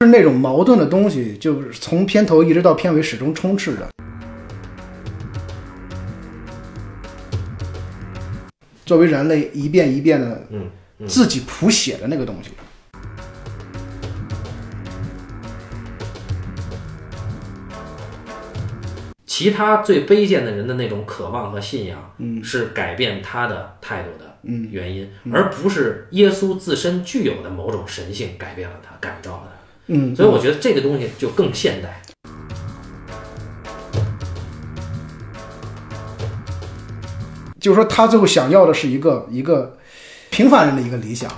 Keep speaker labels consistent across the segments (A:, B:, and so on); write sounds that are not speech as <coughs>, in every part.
A: 就是那种矛盾的东西，就是从片头一直到片尾始终充斥着。作为人类一遍一遍的
B: 嗯嗯
A: 自己谱写的那个东西，
B: 其他最卑贱的人的那种渴望和信仰，
A: 嗯
B: 是改变他的态度的原因，而不是耶稣自身具有的某种神性改变了他，改造了他。
A: 嗯，
B: 所以我觉得这个东西就更现代。
A: 就是说他最后想要的是一个一个平凡人的一个理想。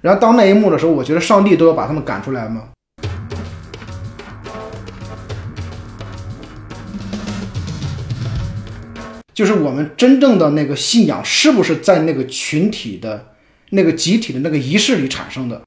A: 然后当那一幕的时候，我觉得上帝都要把他们赶出来嘛。就是我们真正的那个信仰，是不是在那个群体的、那个集体的那个仪式里产生的？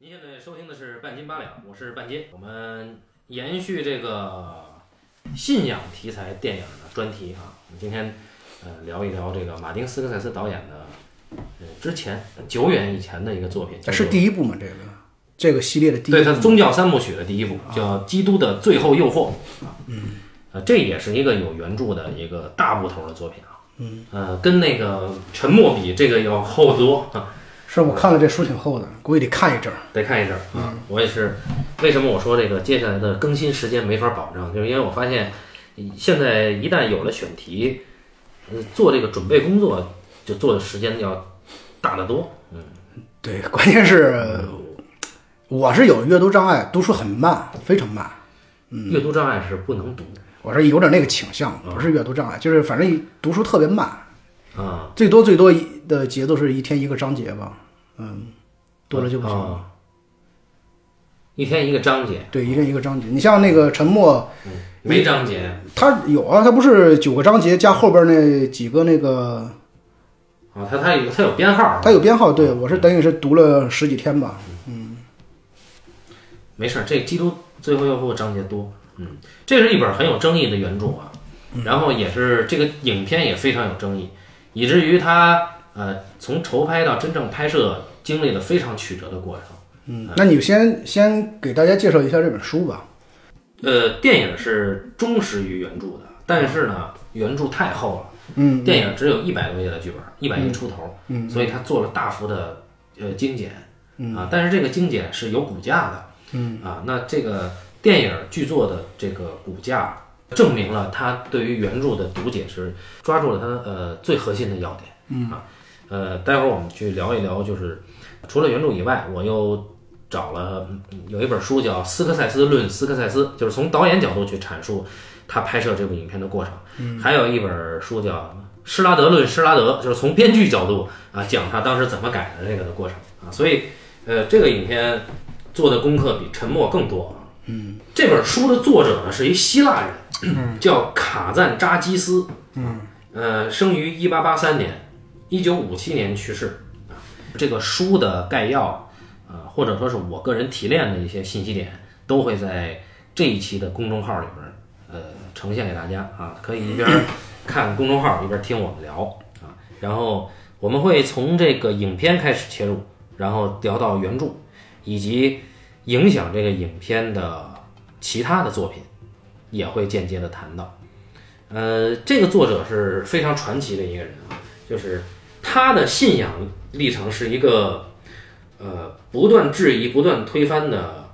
B: 您现在收听的是《半斤八两》，我是半斤。我们延续这个信仰题材电影的专题啊，我们今天呃聊一聊这个马丁斯科塞斯导演的呃之前久远以前的一个作品，叫
A: 是
B: 做
A: 第一部吗？这个这个系列的第一部
B: 哎
A: 啊
B: 对，它
A: 吗。
B: 宗教三部曲的第一部叫《基督的最后诱惑》啊，
A: 嗯
B: 呃，这也是一个有原著的一个大部头的作品啊，嗯，呃，跟那个《沉默》比，这个要厚得多啊，
A: 是我看了这书挺厚的，估计得看一阵儿。
B: 得看一阵儿
A: 嗯
B: 啊。我也是，为什么我说这个接下来的更新时间没法保证，就是因为我发现现在一旦有了选题，呃，做这个准备工作就做的时间要大得多，嗯，
A: 对， <laughs> 关键是我是有阅读障碍，读书很慢，非常慢。嗯
B: 阅读障碍是不能读
A: 我是有点那个倾向，不是阅读障碍，就是反正读书特别慢，
B: 的啊。
A: 最多最多的节奏是一天一个章节吧，嗯，多了就不行。
B: 啊一天一个章节，
A: 对，一天一个章节。你像那个《沉默
B: 没章节》，
A: 它有啊，它不是九个章节加后边那几个那个，
B: 啊，它它有它有编号，啊
A: 它有编号。对我是等于是读了十几天吧。
B: 没事儿，这基督最后要不章节多，嗯，这是一本很有争议的原著啊，然后也是这个影片也非常有争议，以至于它呃从筹拍到真正拍摄经历了非常曲折的过程。
A: 嗯，那你先先给大家介绍一下这本书吧。
B: 呃，电影是忠实于原著的，但是呢，原著太厚了，
A: 嗯，
B: 电影只有一百多页的剧本，一百页出头，嗯，所以他做了大幅的呃精简，嗯啊，但是这个精简是有骨架的，嗯啊，那这个电影剧作的这个骨架证明了他对于原著的读解是抓住了他呃最核心的要点，嗯啊，呃，待会儿我们去聊一聊，就是除了原著以外，我又找了嗯有一本书叫《斯科塞斯论斯科塞斯》，就是从导演角度去阐述他拍摄这部影片的过程。还有一本书叫《施拉德论施拉德》，就是从编剧角度啊讲他当时怎么改的这个的过程啊。所以，呃，这个影片做的功课比《沉默》更多啊。嗯，这本书的作者呢是一希腊人，叫卡赞扎基斯。嗯，呃，生于一八八三年，一九五七年去世。啊，这个书的概要。呃，或者说是我个人提炼的一些信息点，都会在这一期的公众号里边儿呃呈现给大家啊，可以一边儿看公众号一边儿听我们聊啊。然后我们会从这个影片开始切入，然后聊到原著，以及影响这个影片的其他的作品，也会间接的谈到。呃，这个作者是非常传奇的一个人啊，就是他的信仰历程是一个呃不断质疑、不断推翻的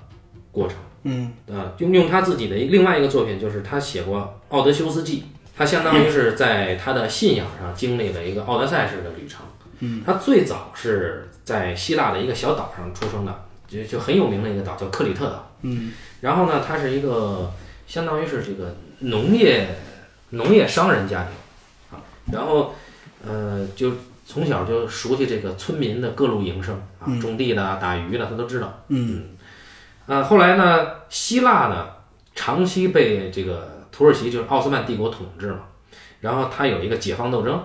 B: 过程。嗯，啊，用用他自己的另外一个作品，就是他写过《奥德修斯记》，他相当于是在他的信仰上经历了一个奥德赛式的旅程。嗯，他最早是在希腊的一个小岛上出生的，就就很有名的一个岛叫克里特岛。嗯，然后呢，他是一个相当于是这个农业农业商人家庭啊，然后呃，就从小就熟悉这个村民的各路营生啊，种地的啊、打鱼的，他都知道。呃，后来呢，希腊呢长期被这个土耳其就是奥斯曼帝国统治嘛，然后它有一个解放斗争，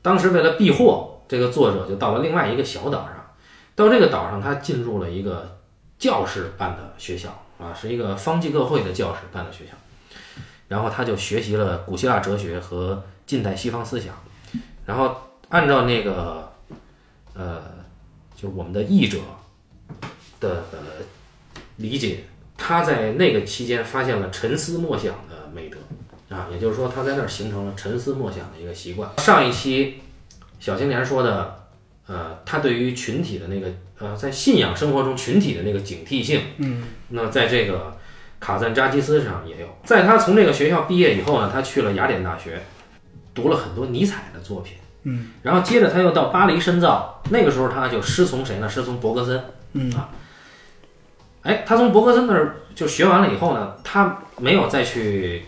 B: 当时为了避祸，这个作者就到了另外一个小岛上，到这个岛上他进入了一个教士办的学校啊，是一个方济各会的教士办的学校，然后他就学习了古希腊哲学和近代西方思想，然后按照那个呃，就我们的译者的。理解，他在那个期间发现了沉思默想的美德啊，也就是说他在那儿形成了沉思默想的一个习惯。上一期小青年说的，呃，他对于群体的那个呃，在信仰生活中群体的那个警惕性，嗯，那在这个卡赞扎基斯上也有。在他从这个学校毕业以后呢，他去了雅典大学，读了很多尼采的作品，嗯，然后接着他又到巴黎深造，那个时候他就师从谁呢？师从伯格森，嗯啊。哎，他从伯格森那儿就学完了以后呢，他没有再去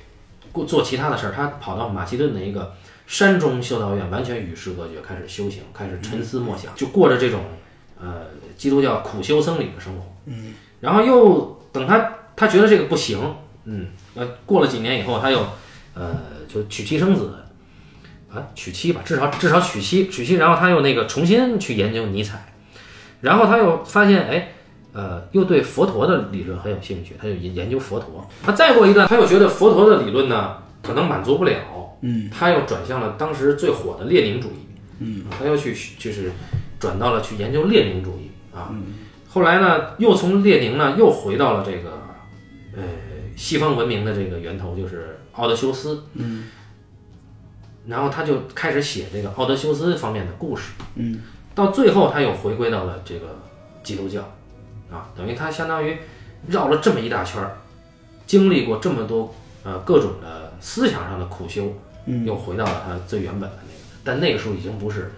B: 过做其他的事儿，他跑到马其顿的一个山中修道院，完全与世隔绝，开始修行，开始沉思默想，就过着这种呃基督教苦修僧侣的生活。嗯，然后又等他他觉得这个不行，嗯，呃，过了几年以后，他又呃就娶妻生子。啊，娶妻吧，至少至少娶妻，娶妻，然后他又那个重新去研究尼采，然后他又发现，哎，呃，又对佛陀的理论很有兴趣，他就研研究佛陀。他再过一段，他又觉得佛陀的理论呢，可能满足不了，嗯，他又转向了当时最火的列宁主义，嗯，他又去就是转到了去研究列宁主义啊。后来呢，又从列宁呢又回到了这个呃西方文明的这个源头，就是奥德修斯，嗯，然后他就开始写这个奥德修斯方面的故事，嗯，到最后他又回归到了这个基督教。啊，等于他相当于绕了这么一大圈儿，经历过这么多呃各种的思想上的苦修，又回到了他最原本的那个，但那个时候已经不是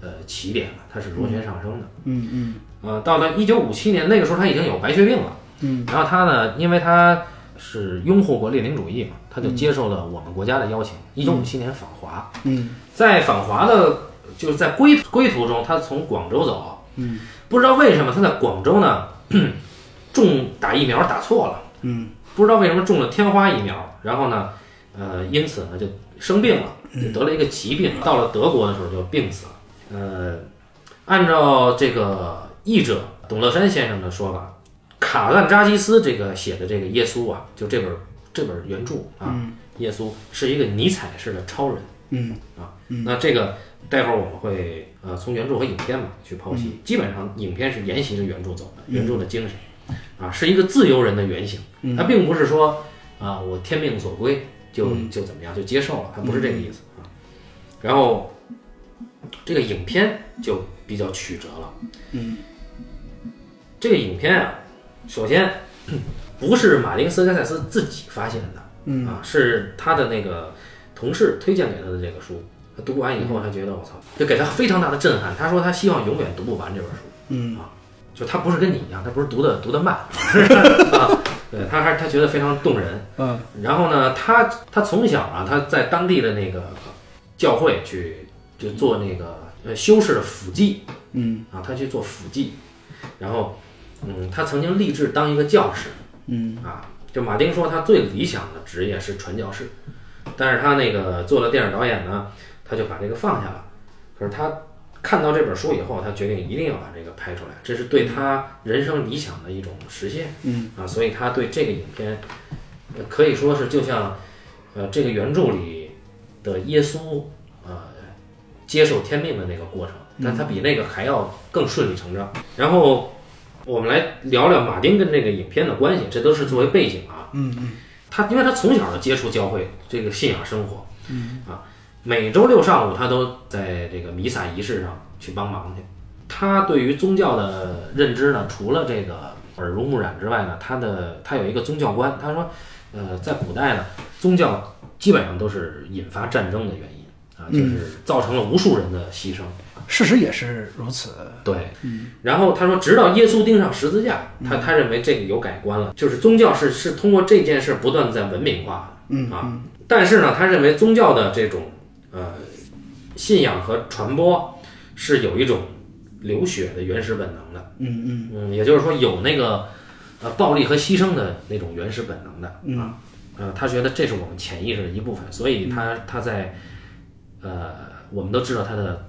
B: 呃起点了，它是螺旋上升的。
A: 嗯嗯
B: 呃，到了一九五七年那个时候，他已经有白血病了。嗯，然后他呢，因为他是拥护过列宁主义嘛，他就接受了我们国家的邀请。一九五七年访华，
A: 嗯，
B: 在访华的，就是在归归途中，他从广州走，嗯，不知道为什么他在广州呢， <clears throat> 中打疫苗打错了，
A: 嗯，
B: 不知道为什么中了天花疫苗，然后呢，呃，因此呢就生病了，就得了一个疾病，到了德国的时候就病死了。呃，按照这个译者董乐山先生的说法，卡赞扎基斯这个写的这个耶稣啊，就这本这本原著啊，耶稣是一个尼采式的超人。
A: 嗯
B: 啊，那这个待会儿我们会呃从原著和影片嘛去剖析，基本上影片是沿袭着原著走的，原著的精神啊是一个自由人的原型，它并不是说啊我天命所归就就怎么样就接受了，它不是这个意思啊。然后这个影片就比较曲折了，嗯，这个影片啊，首先不是马丁斯科塞斯自己发现的，嗯啊是他的那个。同事推荐给他的这个书，他读完以后，他觉得我操，就给他非常大的震撼。他说他希望永远读不完这本书，嗯啊，就他不是跟你一样，他不是读的读的慢 <laughs> 啊，对，他还他觉得非常动人。
A: 嗯
B: 然后呢，他他从小啊，他在当地的那个教会去就做那个呃修士的辅祭，嗯啊，他去做辅祭，然后嗯，他曾经立志当一个教师，嗯啊，就马丁说他最理想的职业是传教士，但是他那个做了电影导演呢，他就把这个放下了。可是他看到这本书以后，他决定一定要把这个拍出来，这是对他人生理想的一种实现，嗯啊，所以他对这个影片。呃可以说是就像，呃，这个原著里的耶稣，呃，接受天命的那个过程，
A: 嗯
B: 但它比那个还要更顺理成章。然后我们来聊聊马丁跟这个影片的关系，这都是作为背景啊。
A: 嗯嗯，
B: 他因为他从小就接触教会这个信仰生活，嗯啊，每周六上午他都在这个弥撒仪式上去帮忙去。他对于宗教的认知呢，除了这个耳濡目染之外呢，他的他有一个宗教观，他说，呃，在古代呢，宗教基本上都是引发战争的原因啊，
A: 嗯
B: 就是造成了无数人的牺牲。
A: 事实也是如此。
B: 对，
A: 嗯
B: 然后他说，直到耶稣钉上十字架，他他认为这个有改观了，就是宗教是是通过这件事不断地在文明化的，
A: 嗯
B: 啊，但是呢，他认为宗教的这种呃信仰和传播是有一种流血的原始本能的，
A: 嗯嗯
B: 嗯，也就是说有那个呃暴力和牺牲的那种原始本能的啊，呃，他觉得这是我们潜意识的一部分，所以他他在呃，我们都知道他的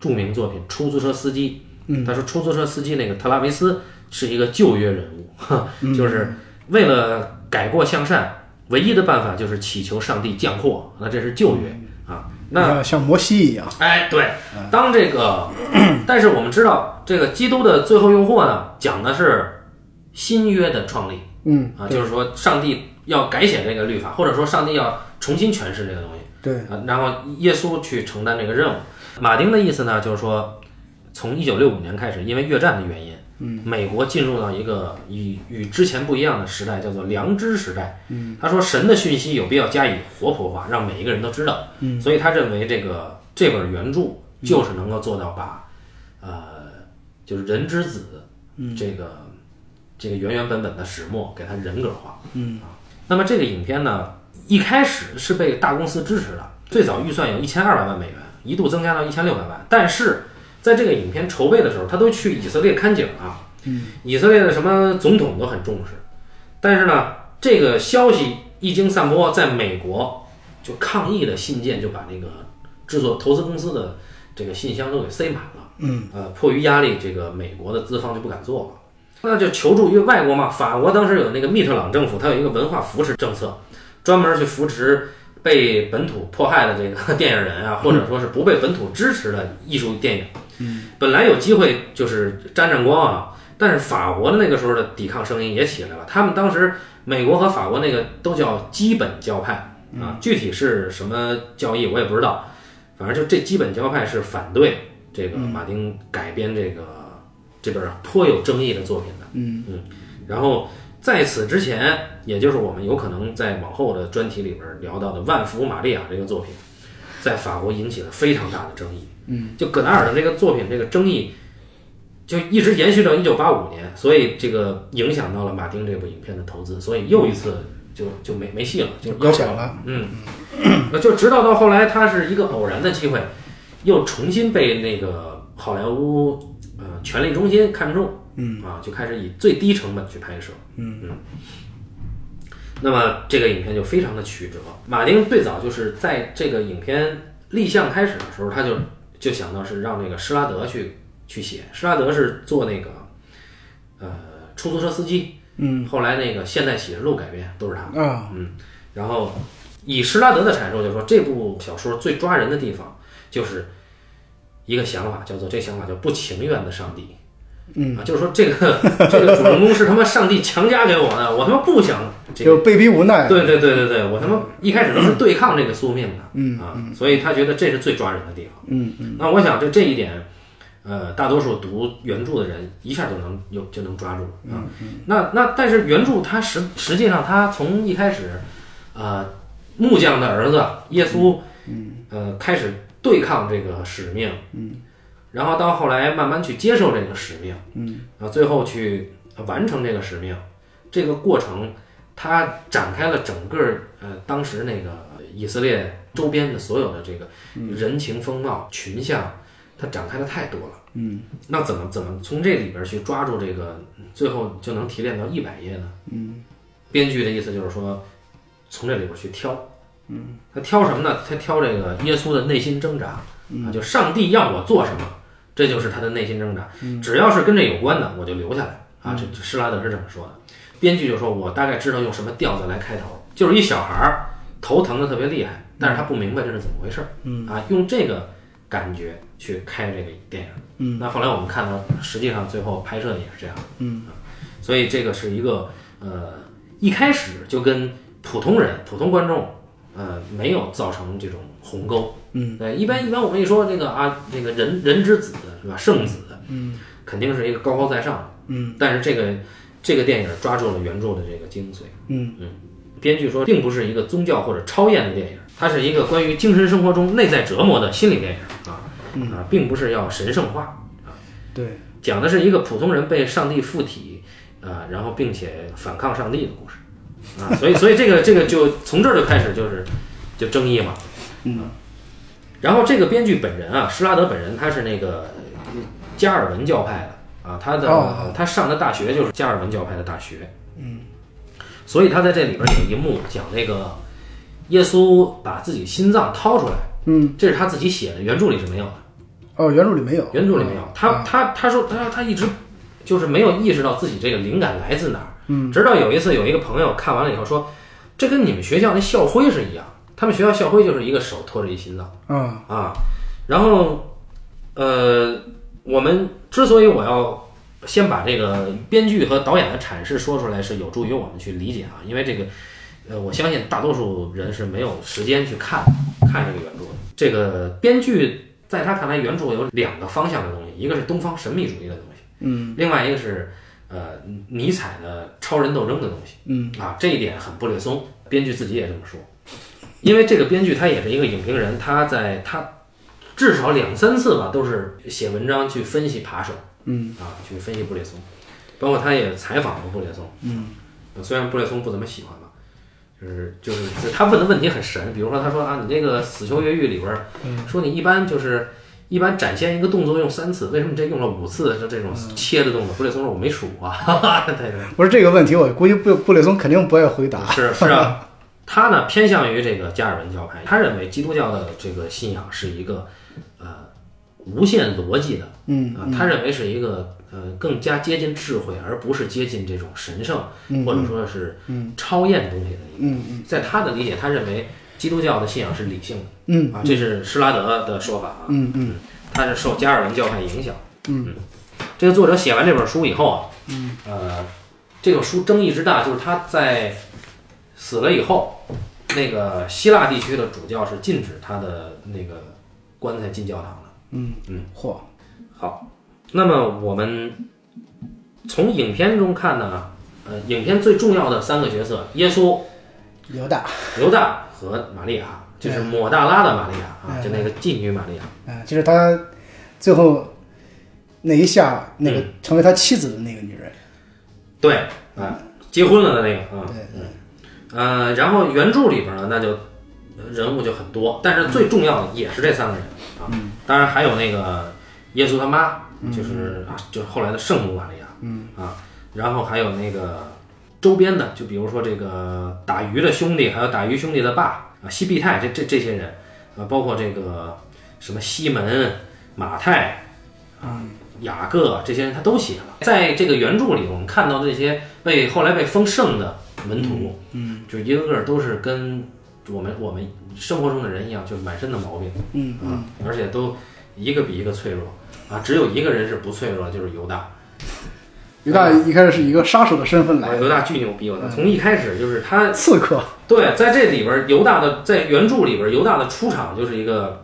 B: 著名作品《出租车司机》，他说出租车司机那个特拉维斯是一个旧约人物，哈，就是为了改过向善，唯一的办法就是祈求上帝降祸，那这是旧约啊，那
A: 要像摩西一样，
B: 哎，对，当这个，但是我们知道，这个基督的最后用货呢，讲的是新约的创立
A: 嗯，
B: 啊，就是说上帝要改写这个律法，或者说上帝要重新诠释这个东西。
A: 对，
B: 啊，然后耶稣去承担这个任务。马丁的意思呢，就是说，从一九六五年开始，因为越战的原因，嗯，美国进入到一个与与之前不一样的时代，叫做良知时代。嗯，他说神的讯息有必要加以活泼化，让每一个人都知道。嗯，所以他认为这个这本原著就是能够做到把，呃，就是人之子，这个这个原原本本的始末给它人格化。嗯啊，那么这个影片呢，一开始是被大公司支持的，最早预算有一千二百万美元，一度增加到一千六百万。但是在这个影片筹备的时候，他都去以色列看景啊，嗯，以色列的什么总统都很重视。但是呢，这个消息一经散播，在美国就抗议的信件就把那个制作投资公司的这个信箱都给塞满了。嗯，呃，迫于压力，这个美国的资方就不敢做了。那就求助于外国嘛。法国当时有那个密特朗政府，它有一个文化扶持政策，专门去扶持被本土迫害的这个 <laughs> 电影人啊，或者说是不被本土支持的艺术电影。嗯，本来有机会就是沾沾光啊，但是法国的那个时候的抵抗声音也起来了。他们当时美国和法国那个都叫基本教派啊，具体是什么教义我也不知道，反正就这基本教派是反对这个马丁改编这个这本颇有争议的作品的。嗯然后在此之前，也就是我们有可能在往后的专题里边聊到的《万福玛利亚》这个作品，在法国引起了非常大的争议。嗯，就葛达尔的这个作品，这个争议就一直延续到一九八五年，所以这个影响到了马丁这部影片的投资，所以又一次就就没没戏了，就
A: 就搁浅了。
B: 嗯， <clears throat> 那就直到到后来，他是一个偶然的机会，又重新被那个好莱坞呃权力中心看中，嗯啊，就开始以最低成本去拍摄，嗯那么这个影片就非常的曲折。马丁最早就是在这个影片立项开始的时候，他就就想到是让那个施拉德去去写，施拉德是做那个呃出租车司机，嗯，后来那个《现代启示录》改编都是他。
A: 啊，
B: 嗯然后以施拉德的阐述，就说这部小说最抓人的地方就是一个想法，叫做这想法叫不情愿的上帝。嗯啊，就是说这个 <laughs> 这个主人公是他妈上帝强加给我的，我他妈不想这个。
A: 就是被逼无奈。
B: 对对对对对，我他妈一开始都是对抗这个宿命的，嗯啊，所以他觉得这是最抓人的地方。
A: 嗯
B: 嗯，那我想这这一点，呃，大多数读原著的人一下就能有就能抓住啊。那那但是原著它实实际上它从一开始，呃，木匠的儿子耶稣，嗯，呃，开始对抗这个使命，嗯，然后到后来慢慢去接受这个使命，嗯，啊，最后去完成这个使命，这个过程。它展开了整个呃当时那个呃以色列周边的所有的这个人情风貌、群像，它展开的太多了。嗯，那怎么怎么从这里边去抓住这个，最后就能提炼到一百页呢？嗯，编剧的意思就是说，从这里边去挑。嗯，他挑什么呢？他挑这个耶稣的内心挣扎、啊，就上帝要我做什么，这就是他的内心挣扎。只要是跟这有关的，我就留下来啊。这这施拉德是这么说的。编剧就说：“我大概知道用什么调子来开头，就是一小孩儿头疼的特别厉害，但是他不明白这是怎么回事儿，嗯啊，用这个感觉去开这个电影。嗯，那后来我们看到，实际上最后拍摄的也是这样。嗯，所以这个是一个呃，一开始就跟普通人、普通观众呃没有造成这种鸿沟。嗯，对，一般一般我们一说这个啊，这个人人之子是吧，圣子，嗯，肯定是一个高高在上的。嗯，但是这个这个电影抓住了原著的这个精髓。嗯嗯，编剧说并不是一个宗教或者超验的电影，它是一个关于精神生活中内在折磨的心理电影啊、啊，并不是要神圣化啊，
A: 对，
B: 讲的是一个普通人被上帝附体啊，然后并且反抗上帝的故事啊，所以所以这个这个就从这儿就开始就是就争议嘛。
A: 嗯
B: 然后这个编剧本人啊，施拉德本人他是那个呃加尔文教派的啊，他的、
A: 哦
B: 他上的大学就是加尔文教派的大学，嗯，所以他在这里边有一幕讲那个耶稣把自己心脏掏出来，
A: 嗯，
B: 这是他自己写的，原著里是没有的，
A: 哦，原著里没有，
B: 原著里没有，他他他说他说他一直就是没有意识到自己这个灵感来自哪儿，嗯，直到有一次有一个朋友看完了以后说，这跟你们学校那校徽是一样，他们学校校徽就是一个手托着一心脏。
A: 啊，
B: 啊，然后，呃，我们之所以我要先把这个编剧和导演的阐释说出来，是有助于我们去理解啊，因为这个，呃，我相信大多数人是没有时间去看看这个原著的。这个编剧在他看来，原著有两个方向的东西，一个是东方神秘主义的东西，嗯，另外一个是呃尼采的超人斗争的东西，嗯啊，这一点很布列松，编剧自己也这么说。因为这个编剧他也是一个影评人，他在他至少两三次吧，都是写文章去分析扒手，嗯啊，去分析布列松，包括他也采访过布列松，嗯，虽然布列松不怎么喜欢吧，就是就是就他问的问题很神，比如说他说啊，你这个《死囚越狱》里边儿，说你一般就是一般展现一个动作用三次，为什么你这用了五次？就这种切的动作，布列松说我没数啊，哈哈， <laughs> 对对。
A: 不是这个问题，我估计布布列松肯定不会回答。
B: <laughs> 是是
A: <laughs>
B: 啊，他呢偏向于这个加尔文教派，他认为基督教的这个信仰是一个呃无限逻辑的，
A: 嗯
B: 啊，他认为是一个呃更加接近智慧，而不是接近这种神圣、或者说是超验东西的一个。
A: 嗯
B: 在他的理解，他认为基督教的信仰是理性的，
A: 嗯
B: 啊，这是施拉德的说法啊，
A: 嗯嗯，
B: 他是受加尔文教派影响，嗯，这个作者写完这本书以后啊，嗯，呃，这个书争议之大，就是他在死了以后，那个希腊地区的主教是禁止他的那个棺材进教堂的。嗯
A: 嚯，
B: 好，那么我们从影片中看呢，呃，影片最重要的三个角色，耶稣、
A: 犹大，
B: 犹大和玛利亚，就是抹大拉的玛利亚啊，就那个妓女玛利亚。
A: 啊，就是他最后那一下，那个
B: 嗯
A: 成为他妻子的那个女人，
B: 对，啊、结婚了的那个啊，嗯，呃，然后原著里边呢，那就呃人物就很多，但是最重要的也是这三个人啊，当然还有那个耶稣他妈，就是啊，就是后来的圣母玛利亚，嗯啊，然后还有那个周边的，就比如说这个打鱼的兄弟，还有打鱼兄弟的爸啊，西庇太这这这些人啊，包括这个什么西门、马太，雅各这些人他都写了，在这个原著里，我们看到这些被后来被封圣的门徒，嗯，就一个个都是跟我们我们生活中的人一样，就是满身的毛病，
A: 嗯
B: 啊，而且都一个比一个脆弱啊，只有一个人是不脆弱的，就是犹大，
A: 犹大一开始是一个杀手的身份来嗯
B: 犹大巨牛逼，我操，从一开始就是他
A: 的，刺客，
B: 对，在这里边儿，犹大的在原著里边儿，犹大的出场就是一个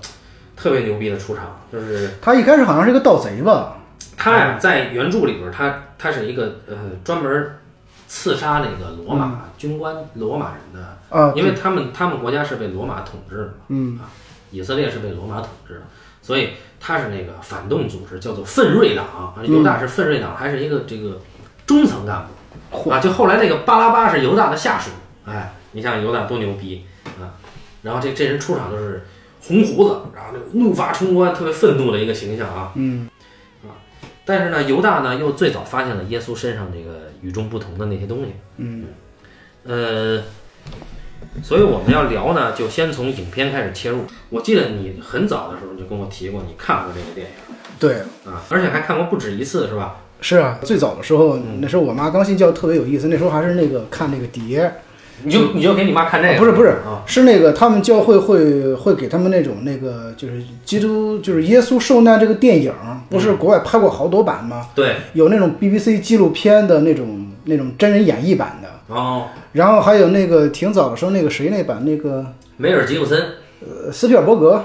B: 特别牛逼的出场，就是
A: 他一开始好像是一个盗贼吧？
B: 他呀，在原著里边儿，他他是一个呃专门儿刺杀那个罗马军官、罗马人的，
A: 啊，
B: 因为他们他们国家是被罗马统治的嘛，嗯啊，以色列是被罗马统治的，所以他是那个反动组织，叫做奋锐党啊，犹大是奋锐党，还是一个这个中层干部啊，就后来那个巴拉巴是犹大的下属，哎，你像犹大多牛逼啊，然后这这人出场就是红胡子，然后就怒发冲冠，特别愤怒的一个形象啊，
A: 嗯
B: 但是呢，犹大呢又最早发现了耶稣身上这个与众不同的那些东西。嗯，呃，所以我们要聊呢，就先从影片开始切入。我记得你很早的时候就跟我提过，你看过这个电影
A: 对，
B: 啊，而且还看过不止一次，是吧？嗯
A: 是啊，最早的时候，那时候我妈刚信教特别有意思，那时候还是那个看那个碟，
B: 你就你就给你妈看这个，
A: 不是不是
B: 啊，
A: 是那个他们教会会会给他们那种那个就是基督就是耶稣受难这个电影，不
B: 嗯
A: 是国外拍过好多版吗？
B: 对，
A: 有那种 BBC 纪录片的那种那种真人演绎版的，
B: 哦，
A: 然后还有那个挺早的时候那个谁那版那个
B: 梅尔吉姆森，
A: 呃斯皮尔伯格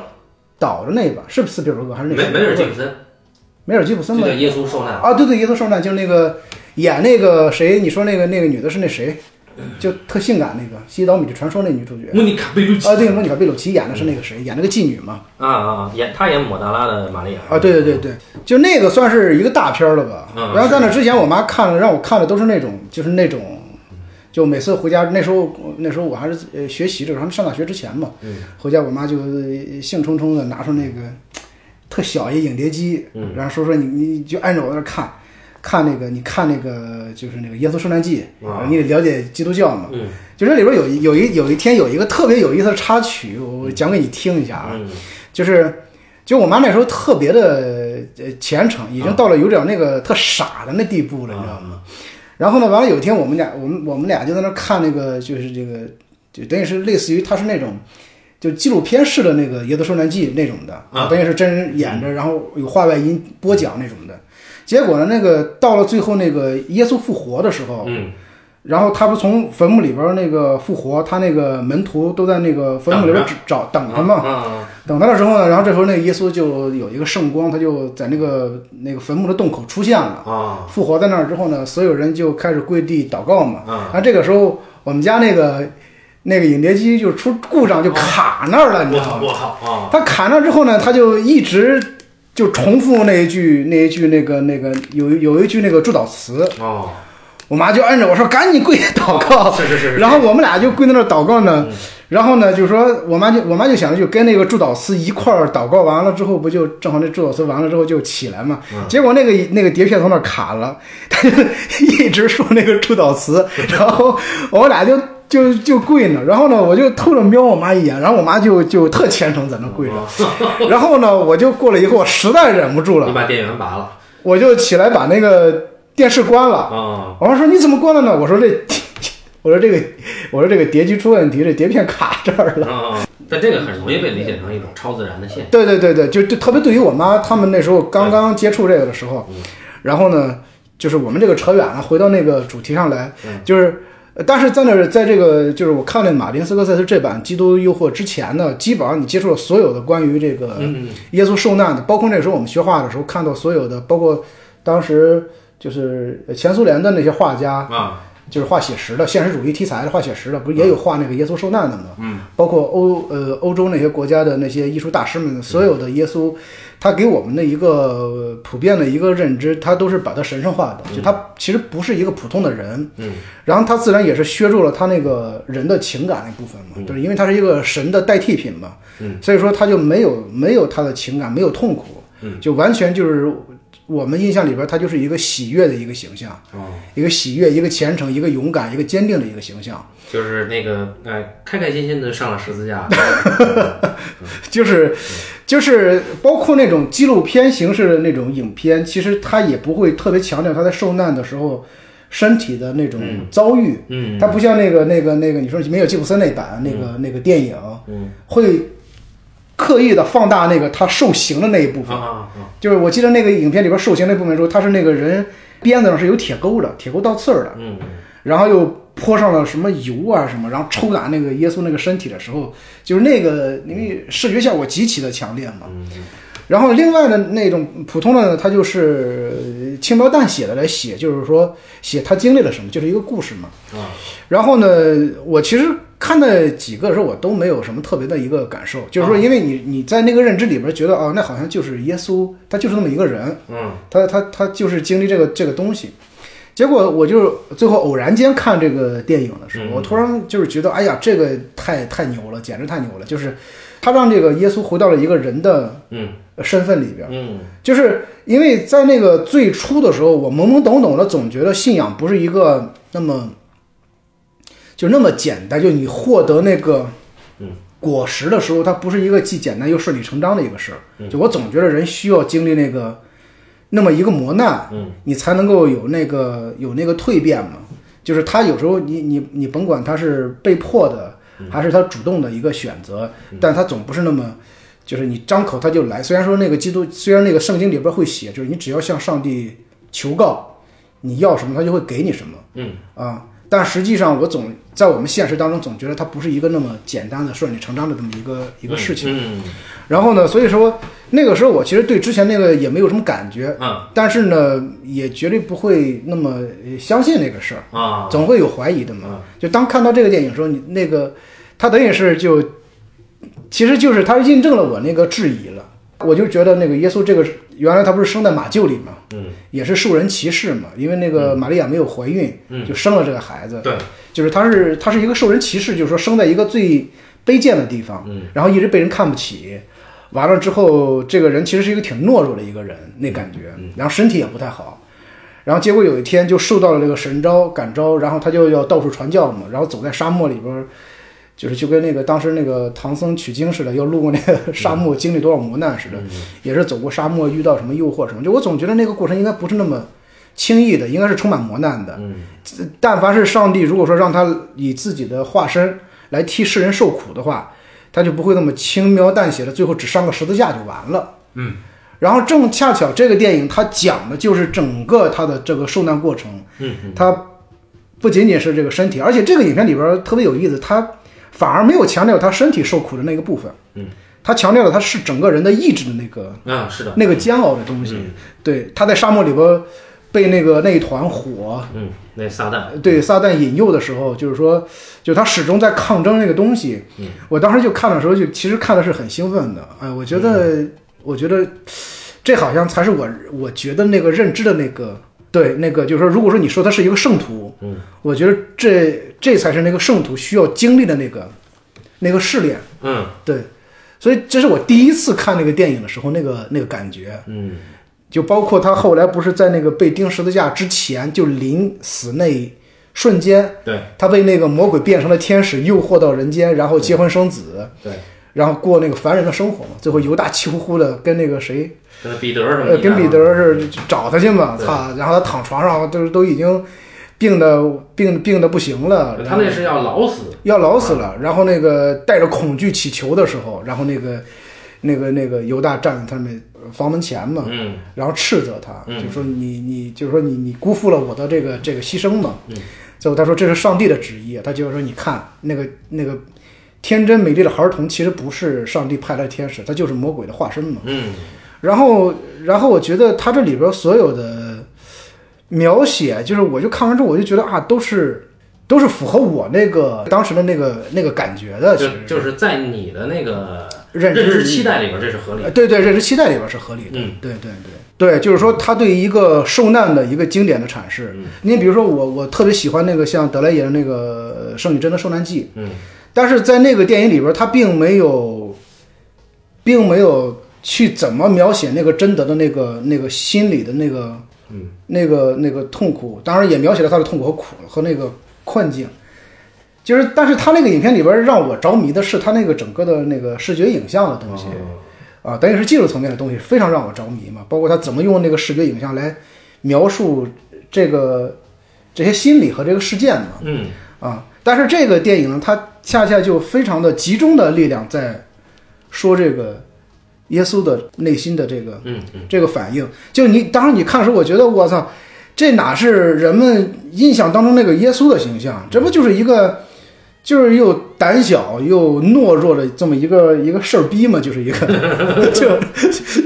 A: 导的那版是不是斯皮尔伯格还是那
B: 梅
A: 个
B: 梅尔吉姆森，
A: 梅尔吉普
B: 就
A: 森吧
B: 叫？耶稣受难，
A: 啊，对对，耶稣受难就是那个演那个谁，你说那个那个女的是那谁，就特性感那个《西岛米的传说》那女主角。
B: 莫妮卡贝鲁奇
A: 啊，对，莫妮卡贝鲁奇演的是那个谁，演那个妓女嘛。
B: 啊啊，演他演抹大拉的玛利亚
A: 啊，对对对对，就那个算是一个大片儿了吧。
B: 嗯
A: 然后在那之前，我妈看了，让我看的都是那种，就是那种，就每次回家那时候，那时候我还是呃学习的时候，还没上大学之前嘛，回家我妈就呃兴冲冲的拿出那个特小一影碟机，然后说说你你就按着我在那看。看那个，你看那个，就是那个《耶稣受难记》
B: 啊
A: 你得了解基督教嘛。
B: 嗯
A: 就这里边有一有一有一天有一个特别有意思的插曲，我讲给你听一下啊。
B: 嗯
A: 就是就我妈那时候特别的呃虔诚，已
B: 啊
A: 经到了有点那个特傻的那地步了，你知道吗？然后呢，完了有一天我们俩我们我们俩就在那儿看那个就是这个就等于是类似于它是那种。就纪录片式的那个《耶稣受难记》那种的，
B: 啊
A: 等于是真人演着，然后有话外音播讲那种的。结果呢，那个到了最后那个耶稣复活的时候，
B: 嗯，
A: 然后他不是从坟墓里边儿那个复活，他那个门徒都在那个坟墓里边儿找等他嘛，
B: 啊
A: 等他的时候呢，然后这时候那个耶稣就有一个圣光，他就在那个那个坟墓的洞口出现了，
B: 啊
A: 复活在那儿之后呢，所有人就开始跪地祷告嘛。
B: 啊，
A: 然后这个时候我们家那个那个影碟机就出故障，就卡那儿了，你知道
B: 啊我操
A: 吗？
B: 我操啊，
A: 它卡那儿之后呢，它就一直就重复那一句那一句那个那个有有一句那个祝祷词，
B: 哦，
A: 我妈就摁着我说赶紧跪下祷告，
B: 是是是嗯是，
A: 然后我们俩就跪在那儿祷告呢，然后呢，就说我妈就我妈就想着就跟那个祝祷词一块儿祷告完了之后，不就正好那祝祷词完了之后就起来嘛？
B: 嗯
A: 结果那个那个碟片从那儿卡了，他就一直说那个祝祷
B: <laughs>
A: 词，然后我俩就就就跪那儿，然后呢，我就偷着瞄我妈一眼，然后我妈就就特虔诚在那儿跪
B: <laughs>
A: 着，然后呢，我就过来以后，我实在忍不住
B: 你
A: 了，
B: 把电源拔了
A: 我就起来把那个电视关了。
B: 啊，
A: 我妈说你怎么关了呢？我说这，我说这个，我说这个碟机出问题，这碟片卡这儿了。
B: 啊，但这个很容易被理解成一种超自然的现象。
A: 对对对对，就就特别对于我妈他们那时候刚刚接触这个的时
B: 嗯
A: 候，然后呢，就是我们这个扯远了，回到那个主题上来，
B: 嗯
A: 就是。呃但是在那儿，在这个就是我看了马丁斯科塞斯这版《基督诱惑》之前呢，基本上你接触了所有的关于这个
B: 嗯
A: 耶稣受难的，包括那时候我们学画的时候看到所有的，包括当时就是前苏联的那些画家，
B: 啊，
A: 就是画写实的现实主义题材的画写实的，不是也有画那个耶稣受难的吗？嗯，包括欧呃欧洲那些国家的那些艺术大师们，所有的耶稣，他给我们的一个呃普遍的一个认知，他都是把他神圣化的，就他其实不是一个普通的人，
B: 嗯，
A: 然后他自然也是削弱了他那个人的情感那部分嘛，就是因为他是一个神的代替品嘛，嗯，所以说他就没有没有他的情感，没有痛苦，嗯，就完全就是我们印象里边他就是一个喜悦的一个形象。
B: 哦，
A: 一个喜悦，一个虔诚，一个勇敢，一个坚定的一个形象， <laughs>
B: 就是那个哎，开开心心的上了十
A: <laughs>
B: 字架，
A: 就是，就是包括那种纪录片形式的那种影片，其实他也不会特别强调他在受难的时候身体的那种遭遇，
B: 嗯，
A: 他不像那个那个那个你说没有吉普森那版那个那个电影，
B: 嗯，
A: 会刻意的放大那个他受刑的那一部
B: 啊
A: 分，
B: 啊啊，
A: 就是我记得那个影片里边受刑那部分的时候，他是那个人鞭子上是有铁钩的，铁钩倒刺儿的。
B: 嗯，
A: 然后又泼上了什么油啊什么，然后抽打那个耶稣那个身体的时候，就是那个因为视觉效果极其的强烈嘛。然后另外的那种普通的呢，它就是呃轻描淡写的来写，就是说写他经历了什么，就是一个故事嘛。
B: 啊，
A: 然后呢，我其实看那几个的时候，我都没有什么特别的一个感受，就是说，因为你你在那个认知里边觉得，哦，那好像就是耶稣，他就是那么一个人，
B: 嗯，
A: 他他他就是经历这个这个东西。结果我就最后偶然间看这个电影的时候，
B: 嗯
A: 我突然就是觉得，哎呀，这个太太牛了，简直太牛了！就是他让这个耶稣回到了一个人的
B: 嗯
A: 身份里边，
B: 嗯
A: 就是因为在那个最初的时候，我懵懵懂懂的，总觉得信仰不是一个那么就那么简单，就你获得那个果实的时候，它不是一个既简单又顺理成章的一个事儿。就我总觉得人需要经历那个那么一个磨难，
B: 嗯
A: 你才能够有那个有那个蜕变嘛。就是他有时候你你你甭管他是被迫的，
B: 嗯
A: 还是他主动的一个选择，但他总不是那么，就是你张口他就来。虽然说那个基督，虽然那个圣经里边会写，就是你只要向上帝求告，你要什么他就会给你什么。
B: 嗯
A: 啊，但实际上我总在我们现实当中总觉得它不是一个那么简单的顺理成章的这么一个一
B: 嗯
A: 个事情。
B: 情，
A: 然后呢，所以说那个时候我其实对之前那个也没有什么感觉，
B: 嗯嗯
A: 但是呢，也绝对不会那么呃相信那个事儿，
B: 啊，
A: 总会有怀疑的嘛。就当看到这个电影的时候，你那个它等于是就，其实就是它印证了我那个质疑了。我就觉得那个耶稣这个原来他不是生在马厩里嘛，
B: 嗯
A: 也是受人歧视嘛，因为那个玛利亚没有怀孕，
B: 嗯，
A: 就生了这个孩子。
B: 对，
A: 就是他是他是一个受人歧视，就是说生在一个最卑贱的地方，
B: 嗯
A: 然后一直被人看不起。完了之后，这个人其实是一个挺懦弱的一个人，那感觉，
B: 嗯
A: 然后身体也不太好，然后结果有一天就受到了这个神招感召，然后他就要到处传教嘛，然后走在沙漠里边儿，就是就跟那个当时那个唐僧取经似的，要路过那个 <laughs> 沙
B: 嗯
A: 漠，经历多少磨难似的，也是走过沙漠，遇到什么诱惑什么，就我总觉得那个过程应该不是那么轻易的，应该是充满磨难的，
B: 嗯
A: 但凡是上帝，如果说让他以自己的化身来替世人受苦的话，他就不会那么轻描淡写的，最后只上个十字架就完了。
B: 嗯
A: 然后正恰巧这个电影它讲的就是整个他的这个受难过程，
B: 嗯，
A: 他不仅仅是这个身体，而且这个影片里边特别有意思，他反而没有强调他身体受苦的那个部分，
B: 嗯，
A: 他强调了他是整个人的意志的那个
B: 啊，是的，
A: 那个煎熬的东
B: 嗯
A: 西。对，他在沙漠里边被那个那一团火
B: 嗯，那撒旦，
A: 对撒旦引诱的时候，就是说，就他始终在抗争那个东西。
B: 嗯
A: 我当时就看的时候，就其实看的是很兴奋的。哎，我觉得，
B: 嗯
A: 我觉得这好像才是我我觉得那个认知的那个对那个，就是说，如果说你说他是一个圣徒，
B: 嗯，
A: 我觉得这这才是那个圣徒需要经历的那个那个试炼。
B: 嗯
A: 对，所以这是我第一次看那个电影的时候，那个那个感觉。
B: 嗯
A: 就包括他后来不是在那个被钉十字架之前，就临死那一瞬间，
B: 对
A: 他被那个魔鬼变成了天使，诱惑到人间，然后结婚生子，
B: 对，
A: 然后过那个凡人的生活嘛。最后犹大气呼呼的跟那个谁，
B: 跟那彼得什么
A: 呃，
B: 一样
A: 跟
B: 啊
A: 彼得是找他去嘛，
B: 对
A: 操！然后他躺床上都都已经病的病病的不行了，然
B: 他
A: 后
B: 那是要老死，
A: 要老死了。然后那个带着恐惧祈求的时候，然后那个那个那个犹大站在他们房门前嘛，
B: 嗯
A: 然后斥责他，
B: 嗯
A: 就说你你就是说你你辜负了我的这个这个牺牲嘛。
B: 嗯
A: 最后他说这是上帝的旨意，他就说你看那个那个天真美丽的儿童其实不是上帝派来的天使，他就是魔鬼的化身嘛。
B: 嗯
A: 然后然后我觉得他这里边所有的描写，就是我就看完之后我就觉得啊，都是都是符合我那个当时的那个那个感觉的，其实
B: 就就是在你的那个
A: 呃认知
B: 知期待里边，这是合理的。
A: 呃对对，认知期待里边是合理的。
B: 嗯
A: 对对对对，就是说他对一个受难的一个经典的阐释。
B: 嗯
A: 你比如说我，我特别喜欢那个像德莱也的那个呃《圣女贞的受难记》，
B: 嗯
A: 但是在那个电影里边，他并没有，并没有去怎么描写那个贞德的那个那个心理的那个
B: 嗯
A: 那个那个痛苦，当然也描写了他的痛苦和苦和那个困境。就是，但是他那个影片里边让我着迷的是他那个整个的那个视觉影像的东西，
B: 哦
A: 啊，等于是技术层面的东西，非常让我着迷嘛。包括他怎么用那个视觉影像来描述这个这些心理和这个事件嘛，
B: 嗯
A: 啊，但是这个电影呢，它恰恰就非常的集中的力量在说这个耶稣的内心的这个
B: 嗯嗯
A: 这个反应。就你当时你看的时候，我觉得我操，这哪是人们印象当中那个耶稣的形象？这不就是一个，就是又胆小又懦弱的这么一个一个事儿逼嘛，就是一个， <laughs> 就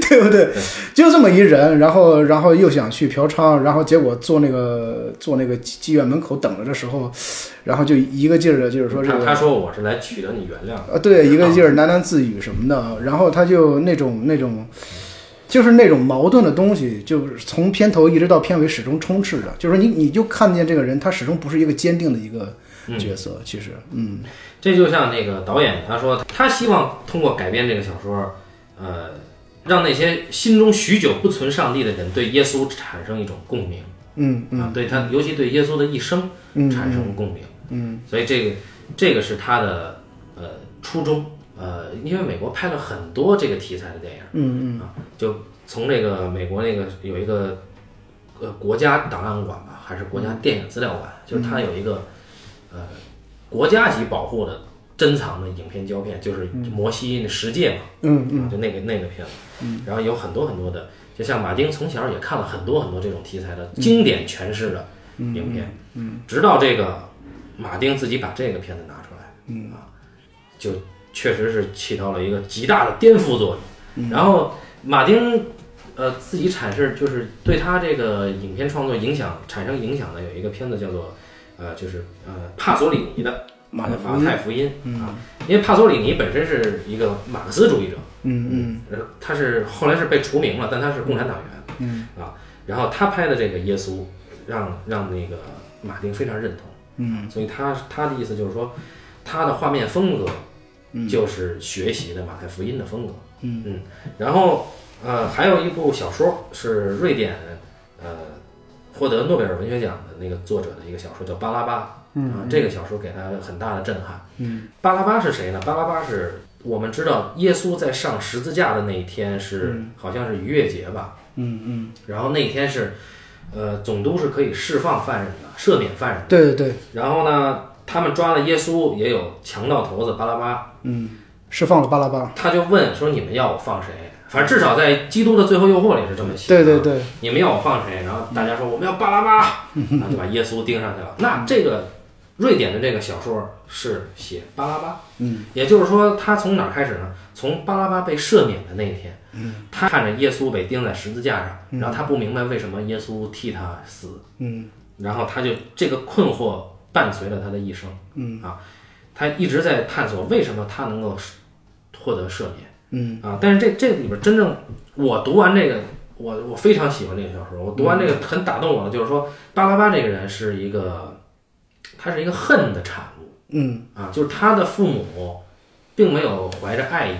A: 对不对？就这么一人，然后然后又想去嫖娼，然后结果坐那个坐那个妓院门口等着的时候，然后就一个劲儿的，就是说这
B: 他
A: 个
B: 他说我是来取得你原谅，
A: 啊，对，一个劲儿喃喃自语什么的，然后他就那种那种，就是那种矛盾的东西，就是从片头一直到片尾始终充斥着，就是说你你就看见这个人，他始终不是一个坚定的一个
B: 嗯
A: 角色，其实，嗯
B: 这就像那个导演他说，他希望通过改编这个小说，呃，让那些心中许久不存上帝的人对耶稣产生一种共鸣、
A: 嗯
B: 啊
A: 嗯，
B: 对他，尤其对耶稣的一生
A: 嗯
B: 产生共鸣。
A: 嗯
B: 所以这个这个是他的呃初衷。呃，因为美国拍了很多这个题材的电影
A: 嗯嗯
B: 啊，就从这个美国那个有一个呃国家档案馆吧，还是国家电影资料
A: 嗯
B: 馆，就是它有一个呃国家级保护的珍藏的影片胶片，就是摩西那十诫嘛，
A: 嗯
B: 啊，就那个那个片子，然后有很多很多的，就像马丁从小也看了很多很多这种题材的
A: 嗯
B: 经典诠释的影片，嗯，直到这个马丁自己把这个片子拿出来，嗯啊，就确实是起到了一个极大的颠覆作用。然后马丁呃自己阐释，就是对他这个影片创作影响产生影响的有一个片子叫做呃就是呃帕索里尼的。
A: 马
B: 呃
A: 太
B: 马
A: 福音
B: 太福音啊，因为帕索里尼本身是一个马克思主义者，
A: 嗯
B: 呃，他是后来是被除名了，但他是共产党员，嗯啊，然后他拍的这个耶稣，让让那个马丁非常认同，嗯，所以他他的意思就是说，他的画面风格就是学习的马太福音的风格，嗯然后呃还有一部小说是瑞典呃获得诺贝尔文学奖的那个作者的一个小说叫《巴拉巴》，嗯啊，这个小说给他很大的震撼，嗯，巴拉巴是谁呢？巴拉巴是我们知道耶稣在上十字架的那一天是、好像是逾越节吧，
A: 嗯嗯，
B: 然后那一天是呃总督是可以释放犯人的，赦免犯人的。
A: 对对对，
B: 然后呢，他们抓了耶稣，也有强盗头子巴拉巴，
A: 释放了巴拉巴，
B: 他就问说：“你们要我放谁？”反正至少在《基督的最后诱惑》里是这么写。
A: 对对，对，
B: 你们要我放谁？然后大家说我们要巴拉 <laughs> 巴，然后就把啊耶稣钉上去了。那这个瑞典的这个小说是写巴拉巴，嗯，也就是说他从哪儿开始呢？从巴拉巴被赦免的那一天，嗯，他看着耶稣被钉在十字架上，然后他不明白为什么耶稣替他死，
A: 嗯
B: 然后他就这个困惑伴随了他的一生，嗯啊，他一直在探索为什么他能够获得赦免，
A: 嗯
B: 啊，但是这这里边真正我读完这个，我我非常喜欢这个小说，我读完这个很打动我的，就是说巴拉巴这个人是一个，他是一个恨的产物，
A: 嗯
B: 啊，就是他的父母并没有怀着爱意，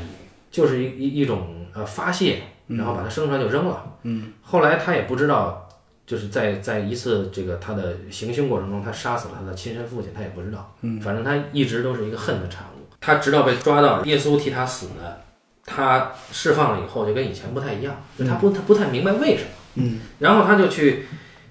B: 就是一一一种呃发泄，然后把他生出来就扔了。嗯，后来他也不知道，就是在在一次这个他的行凶过程中，他杀死了他的亲生父亲，他也不知道。嗯，反正他一直都是一个恨的产物。他直到被抓到，耶稣替他死的，他释放了以后就跟以前不太一样，就他不他不太明白为什么。嗯，然后他就去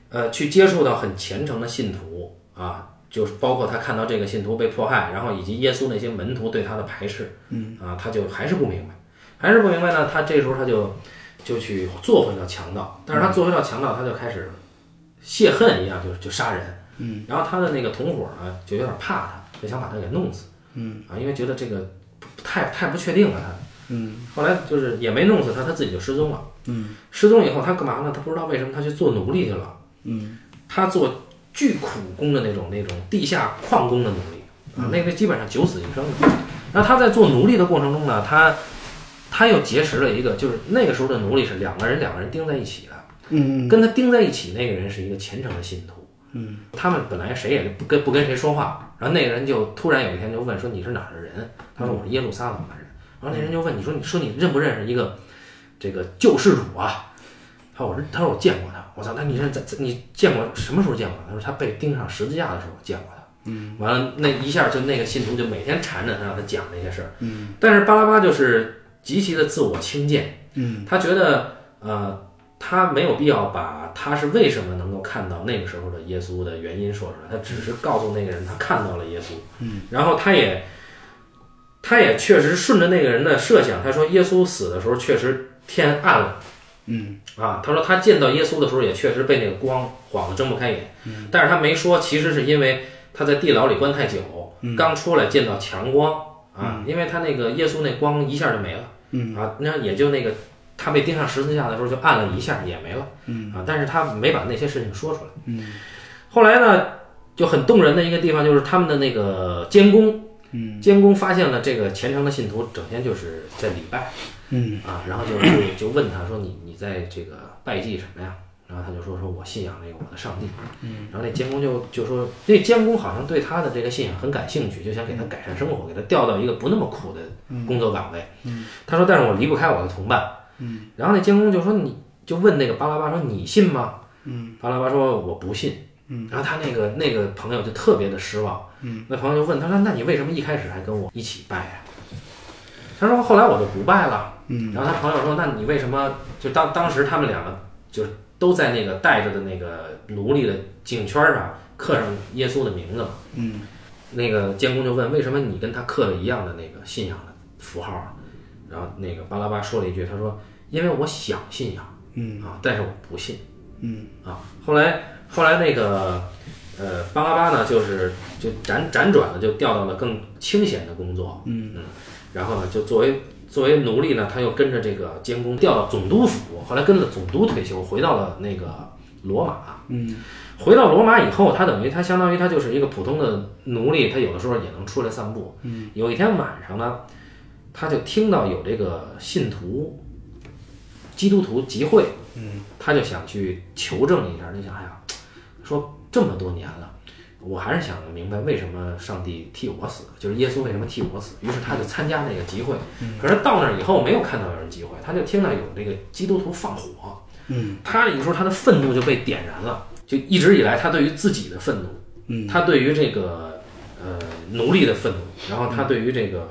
B: 呃去接触到很虔诚的信徒啊，就是包括他看到这个信徒被迫害，然后以及耶稣那些门徒对他的排斥，嗯啊，他就还是不明白，还是不明白呢。他这时候他就就去做回到强盗，但是他做回到强盗，他就开始泄恨一样，就就杀人，嗯，然后他的那个同伙呢就有点怕他，就想把他给弄死，嗯啊，因为觉得这个不太太不确定了他。嗯，后来就是也没弄死他，他自己就失踪了。嗯，失踪以后他干嘛呢？他不知道为什么他去做奴隶去了。他做巨苦工的那种那种地下矿工的奴隶啊，那个基本上九死一生的。然后他在做奴隶的过程中呢，他他又结识了一个，就是那个时候的奴隶是两个人两个人钉在一起的，
A: 嗯
B: 跟他钉在一起那个人是一个虔诚的信徒。嗯，他们本来谁也不跟不跟谁说话，然后那个人就突然有一天就问说你是哪儿的人？他说我是耶路撒冷的人。然后那人就问你说你说你认不认识一个这个救世主啊？他说我是，他说我见过他。我操，那你是在在你见过什么时候见过他？他说他被钉上十字架的时候见过他。嗯，完了那一下就那个信徒就每天缠着他，让他讲那些事儿。嗯，但是巴拉巴就是极其的自我轻贱。嗯，他觉得呃，他没有必要把他是为什么能够看到那个时候的耶稣的原因说出来，他只是告诉那个人他看到了耶稣。嗯，然后他也。他也确实顺着那个人的设想，他说耶稣死的时候确实天暗了，
A: 嗯
B: 啊，他说他见到耶稣的时候也确实被那个光晃得睁不开眼，但是他没说，其实是因为他在地牢里关太久，刚出来见到强光啊，因为他那个耶稣那光一下就没了，啊，那也就那个他被钉上十字架的时候就按了一下也没了，啊，但是他没把那些事情说出来，后来呢，就很动人的一个地方就是他们的那个监工。监工发现了这个虔诚的信徒整天就是在礼拜，
A: 嗯
B: 啊，然后就就 <coughs> 就问他说你你在这个拜祭什么呀？然后他就说说我信仰那个我的上帝，嗯，然后那监工就就说那监工好像对他的这个信仰很感兴趣，就想给他改善生活，给他调到一个不那么苦的工作岗位，嗯，他说但是我离不开我的同伴，嗯，然后那监工就说你就问那个巴拉巴说你信吗？嗯，巴拉巴说我不信，嗯，然后他那个那个朋友就特别的失望，嗯，那朋友就问他说那你为什么一开始还跟我一起拜呀、他说后来我就不拜了。嗯，然后他朋友说：“那你为什么就当当时他们两个就是都在那个带着的那个奴隶的颈圈上刻上耶稣的名字嘛。
A: 嗯，
B: 那个监工就问为什么你跟他刻了一样的那个信仰的符号啊？然后那个巴拉巴说了一句，他说因为我想信仰，
A: 嗯
B: 啊，但是我不信
A: 嗯
B: 啊。后来后来那个呃巴拉巴呢，就是就辗辗转的就调到了更清闲的工作，
A: 嗯
B: 然后呢，就作为作为奴隶呢，他又跟着这个监工调到总督府，后来跟着总督退休，回到了那个罗马。
A: 嗯
B: 回到罗马以后，他等于他相当于他就是一个普通的奴隶，他有的时候也能出来散步。嗯，有一天晚上呢，他就听到有这个信徒、基督徒集会，嗯，他就想去求证一下，就想哎呀，说这么多年了。我还是想明白为什么上帝替我死，就是耶稣为什么替我死。于是他就参加那个集会，可是到那儿以后没有看到有人集会，他就听到有这个基督徒放火，
A: 嗯
B: 他有时候他的愤怒就被点燃了，就一直以来他对于自己的愤怒，
A: 嗯，
B: 他对于这个呃奴隶的愤怒，然后他对于这个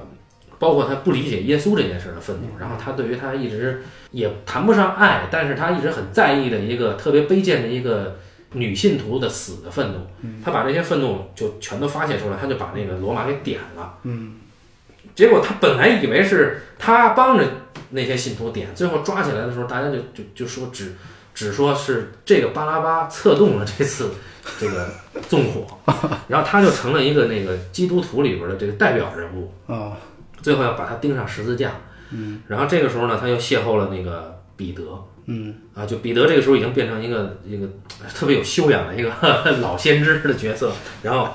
B: 包括他不理解耶稣这件事的愤怒，然后他对于他一直也谈不上爱，但是他一直很在意的一个特别卑贱的一个女信徒的死的愤怒，
A: 嗯
B: 他把这些愤怒就全都发泄出来，他就把那个罗马给点了。
A: 嗯
B: 结果他本来以为是他帮着那些信徒点，最后抓起来的时候，大家就就就说只只说是这个巴拉巴策动了这次这个纵火，然后他就成了一个那个基督徒里边的这个代表人物，
A: 啊
B: 最后要把他钉上十字架。哦嗯，然后这个时候呢，他又邂逅了那个彼得。
A: 嗯
B: 啊，就彼得这个时候已经变成一个一个特别有修养的一个老先知的角色，然后，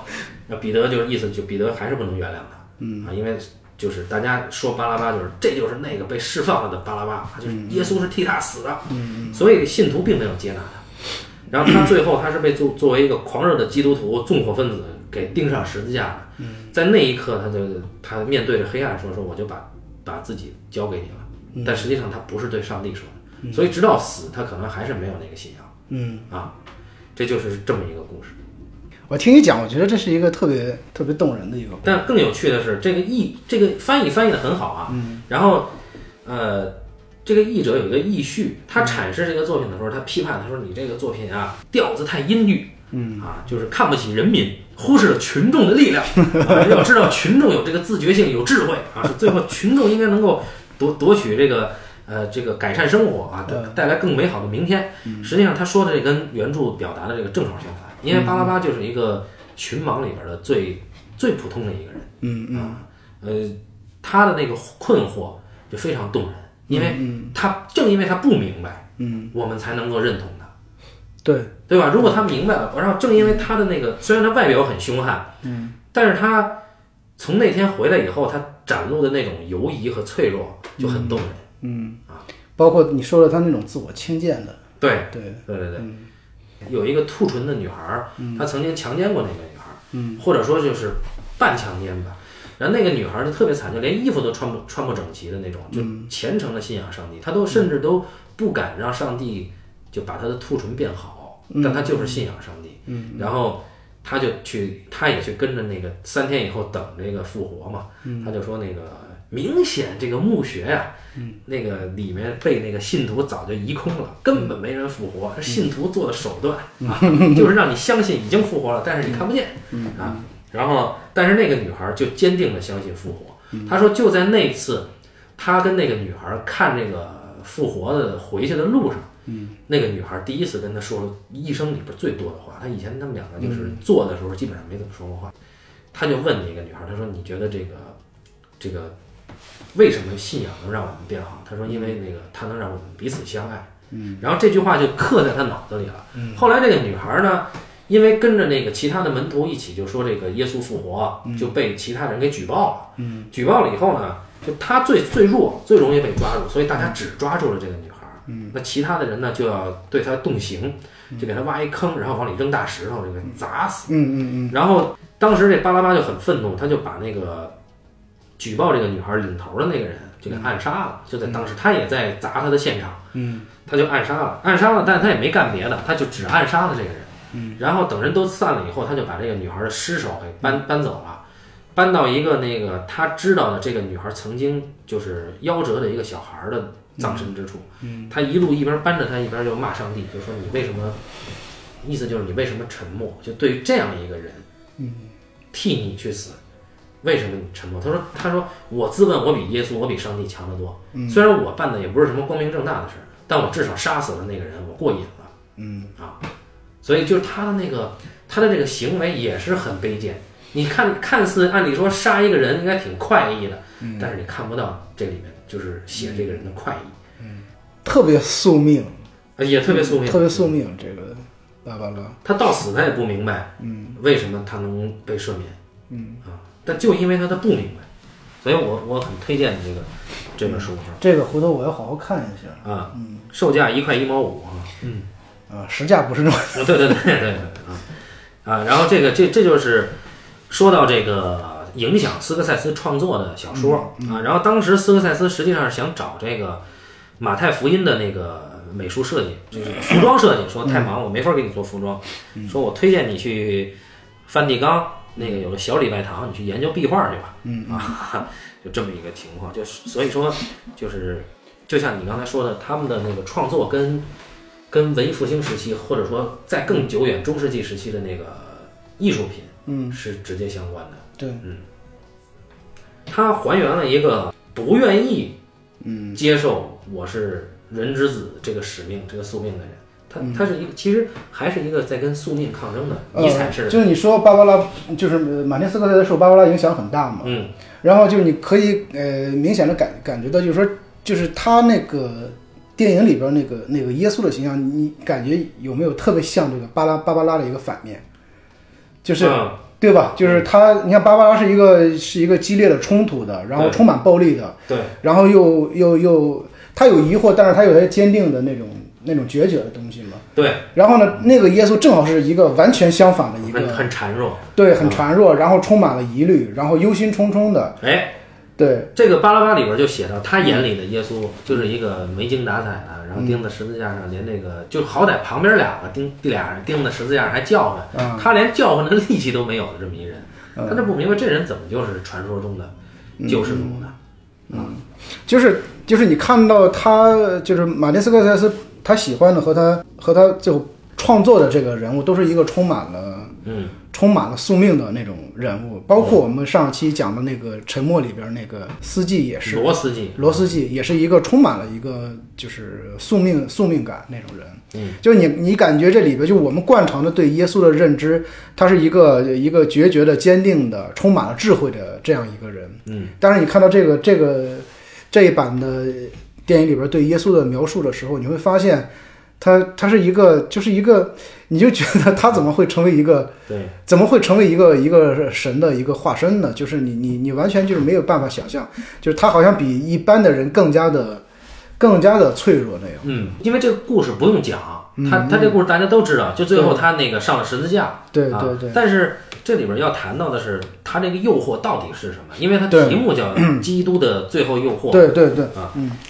B: 那彼得就是意思就彼得还是不能原谅他，嗯啊，因为就是大家说巴拉巴就是这就是那个被释放了的巴拉巴，就是耶稣是替他死的，嗯，所以信徒并没有接纳他，然后他最后他是被作作为一个狂热的基督徒纵火分子给钉上十字架的，在那一刻他就他面对着黑暗说说我就把把自己交给你了，但实际上他不是对上帝说的。所以直到死，他可能还是没有那个信仰
A: 嗯，
B: 啊。这就是这么一个故事。
A: 我听你讲，我觉得这是一个特别特别动人的一个，
B: 但更有趣的是，这个译这个翻译翻译的很好啊。然后，呃，这个译者有一个译序，他阐释这个作品的时候，他批判他说：“你这个作品啊，调子太阴郁，嗯啊，就是看不起人民，忽视了群众的力量。啊、要知道群众有这个自觉性，有智慧啊，是最后群众应该能够夺夺取这个。”呃，这个改善生活啊，带带来更美好的明天。实际上，他说的这跟原著表达的这个正好相反，因为巴拉巴就是一个群盲里边的最最普通的一个人。
A: 嗯嗯
B: 呃，他的那个困惑就非常动人，因为他正因为他不明白，
A: 嗯，
B: 我们才能够认同他，
A: 对，
B: 对吧？如果他明白了，然后正因为他的那个，虽然他外表很凶悍，嗯，但是他从那天回来以后，他展露的那种犹疑和脆弱就很动人。
A: 嗯包括你说的他那种自我轻贱的，
B: 对，
A: 对，
B: 对对对，有一个兔唇的女孩儿，她曾经强奸过那个女孩儿，或者说就是半强奸吧。然后那个女孩儿就特别惨，就连衣服都穿不穿不整齐的那种，就虔诚的信仰上帝，她都甚至都不敢让上帝就把她的兔唇变好，但她就是信仰上帝。然后她就去，她也去跟着那个三天以后等这个复活嘛，她就说那个明显这个墓穴呀、那个里面被那个信徒早就移空了，根本没人复活，是信徒做的手段啊， <laughs> 就是让你相信已经复活了，但是你看不见啊。然后，但是那个女孩就坚定的相信复活。她说，就在那次，她跟那个女孩看这个复活的回去的路上，那个女孩第一次跟她说了一生里边最多的话。她以前他们两个就是做的时候基本上没怎么说过话。她就问那个女孩，她说：“你觉得这个这个为什么信仰能让我们变好？他说，因为那个它能让我们彼此相爱。嗯，然后这句话就刻在他脑子里了。嗯，后来这个女孩呢，因为跟着那个其他的门徒一起就说这个耶稣复活，就被其他人给举报了。嗯，举报了以后呢，就她最最弱，最容易被抓住，所以大家只抓住了这个女孩。嗯，那其他的人呢就要对她动刑，就给她挖一坑，然后往里扔大石头，这个砸死。
A: 嗯嗯
B: 然后当时这巴拉巴就很愤怒，他就把那个举报这个女孩领头的那个人就给暗杀了，就在当时他也在砸她的现场，
A: 嗯
B: 他就暗杀了，暗杀了，但他也没干别的，他就只暗杀了这个人。嗯，然后等人都散了以后，他就把这个女孩的尸首给搬搬走了，搬到一个那个他知道的这个女孩曾经就是夭折的一个小孩的葬身之处。嗯，他一路一边搬着他，一边就骂上帝，就说你为什么？意思就是你为什么沉默？就对于这样一个人，
A: 嗯，
B: 替你去死，为什么你沉默？他说，他说我自问我比耶稣，我比上帝强得多。
A: 嗯
B: 虽然我办的也不是什么光明正大的事儿，但我至少杀死了那个人，我过瘾了。
A: 嗯
B: 啊，所以就是他的那个他的这个行为也是很卑贱。你看，看似按理说杀一个人应该挺快意的，
A: 嗯
B: 但是你看不到这里面就是写这个人的快
A: 嗯
B: 意，
A: 特别宿命，
B: 呃也特别聪明，
A: 特别宿命。这个芭芭拉，
B: 他到死他也不明白，嗯，为什么他能被赦免，嗯啊，但就因为他他不明白，所以我我很推荐这个这本书
A: 这个回头我要好好看一下
B: 啊，售价一块一毛五啊，
A: 啊，实价不是那
B: <laughs>
A: 么
B: 对对对对对啊啊，然后这个这这就是说到这个影响斯科塞斯创作的小说、啊，然后当时斯科塞斯实际上是想找这个马太福音的那个美术设计，就是服装设计，说太忙我没法给你做服装，说我推荐你去梵蒂冈那个有个小礼拜堂，你去研究壁画去吧，嗯啊， <laughs> 就这么一个情况，就是所以说就是就像你刚才说的，他们的那个创作跟跟文艺复兴时期，或者说在更久远中世纪时期的那个艺术品，嗯，是直接相关的。嗯
A: 对，
B: 它还原了一个不愿意，嗯，接受我是人之子这个使命、这个宿命的人。他他是一个，其实还是一个在跟宿命抗争的尼采式
A: 嗯呃，
B: 的。
A: 就是你说芭芭拉，就是呃马丁斯科塞斯受芭芭拉影响很大嘛，
B: 嗯，
A: 然后就是你可以呃明显的感感觉到，就是说，就是他那个电影里边那个那个耶稣的形象，你感觉有没有特别像这个巴拉芭芭拉的一个反面？就是、
B: 嗯
A: 对吧？就是他，你看芭芭拉是一个是一个激烈的冲突的，然后
B: 对
A: 充满暴力的，
B: 对
A: 然后又又又他有疑惑，但是他有他坚定的那种那种决绝的东西嘛。
B: 对，
A: 然后呢，那个耶稣正好是一个完全相反的一
B: 很
A: 个，
B: 很孱弱。
A: 对，很孱弱，然后充满了疑虑，然后忧心忡忡的，
B: 哎，
A: 对。
B: 这个巴拉巴里边就写到，他眼里的耶
A: 嗯
B: 稣就是一个没精打采的，然后钉在十字架上，连这个就好歹旁边俩个钉俩人钉在十字架上还叫
A: 嗯
B: 唤，他连叫唤的力气都没有的这么一人，他这不明白这人怎么就是传说中的救世主呢？
A: 就是就是你看到他就是马丁斯科塞斯他喜欢的和他和他最后创作的这个人物都是一个充满了
B: 嗯，
A: 充满了宿命的那种人物，包括我们上期讲的那个《沉默》里边那个司机也是。
B: 罗斯基，
A: 罗斯基也是一个充满了一个就是宿命宿命感那种人，
B: 嗯，
A: 就是你你感觉这里边就我们惯常的对耶稣的认知，他是一个一个决绝的、坚定的、充满了智慧的这样一个人，
B: 嗯，
A: 但是你看到这个这个这一版的电影里边对耶稣的描述的时候，你会发现他他是一个就是一个，你就觉得他怎么会成为一个
B: 对，
A: 怎么会成为一个一个神的一个化身呢？就是你你你完全就是没有办法想象，就是他好像比一般的人更加的更加的脆弱那样。
B: 嗯，因为这个故事不用讲，
A: 嗯
B: 他他这故事大家都知道，就最后他那个上了十字架，
A: 对
B: 啊
A: 对对，
B: 但是这里边要谈到的是，他这个诱惑到底是什么？因为他
A: 对
B: 题
A: <clears throat>
B: 目叫《基督的最后诱惑》，
A: 对对对，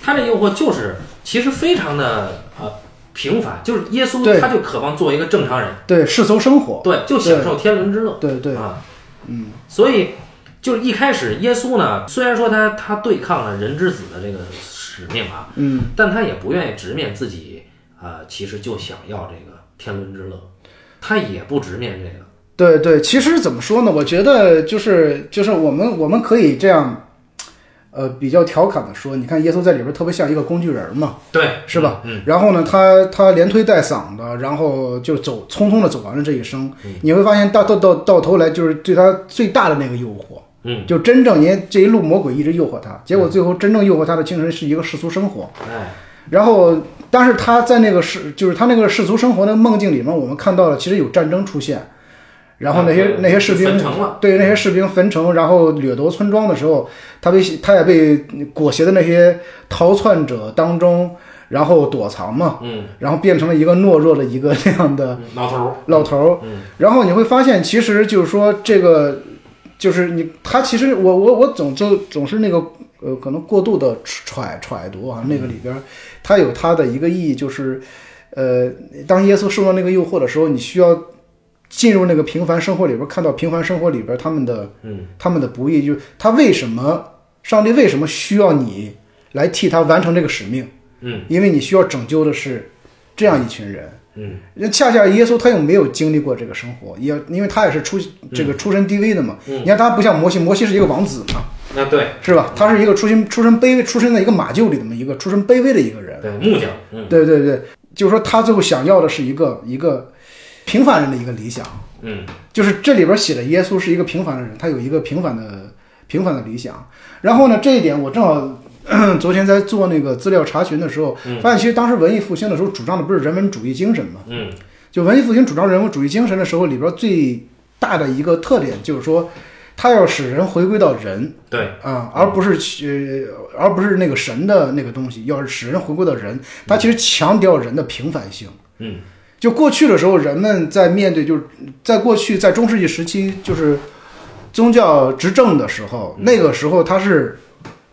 B: 他这诱惑就是其实非常的呃平凡，就是耶稣
A: 对
B: 他就渴望做一个正常人，
A: 对世俗生活，
B: 对，就享受天伦之乐，
A: 对对
B: 啊，嗯，所以就是一开始耶稣呢，虽然说他他对抗了人之子的这个使命啊，
A: 嗯，
B: 但他也不愿意直面自己，呃，其实就想要这个天伦之乐，他也不直面这个，
A: 对对，其实怎么说呢？我觉得就是就是我们我们可以这样，呃，比较调侃的说，你看耶稣在里边特别像一个工具人嘛，
B: 对，
A: 是吧？
B: 嗯？嗯。
A: 然后呢，他他连推带搡的，然后就走匆匆的走完了这一生。
B: 嗯
A: 你会发现到到到到头来，就是对他最大的那个诱惑，
B: 嗯
A: 就真正人这一路魔鬼一直诱惑他，结果最后真正诱惑他的精神是一个世俗生活。
B: 哎，
A: 然后，但是他在那个世，就是他那个世俗生活的梦境里面，我们看到了其实有战争出现，然后那些
B: 啊对
A: 那些士兵
B: 焚城了
A: 对那些士兵焚城，然后掠夺村庄的时候，他被他也被裹挟的那些逃窜者当中，然后躲藏嘛，
B: 嗯，
A: 然后变成了一个懦弱的一个 <laughs> 那样的
B: 老头儿，
A: 老头儿。
B: 嗯
A: 然后你会发现，其实就是说这个，就是你他其实我我我总就总是那个呃，可能过度的揣揣度啊，那个里边儿它有它的一个意义，就是呃，当耶稣受到那个诱惑的时候，你需要进入那个平凡生活里边儿，看到平凡生活里边儿他们的
B: 嗯，
A: 他们的不易，就是他为什么上帝为什么需要你来替他完成这个使命。
B: 嗯，
A: 因为你需要拯救的是这样一群人。
B: 嗯，
A: 那恰恰耶稣他又没有经历过这个生活，也因为他也是出这个出身低微的嘛。你看他不像摩西，摩西是一个王子嘛，
B: 那对
A: 是吧？他是一个出身出身卑微、出身在一个马厩里的么一个出身卑微的一个人。
B: 对木匠，嗯
A: 对对对，就是说他最后想要的是一个一个平凡人的一个理想，
B: 嗯
A: 就是这里边写的耶稣是一个平凡的人，他有一个平凡的平凡的理想。然后呢，这一点我正好。 <clears throat> 昨天在做那个资料查询的时候，发现其实当时文艺复兴的时候主张的不是人文主义精神嘛，
B: 嗯
A: 就文艺复兴主张人文主义精神的时候，里边最大的一个特点就是说，它要使人回归到人，
B: 对，
A: 啊，而不是去，呃而不是那个神的那个东西，要是使人回归到人，它其实强调人的平凡性。
B: 嗯
A: 就过去的时候，人们在面对，就是在过去，在中世纪时期，就是宗教执政的时候，那个时候他是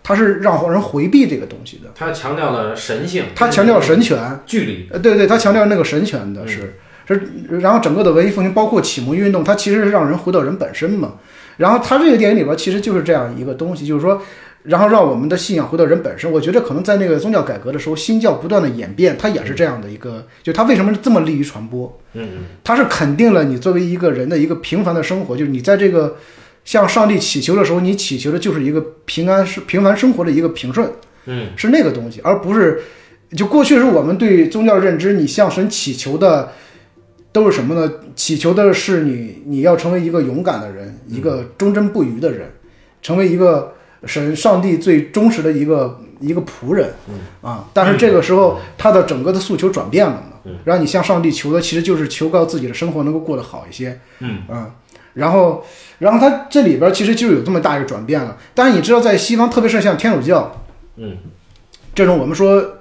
A: 他是让人回避这个东西的，
B: 他强调了神性，
A: 他强调神权，
B: 距离，
A: 呃，对对，他强调那个神权
B: 嗯
A: 的是是，然后整个的文艺复兴，包括启蒙运动，它其实是让人回到人本身嘛。然后他这个电影里边其实就是这样一个东西，就是说，然后让我们的信仰回到人本身。我觉得可能在那个宗教改革的时候，新教不断的演变，它也是这样的一个，就它为什么这么利于传播？
B: 嗯
A: 它是肯定了你作为一个人的一个平凡的生活，就是你在这个向上帝祈求的时候，你祈求的就是一个平安、是平凡生活的一个平顺。
B: 嗯
A: 是那个东西，而不是就过去是我们对宗教认知，你向神祈求的都是什么呢？祈求的是你你要成为一个勇敢的人，一个忠贞不渝的人，成为一个神上帝最忠实的一个一个仆人
B: 嗯
A: 啊。但是这个时候，他的整个的诉求转变了
B: 嗯
A: 嘛，然后你向上帝求的其实就是求告自己的生活能够过得好一些。
B: 嗯
A: 嗯，然后，然后他这里边其实就有这么大一个转变了。但是你知道，在西方，特别是像天主教，
B: 嗯，
A: 这种我们说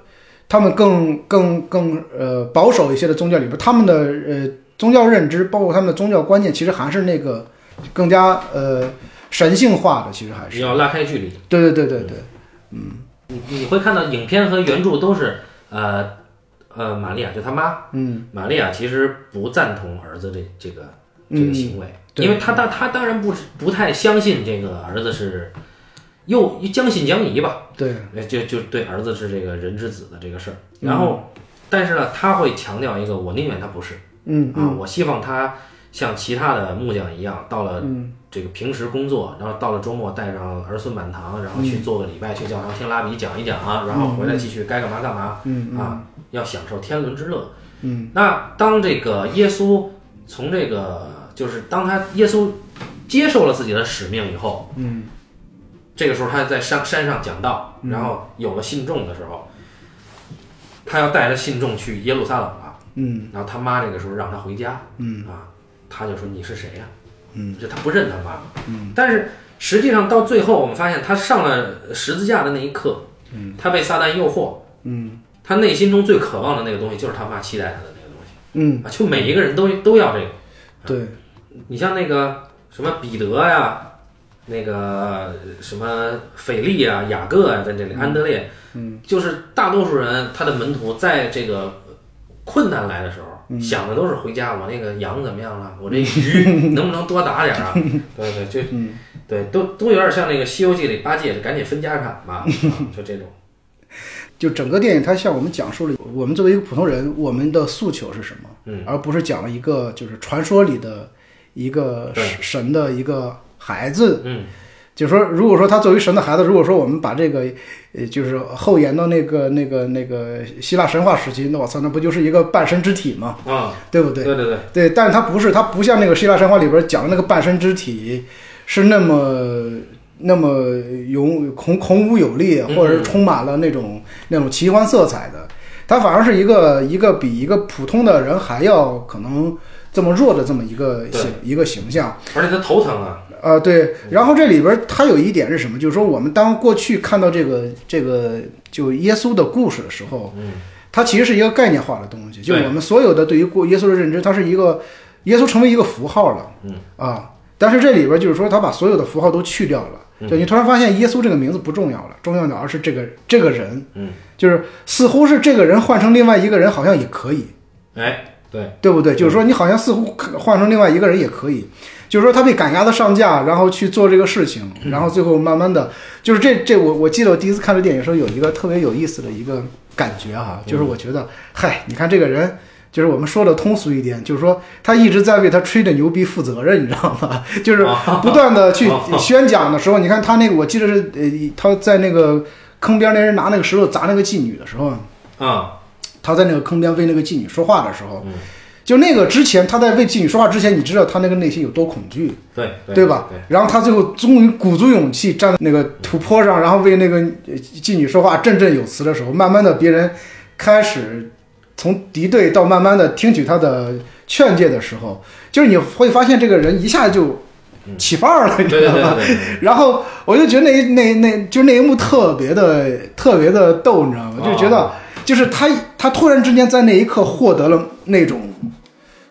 A: 他们更更更呃保守一些的宗教里边，他们的呃宗教认知，包括他们的宗教观念，其实还是那个更加呃神性化的，其实还
B: 你
A: 是
B: 嗯要拉开距离，
A: 对对对对对，
B: 你你会看到影片和原著都是呃呃玛利亚就他妈，嗯，玛利亚其实不赞同儿子这这个这个行为，
A: 嗯对
B: 因为他当他当然不是不太相信这个儿子是又将信将疑吧，
A: 对，
B: 呃，就就对儿子是这个人之子的这个事儿。然后，但是呢，他会强调一个，我宁愿他不是，
A: 嗯
B: 啊，我希望他像其他的木匠一样，到了
A: 嗯
B: 这个平时工作，然后到了周末带上儿孙满堂，然后
A: 嗯
B: 去做个礼拜，去教堂听拉比讲一讲啊，然后回来继续该干嘛干嘛，
A: 嗯
B: 啊，要享受天伦之乐。
A: 嗯，
B: 那当这个耶稣从这个就是当他耶稣接受了自己的使命以后，
A: 嗯，
B: 这个时候他在山山上讲道，然后有了信众的时候，他要带着信众去耶路撒冷了。
A: 嗯
B: 然后他妈这个时候让他回家，嗯啊，他就说你是谁呀、嗯，就他不认他妈，嗯，但是实际上到最后我们发现他上了十字架的那一刻，嗯，他被撒旦诱惑，嗯，他内心中最渴望的那个东西就是他妈期待他的那个东西
A: 嗯，
B: 啊，就每一个人都都要这个。
A: 对，
B: 你像那个什么彼得呀、那个什么斐利啊、雅各啊，在这里安德烈，嗯，就是大多数人他的门徒在这个困难来的时候，想的都是回家，我那个羊怎么样了？我这鱼能不能多打点儿啊？对对，就、对，都都有点像那个《西游记》里八戒赶紧分家产吧，啊就这种，
A: 就整个电影，它向我们讲述了我们作为一个普通人，我们的诉求是什么，
B: 嗯
A: 而不是讲了一个就是传说里的一个
B: 对
A: 神的一个孩子，
B: 嗯
A: 就是说，如果说他作为神的孩子，如果说我们把这个，呃，就是后延到那个、那个、那个希腊神话时期，那我操，那不就是一个半身之体吗？
B: 啊，
A: 对不
B: 对
A: 对？
B: 对对，
A: 对，但是它不是，它不像那个希腊神话里边讲的那个半身之体是那么那么勇孔孔武有力，
B: 嗯
A: 或者是充满了那种那种奇幻色彩的。它反而是一个一个比一个普通的人还要可能这么弱的这么一个
B: 对
A: 形一个形象。
B: 而且他头疼啊，
A: 啊，对，然后这里边儿它有一点是什么？就是说，我们当过去看到这个这个就耶稣的故事的时候，
B: 嗯，
A: 它其实是一个概念化的东西，就
B: 对
A: 我们所有的对于过耶稣的认知，它是一个耶稣成为一个符号了，
B: 嗯
A: 啊，但是这里边儿就是说，他把所有的符号都去掉了，
B: 嗯
A: 就你突然发现耶稣这个名字不重要了，重要的而是这个这个人，
B: 嗯，
A: 就是似乎是这个人换成另外一个人好像也可以，
B: 哎，对，
A: 对不对？就是说，你好像似乎可换成另外一个人也可以，就是说他被赶鸭子上架，然后去做这个事情，然后最后慢慢的，就是这这我我记得我第一次看这电影的时候有一个特别有意思的一个感觉哈、就是我觉得，嗨，你看这个人。就是我们说的通俗一点，就是说他一直在为他吹的牛逼负责任，你知道吗？ <laughs> 就是不断的去 <laughs> 宣讲的时候，你看他那个，我记得是呃，他在那个坑边那人拿那个石头砸那个妓女的时候，
B: 啊，
A: 他在那个坑边为那个妓女说话的时候
B: 嗯，
A: 就那个之前他在为妓女说话之前，你知道他那个内心有多恐惧，
B: 对
A: 对吧？然后他最后终于鼓足勇气站在那个土坡上，然后为那个呃妓女说话振振有词的时候，慢慢的别人开始从敌对到慢慢的听取他的劝诫的时候，就是你会发现这个人一下就起范儿了，
B: 对
A: 你
B: 对
A: 知
B: 对
A: 道吗？
B: 对对对，
A: 然后我就觉得那那那就那一幕特别的特别的逗，你知道吗？就觉得
B: 啊
A: 就是他他突然之间在那一刻获得了那种，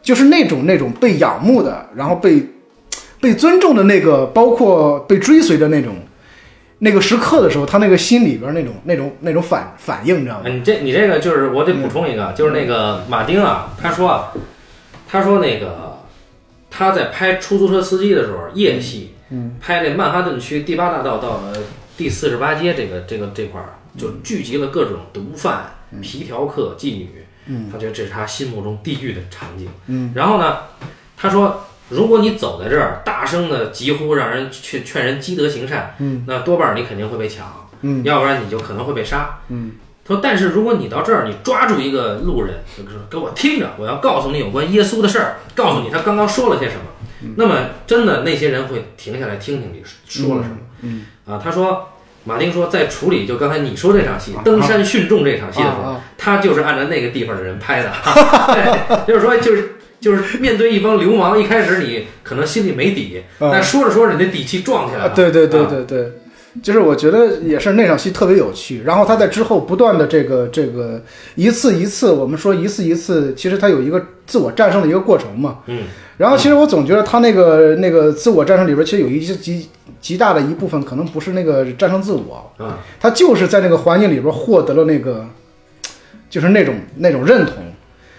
A: 就是那种那种被仰慕的，然后被被尊重的那个，包括被追随的那种那个时刻的时候，他那个心里边那种那种那种反反应，你知道吗嗯
B: 哎？你这你这个就是我得补充一个，啊就是那个马丁啊，他说啊，他说那个他在拍出租车司机的时候，夜戏，
A: 嗯
B: 拍那曼哈顿区第八大道到呃第四十八街这个这个这块儿，就
A: 嗯
B: 聚集了各种毒贩、皮条客、妓女，
A: 嗯
B: 他觉得这是他心目中地狱的场景。然后呢，他说。如果你走在这儿，大声的疾呼，让人劝劝人积德行善，那多半儿你肯定会被抢，要不然你就可能会被杀。说，但是如果你到这儿，你抓住一个路人，就说给我听着，我要告诉你有关耶稣的事儿，告诉你他刚刚说了些什么。那么，真的那些人会停下来听听你说了什么。嗯，啊，他说，马丁说，在处理就刚才你说这场戏
A: 啊
B: 登山训众这场戏的时
A: 啊
B: 候
A: 啊，
B: 他就是按照那个地方的人拍的， <laughs> 对，就是说，就是。就是面对一帮流氓，一开始你可能心里没底，
A: 啊
B: 但说着说着你的底气壮起来
A: 啊，
B: 了。
A: 对对对
B: 啊
A: 对对，就是我觉得也是那场戏特别有趣。然后他在之后不断的这个这个一次一次，我们说一次一次，其实他有一个自我战胜的一个过程嘛。
B: 嗯。
A: 然后其实我总觉得他那个那个自我战胜里边，其实有一些极极大的一部分可能不是那个战胜自我，
B: 啊，
A: 他就是在那个环境里边获得了那个，就是那种那种认同。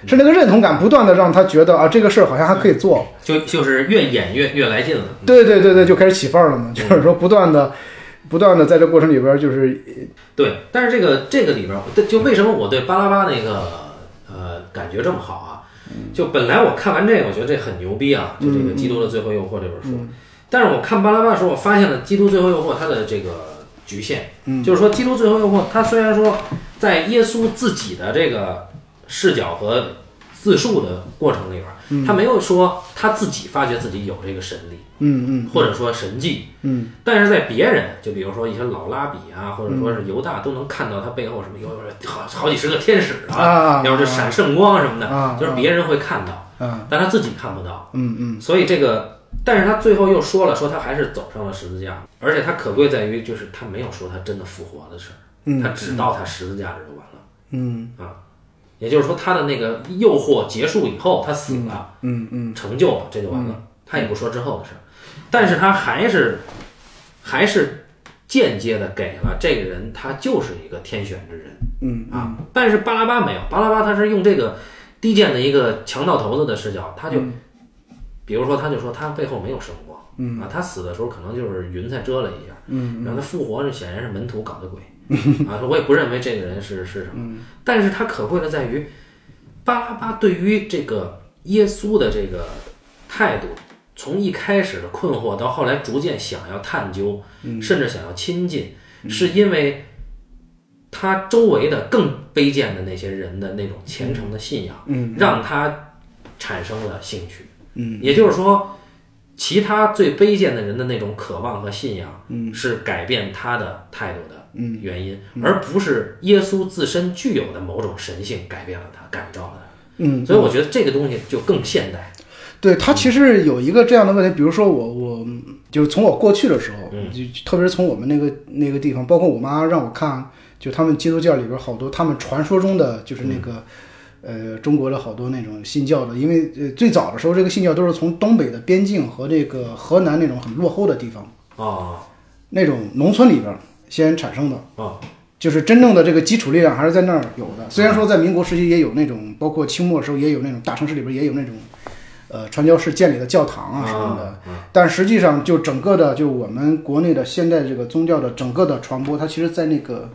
A: 是那个认同感不断的让他觉得啊，这个事儿好像还可以做，
B: 就就是越演越越来劲了。
A: 对对对对，就开始起范儿了嘛，就是说不断的、不断的在这过程里边儿，就是
B: 对，但是这个这个里边儿，对就为什么我对巴拉巴那个呃感觉这么好啊？就本来我看完这个，我觉得这很牛逼啊，就这个《基督的最后诱惑》这本书。但是我看巴拉巴的时候，我发现了《基督最后诱惑》它的这个局限，就是说《基督最后诱惑》它虽然说在耶稣自己的这个视角和自述的过程里边儿，他没有说他自己发觉自己有这个神力，
A: 嗯嗯
B: 或者说神迹，
A: 嗯，
B: 但是在别人，就比如说一些老拉比啊，或者说
A: 嗯
B: 是犹大，都能看到他背后什么有有好好几十个天使
A: 啊
B: 啊，要是闪圣光什么
A: 啊
B: 的，就是别人会看到，
A: 啊
B: 但他自己看不到。
A: 嗯嗯，
B: 所以这个，但是他最后又说了，说他还是走上了十字架，而且他可贵在于，就是他没有说他真的复活的事
A: 嗯
B: 儿，他只到他十字架这就完了。嗯啊，也就是说他的那个诱惑结束以后，他死了，
A: 嗯嗯，
B: 成就了，这就完了。他也不说之后的事儿，但是他还是还是间接的给了这个人，他就是一个天选之人。
A: 嗯
B: 啊，但是巴拉巴没有，巴拉巴他是用这个低贱的一个强盗头子的视角，他就，比如说他就说他背后没有圣光，嗯啊，他死的时候可能就是云彩遮了一下，嗯，然后他复活是显然是门徒搞的鬼，啊，我也不认为这个人是是什么，但是他可贵的在于，巴拉巴对于这个耶稣的这个态度。从一开始的困惑，到后来逐渐想要探究，甚至想要亲近，是因为他周围的更卑贱的那些人的那种虔诚的信仰，嗯，让他产生了兴趣，嗯，也就是说，其他最卑贱的人的那种渴望和信仰，嗯，是改变他的态度的，嗯，原因，而不是耶稣自身具有的某种神性改变了他，感召了他，
A: 嗯，
B: 所以我觉得这个东西就更现代，
A: 对他其实有一个这样的问题，比如说我我就是从我过去的时候，就特别是从我们那个那个地方，包括我妈让我看，就他们基督教里边好多他们传说中的就是那个。呃，中国的好多那种信教的，因为呃最早的时候，这个信教都是从东北的边境和这个河南那种很落后的地方，
B: 啊
A: 那种农村里边儿先产生的。
B: 啊
A: 就是真正的这个基础力量还是在那儿有的。虽然说在民国时期也有那种，包括清末时候也有那种大城市里边也有那种，呃，传教士建立的教堂啊什么的，但实际上就整个的就我们国内的现在这个宗教的整个的传播，它其实在那个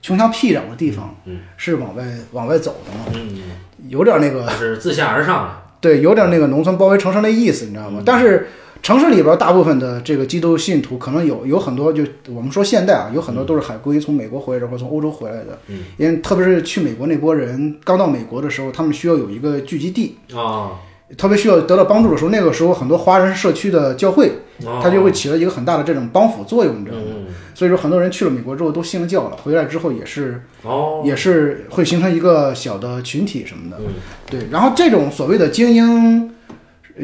A: 穷乡僻壤的地方，是往外往外走的嘛，
B: 嗯，
A: 有点那个
B: 是自下而上的，
A: 对，有点那个农村包围城市那意思，你知道吗？
B: 嗯
A: 但是城市里边大部分的这个基督信徒，可能有有很多就我们说现代啊，有很多都是海归从美国回来的或者从欧洲回来的，
B: 嗯，
A: 因为特别是去美国那波人刚到美国的时候，他们需要有一个聚集地，
B: 哦，
A: 特别需要得到帮助的时候，那个时候很多华人社区的教会，
B: 哦
A: 它就会起了一个很大的这种帮扶作用，你知道吗？
B: 嗯，
A: 所以说很多人去了美国之后都信了教了，回来之后也是
B: 哦，
A: 也是会形成一个小的群体什么的。
B: 嗯
A: 对，然后这种所谓的精英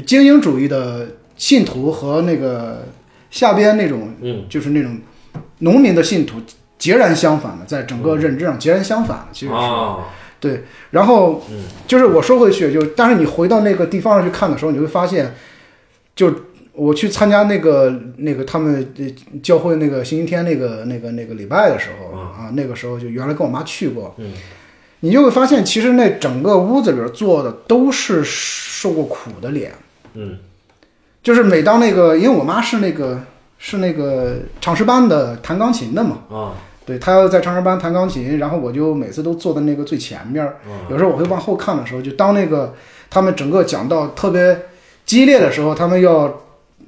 A: 精英主义的信徒和那个下边那种
B: 嗯，
A: 就是那种农民的信徒截然相反的，在整个认知上截然相反的，其实是。
B: 哦，
A: 对，然后
B: 嗯
A: 就是我说回去，就但是你回到那个地方上去看的时候，你会发现，就我去参加那个那个他们呃教会那个星期天那个那个那个礼拜的时候啊，那个时候就原来跟我妈去过，
B: 嗯
A: 你就会发现，其实那整个屋子里边坐的都是受过苦的脸，
B: 嗯
A: 就是每当那个，因为我妈是那个是那个唱诗班的弹钢琴的嘛。
B: 啊
A: 对他要在唱诗班弹钢琴，然后我就每次都坐在那个最前面儿，有时候我会往后看的时候，就当那个他们整个讲到特别激烈的时候，他们要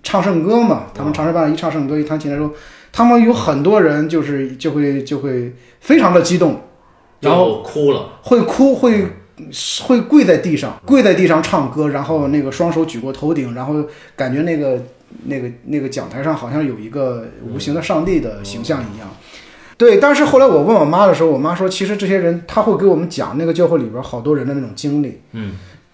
A: 唱圣歌嘛，他们唱诗班一唱圣歌一弹琴的时候，他们有很多人就是就会就会非常的激动，然后
B: 后哭了，
A: 会哭会。会跪在地上，跪在地上唱歌，然后那个双手举过头顶，然后感觉那个那个那个讲台上好像有一个无形的上帝的形象一样。对，但是后来我问我妈的时候，我妈说，其实这些人他会给我们讲那个教会里边好多人的那种经历，
B: 嗯，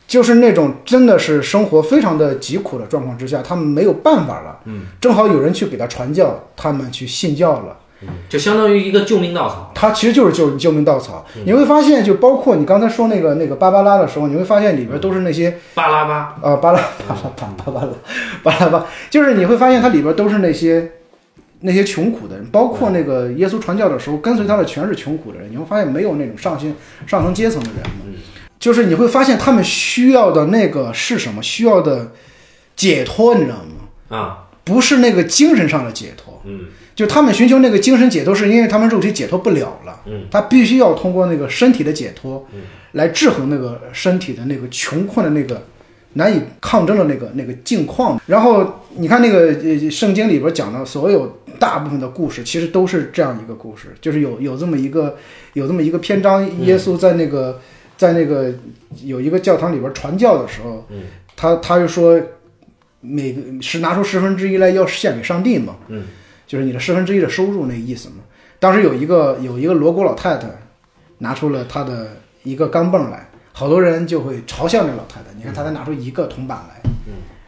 A: 就是那种真的是生活非常的疾苦的状况之下，他们没有办法了，
B: 嗯，
A: 正好有人去给他传教，他们去信教了。
B: 就相当于一个救命稻草，
A: 它其实就是救救命稻草，你会发现，就包括你刚才说那个那个芭芭拉的时候，你会发现里边都是那些
B: 巴拉巴，
A: 啊，巴拉 <laughs> 巴拉巴拉巴拉巴拉巴，就是你会发现它里边都是那些那些穷苦的人，包括那个耶稣传教的时候，跟随他的全是穷苦的人。你会发现没有那种上心上层阶层的人了，就是你会发现他们需要的那个是什么？需要的解脱，你知道吗？
B: 啊，
A: 不是那个精神上的解脱，
B: 嗯
A: 就他们寻求那个精神解脱，是因为他们肉体解脱不了了，
B: 嗯，
A: 他必须要通过那个身体的解脱，来制衡那个身体的那个穷困的那个难以抗争的那个那个境况。然后你看那个呃圣经里边讲的所有大部分的故事，其实都是这样一个故事，就是有有这么一个有这么一个篇章，耶稣在那个、在那个有一个教堂里边传教的时候，
B: 嗯
A: 他他就说每个是拿出十分之一来要献给上帝嘛。
B: 嗯
A: 就是你的十分之一的收入那意思嘛。当时有一个有一个罗锅老太太拿出了她的一个钢镚来，好多人就会嘲笑那老太太。你看她才拿出一个铜板来，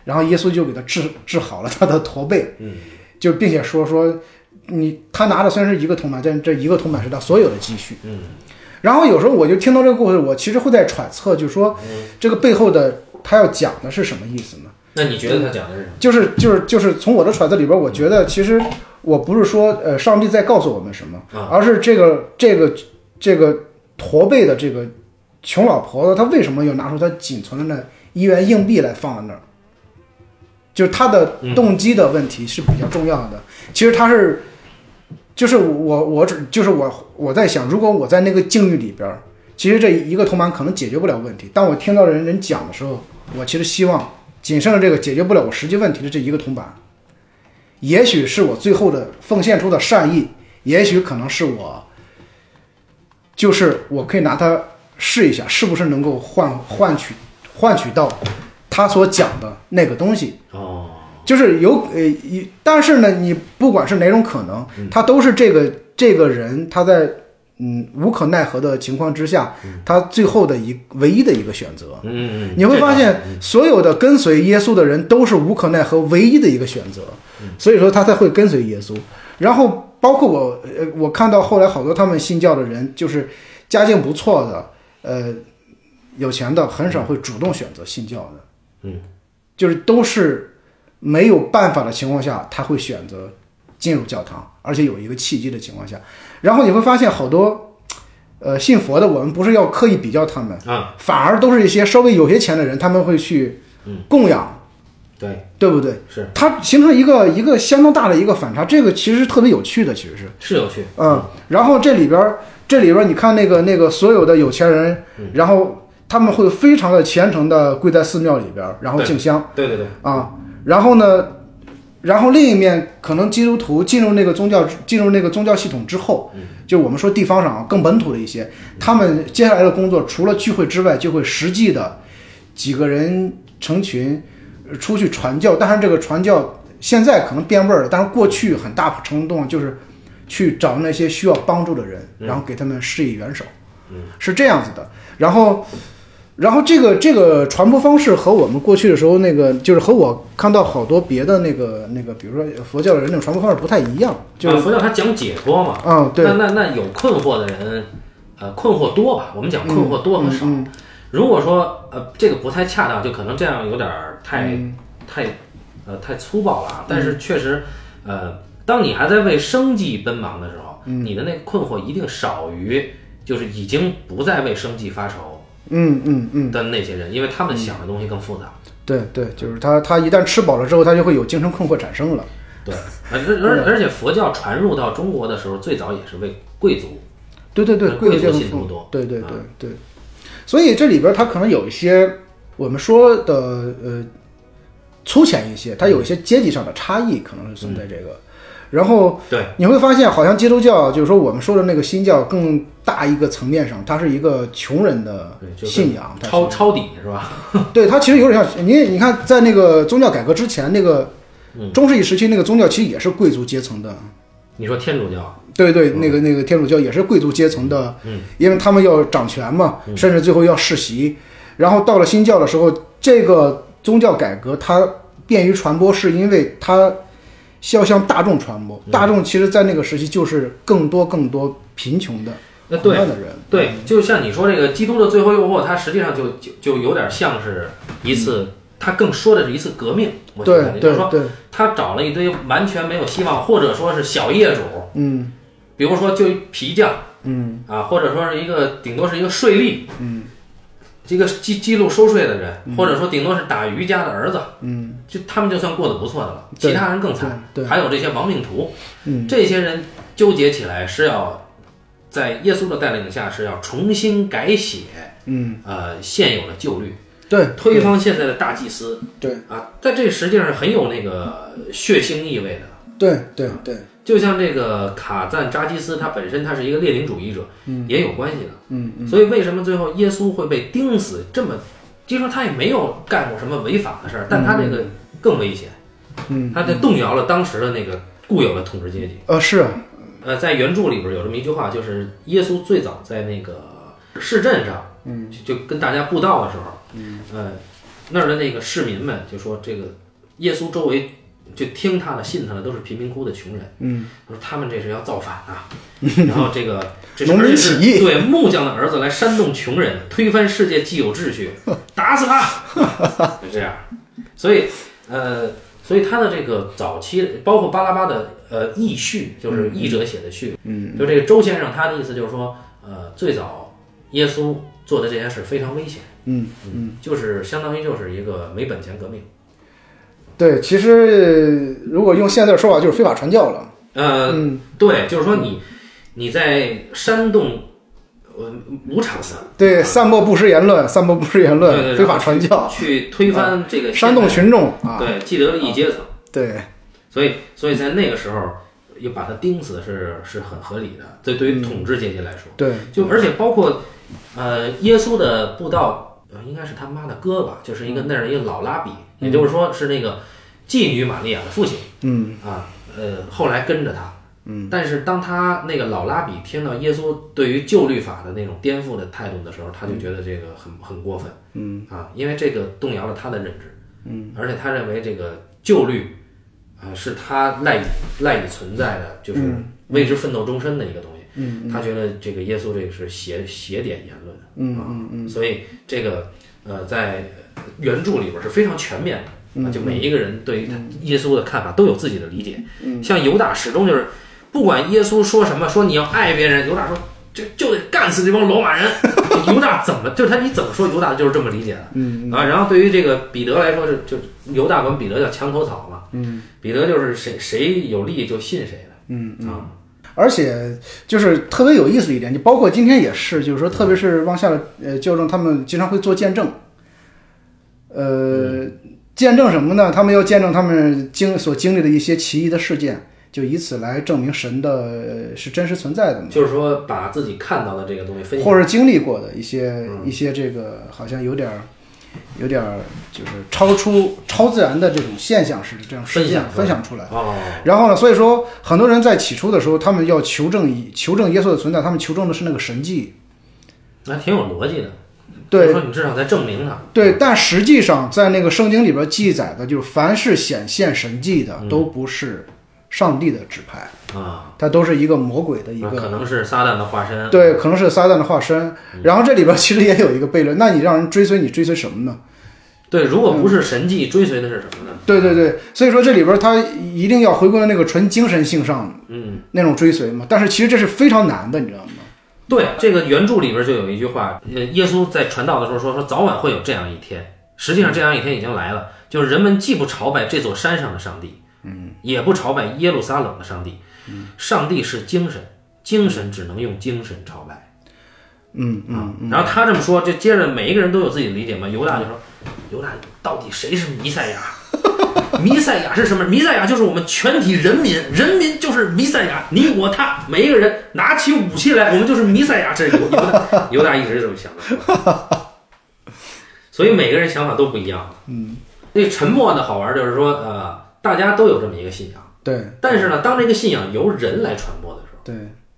A: 然后耶稣就给她治治好了她的驼背，
B: 嗯
A: 就并且说说你她拿的虽然是一个铜板，但这一个铜板是她所有的积蓄。
B: 嗯
A: 然后有时候我就听到这个故事，我其实会在揣测，就是说
B: 嗯
A: 这个背后的他要讲的是什么意思呢？
B: 那你觉得他讲的是什么？
A: 就是就是就是从我的揣测里边，我觉得其实我不是说呃上帝在告诉我们什么，
B: 啊
A: 而是这个这个这个驼背的这个穷老婆子，她为什么要拿出她仅存的那一元硬币来放在那儿？就是她的动机的问题是比较重要的。其实她是，就是我我只就是我我在想，如果我在那个境遇里边儿，其实这一个铜板可能解决不了问题。当我听到人人讲的时候，我其实希望仅剩的这个解决不了我实际问题的这一个铜板，也许是我最后的奉献出的善意，也许可能是我，就是我可以拿它试一下，是不是能够换换取换取到他所讲的那个东西。
B: 哦，
A: 就是有呃，一但是呢，你不管是哪种可能，他都是这个这个人他在嗯无可奈何的情况之下，他最后的一唯一的一个选择。
B: 嗯，嗯
A: 你会发，
B: 这
A: 现，所有的跟随耶稣的人都是无可奈何唯一的一个选择，
B: 嗯
A: 所以说他才会跟随耶稣。然后包括我，呃，我看到后来好多他们信教的人，就是家境不错的，呃，有钱的，很少会主动选择信教的，
B: 嗯，
A: 就是都是没有办法的情况下，他会选择进入教堂，而且有一个契机的情况下，然后你会发现好多，呃，信佛的我们不是要刻意比较他们，
B: 啊，
A: 反而都是一些稍微有些钱的人，他们会去供养，
B: 对，
A: 对不对？
B: 嗯是
A: 它形成一个一个相当大的一个反差，这个其实是特别有趣的，其实是。
B: 是有趣，
A: 嗯，然后这里边儿这里边儿你看那个那个所有的有钱人，
B: 嗯
A: 然后他们会非常的虔诚的跪在寺庙里边儿，然后敬香
B: 对对对，
A: 啊，然后呢，然后另一面可能基督徒进入那个宗教进入那个宗教系统之后，
B: 嗯
A: 就我们说地方上啊更本土的一些，他们接下来的工作除了聚会之外，就会实际的几个人成群呃出去传教，但是这个传教现在可能变味儿了，但是过去很大程度上就是去找那些需要帮助的人，然后给他们施以援手，是这样子的。然后，然后这个这个传播方式和我们过去的时候那个，就是和我看到好多别的那个那个，比如说佛教的人那种传播方式不太一样，就
B: 啊佛教它讲解脱嘛，
A: 嗯，对，
B: 那那那有困惑的人，呃，困惑多吧？我们讲困惑多和少。
A: 嗯
B: 如果说呃这个不太恰当，就可能这样有点儿太、
A: 嗯
B: 太呃太粗暴了啊。但是确实，呃，当你还在为生计奔忙的时候，
A: 嗯
B: 你的那个困惑一定少于就是已经不再为生计发愁
A: 嗯嗯嗯，
B: 的那些人，因为他们想的东西更
A: <laughs>
B: 复杂。
A: 对对，就是他他一旦吃饱了之后，他就会有精神困惑产生了，
B: 对，而而而且佛教传入到中国的时候，最早也是为贵族。
A: 对对对，
B: 嗯
A: 贵
B: 贵
A: 族
B: 族
A: 阶层
B: 信徒
A: 父母
B: 多
A: 对对
B: 啊
A: 对对，所以这里边儿它可能有一些我们说的呃粗浅一些，它有一些阶级上的差异，可能是存在这
B: 嗯
A: 个。然后
B: 对，
A: 你会发现，好像基督教就是说我们说的那个新教更大一个层面上，它是一个穷人的
B: 对，就是
A: 信仰，它是
B: 抄抄底是吧？
A: 对它其实有点像你你看，在那个宗教改革之前，那个
B: 嗯
A: 中世纪时期那个宗教其实也是贵族阶层的。
B: 你说天主教。
A: 对对，那个那个天主教也是贵族阶层的，
B: 嗯
A: 因为他们要掌权嘛，甚至最后要世袭。然后到了新教的时候，这个宗教改革它便于传播，是因为它要向大众传播。
B: 嗯
A: 大众其实，在那个时期就是更多更多贫穷的、
B: 那
A: 苦
B: 对
A: 难的人。
B: 对，就像你说这个《基督的最后诱惑》，它实际上就就就有点像是一次，它更说的是一次革命。我觉得，
A: 对
B: 也就
A: 对
B: 是说，
A: 对，
B: 他找了一堆完全没有希望，或者说是小业主，
A: 嗯
B: 比如说就一皮匠
A: 嗯
B: 啊，或者说是一个顶多是一个税吏，嗯，一个记记录收税的人，或者说顶多是打渔家的儿子，
A: 嗯
B: 就他们就算过得不错的了，
A: 对
B: 其他人更惨。
A: 对对
B: 还有这些亡命徒，
A: 嗯，
B: 这些人纠结起来是要在耶稣的带领下是要重新改写，
A: 嗯，
B: 呃，现有的旧律，
A: 对，
B: 推翻现在的大祭司
A: 对
B: 啊，在这实际上是很有那个血腥意味的。
A: 对对对，
B: 就像这个卡赞扎基斯，他本身他是一个列宁主义者，也有关系的。嗯，所以为什么最后耶稣会被钉死？这么，就说他也没有干过什么违法的事儿，但他这个更危险。
A: 嗯，
B: 他这动摇了当时的那个固有的统治阶级。
A: 呃是啊，
B: 呃，在原著里边有这么一句话，就是耶稣最早在那个市镇上，嗯，就就跟大家布道的时候，嗯，呃，那儿的那个市民们就说，这个耶稣周围就听他的、信他的都是贫民窟的穷人，嗯，他说他们这是要造反啊，然后这个这是
A: 农民
B: 而且是
A: 起义
B: 对木匠的儿子来煽动穷人，推翻世界既有秩序，打死他，就这样，所以呃，所以他的这个早期，包括巴拉巴的呃译序，就是译者写的序，嗯，就这个周先生他的意思就是说，呃，最早耶稣做的这件事非常危险，
A: 嗯
B: 嗯，就是相当于就是一个没本钱革命，
A: 对，其实呃如果用现在的说法，就是非法传教了。
B: 呃，
A: 嗯
B: 对，就是说你你在煽动呃无偿的
A: 对，散播不实言论，散播不实言
B: 对对
A: 论，
B: 对
A: 非法传教，
B: 去推翻这个
A: 煽动群众啊，
B: 对既得利益阶层。
A: 对，
B: 所以，所以在那个时候，又把他钉死是是很合理的。这对于统治阶级来说，
A: 对，
B: 就而且包括，呃，耶稣的布道，呃，应该是他妈的哥吧，就是一个那儿一个老拉比，也就是说是那个妓女玛利亚的父亲
A: 嗯，
B: 啊，呃，后来跟着他。嗯，但是当他那个老拉比听到耶稣对于旧律法的那种颠覆的态度的时候，他就觉得这个很很过分。嗯啊，因为这个动摇了他的认知。嗯，而且他认为这个旧律啊，是他赖以赖以存在的，就是为之奋斗终身的一个东西。嗯，他觉得这个耶稣这个是邪邪典言啊论。嗯嗯嗯，所以这个呃，在原著里边是非常全面的。啊，就每一个人对于他耶稣的看法都有自己的理解。像犹大始终就是，不管耶稣说什么，说你要爱别人，犹大说就就得干死这帮罗马 <laughs> 人。犹大怎么就是他你怎么说犹大就是这么理解的。
A: 嗯
B: 啊，然后对于这个彼得来说，就就犹大管彼得叫墙头草嘛，嗯，彼得就是谁谁有利就信谁的，
A: 嗯，
B: 啊，
A: 而且就是特别有意思一点，就包括今天也是，就是说，特别是往下呃教众，他们经常会做见证，呃，见证什么呢？他们要见证他们经所经历的一些奇异的事件，就以此来证明神的呃是真实存在的嘛，
B: 就是说把自己看到的这个东西分享，
A: 或者经历过的一些一些这个好像有点儿。有点儿就是超出超自然的这种现象式的这种事件分
B: 分
A: 享出来，
B: 哦，
A: 然后呢，所以说很多人在起初的时候，他们要求证以求证耶稣的存在，他们求证的是那个神迹。
B: 那挺有逻辑的，就是
A: 对
B: 说你至少在证明他，
A: 对，但实际上在那个圣经里边记载的，就是凡是显现神迹的，都不是上帝的指派，
B: 啊，
A: 它都是一个魔鬼的一
B: 那
A: 个。
B: 可能是撒旦的化身，
A: 对，可能是撒旦的化身。然后这里边其实也有一个悖论，那你让人追随你追随什么呢？
B: 对，如果不是神迹，追随的是什么呢？
A: 嗯对对对，所以说这里边他一定要回归到那个纯精神性上，嗯，那种追随嘛。但是其实这是非常难的，你知道吗？
B: 对，这个原著里边就有一句话，呃，耶稣在传道的时候说，说早晚会有这样一天。实际上，这样一天已经来
A: 嗯
B: 了，就是人们既不朝拜这座山上的上帝，嗯，也不朝拜耶路撒冷的上帝，
A: 嗯
B: 上帝是精神，精神只能用精神朝拜。
A: 嗯嗯。
B: 啊，然后他这么说，这接着每一个人都有自己的理解嘛。犹大就说，犹大到底谁是弥赛亚？ <laughs> 弥赛亚是什么？弥赛亚就是我们全体人民，人民就是弥赛亚，你我他，每一个人拿起武器来，我们就是弥赛亚。这是犹犹大，犹大一直是这么想的，
A: <laughs>
B: 所以每个人想法都不一样。嗯，那沉默呢，好玩就是说，呃，大家都有这么一个信仰，
A: 对
B: 但
A: 嗯
B: 是呢，当这个信仰由人来传播的时候，
A: 对，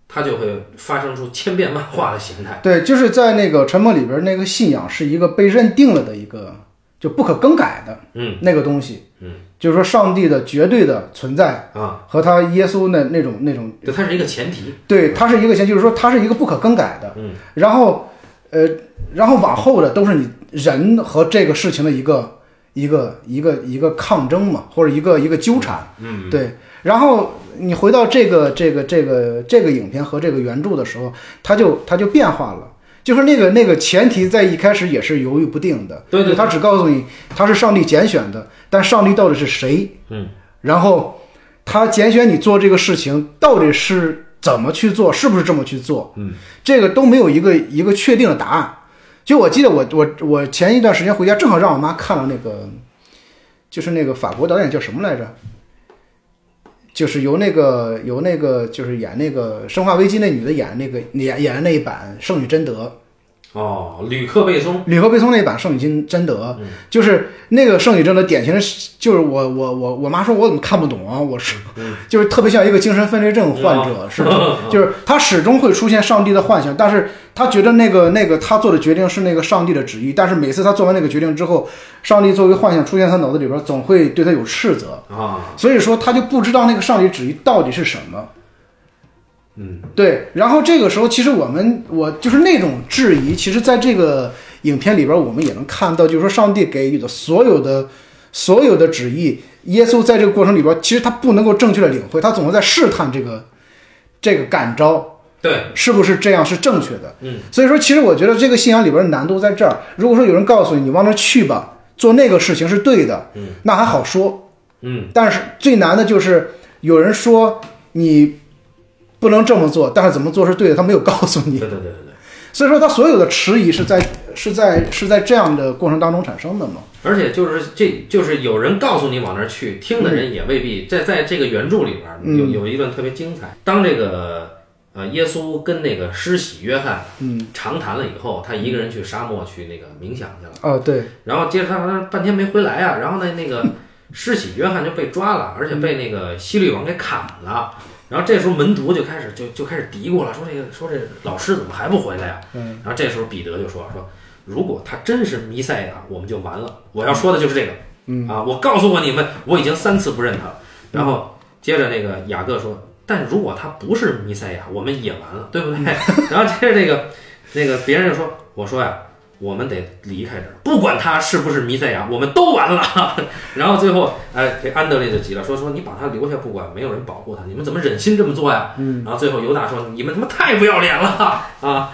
B: 它就会发生出千变万化的形态。
A: 对，就是在那个《沉默》里边，那个信仰是一个被认定了的一个就不可更改的
B: 嗯
A: 那个东西，
B: 嗯，
A: 就是说上帝的绝对的存在
B: 啊。
A: 和他耶稣那那种那种，
B: 对，它是一个前提。
A: 对，它是一个前，就是说它是一个不可更改的，
B: 嗯，
A: 然后呃，然后往后的都是你人和这个事情的一个一个一个一个抗争嘛，或者一个一个纠缠，
B: 嗯，
A: 对，然后你回到这个这个这个这个影片和这个原著的时候，它就它就变化了。就是那个那个前提在一开始也是犹豫不定的，
B: 对对
A: 他只告诉你他是上帝拣选的，但上帝到底是谁？
B: 嗯，
A: 然后他拣选你做这个事情到底是怎么去做，是不是这么去做？
B: 嗯，
A: 这个都没有一个一个确定的答案。就我记得我我我前一段时间回家，正好让我妈看了那个，就是那个法国导演叫什么来着？就是由那个由那个就是演那个《生化危机》那女的演那个演演的那一版《圣女贞德》，
B: 哦，吕克贝松，
A: 吕克贝松那一版《圣女贞贞德》，就是那个《圣女贞德》典型的是，就是我我我我妈说我怎么看不懂啊？我是就是特别像一个精神分裂症患者似
B: 嗯
A: 的，就是他始终会出现上帝的幻想，但是他觉得那个那个他做的决定是那个上帝的旨意，但是每次他做完那个决定之后，上帝作为幻想出现他脑子里边，总会对他有斥责。
B: <laughs> 啊，
A: 所以说他就不知道那个上帝旨意到底是什么。嗯，对。然后这个时候，其实我们我就是那种质疑，其实在这个影片里边，我们也能看到，就是说上帝给予的所有的所有的旨意，耶稣在这个过程里边，其实他不能够正确的领会，他总是在试探这个这个感召。
B: 对，
A: 是不是这样是正确的？
B: 嗯，
A: 所以说，其实我觉得这个信仰里边的难度在这儿。如果说有人告诉你，你往那儿去吧，做那个事情是对的，嗯，那还好说，
B: 嗯，
A: 但是最难的就是有人说你不能这么做，但是怎么做是对的，他没有告诉
B: 对 <laughs>
A: 你。
B: 对对对对。
A: 所以说，他所有的迟疑是在是在是在这样的过程当中产生的嘛？
B: 而且就是这就是有人告诉你往那儿去，听的人也未必在在这个原著里边儿有有一段特别精彩。当这个呃耶稣跟那个施洗约翰嗯长谈了以后，他一个人去沙漠去那个冥想去了，
A: 啊，对，
B: 然后接着他说半天没回来啊，然后呢那个施洗约翰就被抓了，而且被那个希律王给砍了。然后这时候门徒就开始就就开始嘀咕了，说这个说这老师怎么还不回来呀、
A: 嗯
B: 然后这时候彼得就说说，如果他真是弥赛亚，我们就完了。我要说的就是这个，嗯啊，我告诉过你们，我已经三次不认他了。然后接着那个雅各说，但如果他不是 <laughs> 弥赛亚，我们也完了，对不对？然后接着那个那个别人就说，我说呀，我们得离开这儿，不管他是不是弥赛亚，我们都完了。 <laughs> 然后最后，哎，这安德烈就急了，说说你把他留下不管，没有人保护他，你们怎么忍心这么做呀？嗯。然后最后犹大说：“你们他妈太不要脸了 <laughs> 啊！”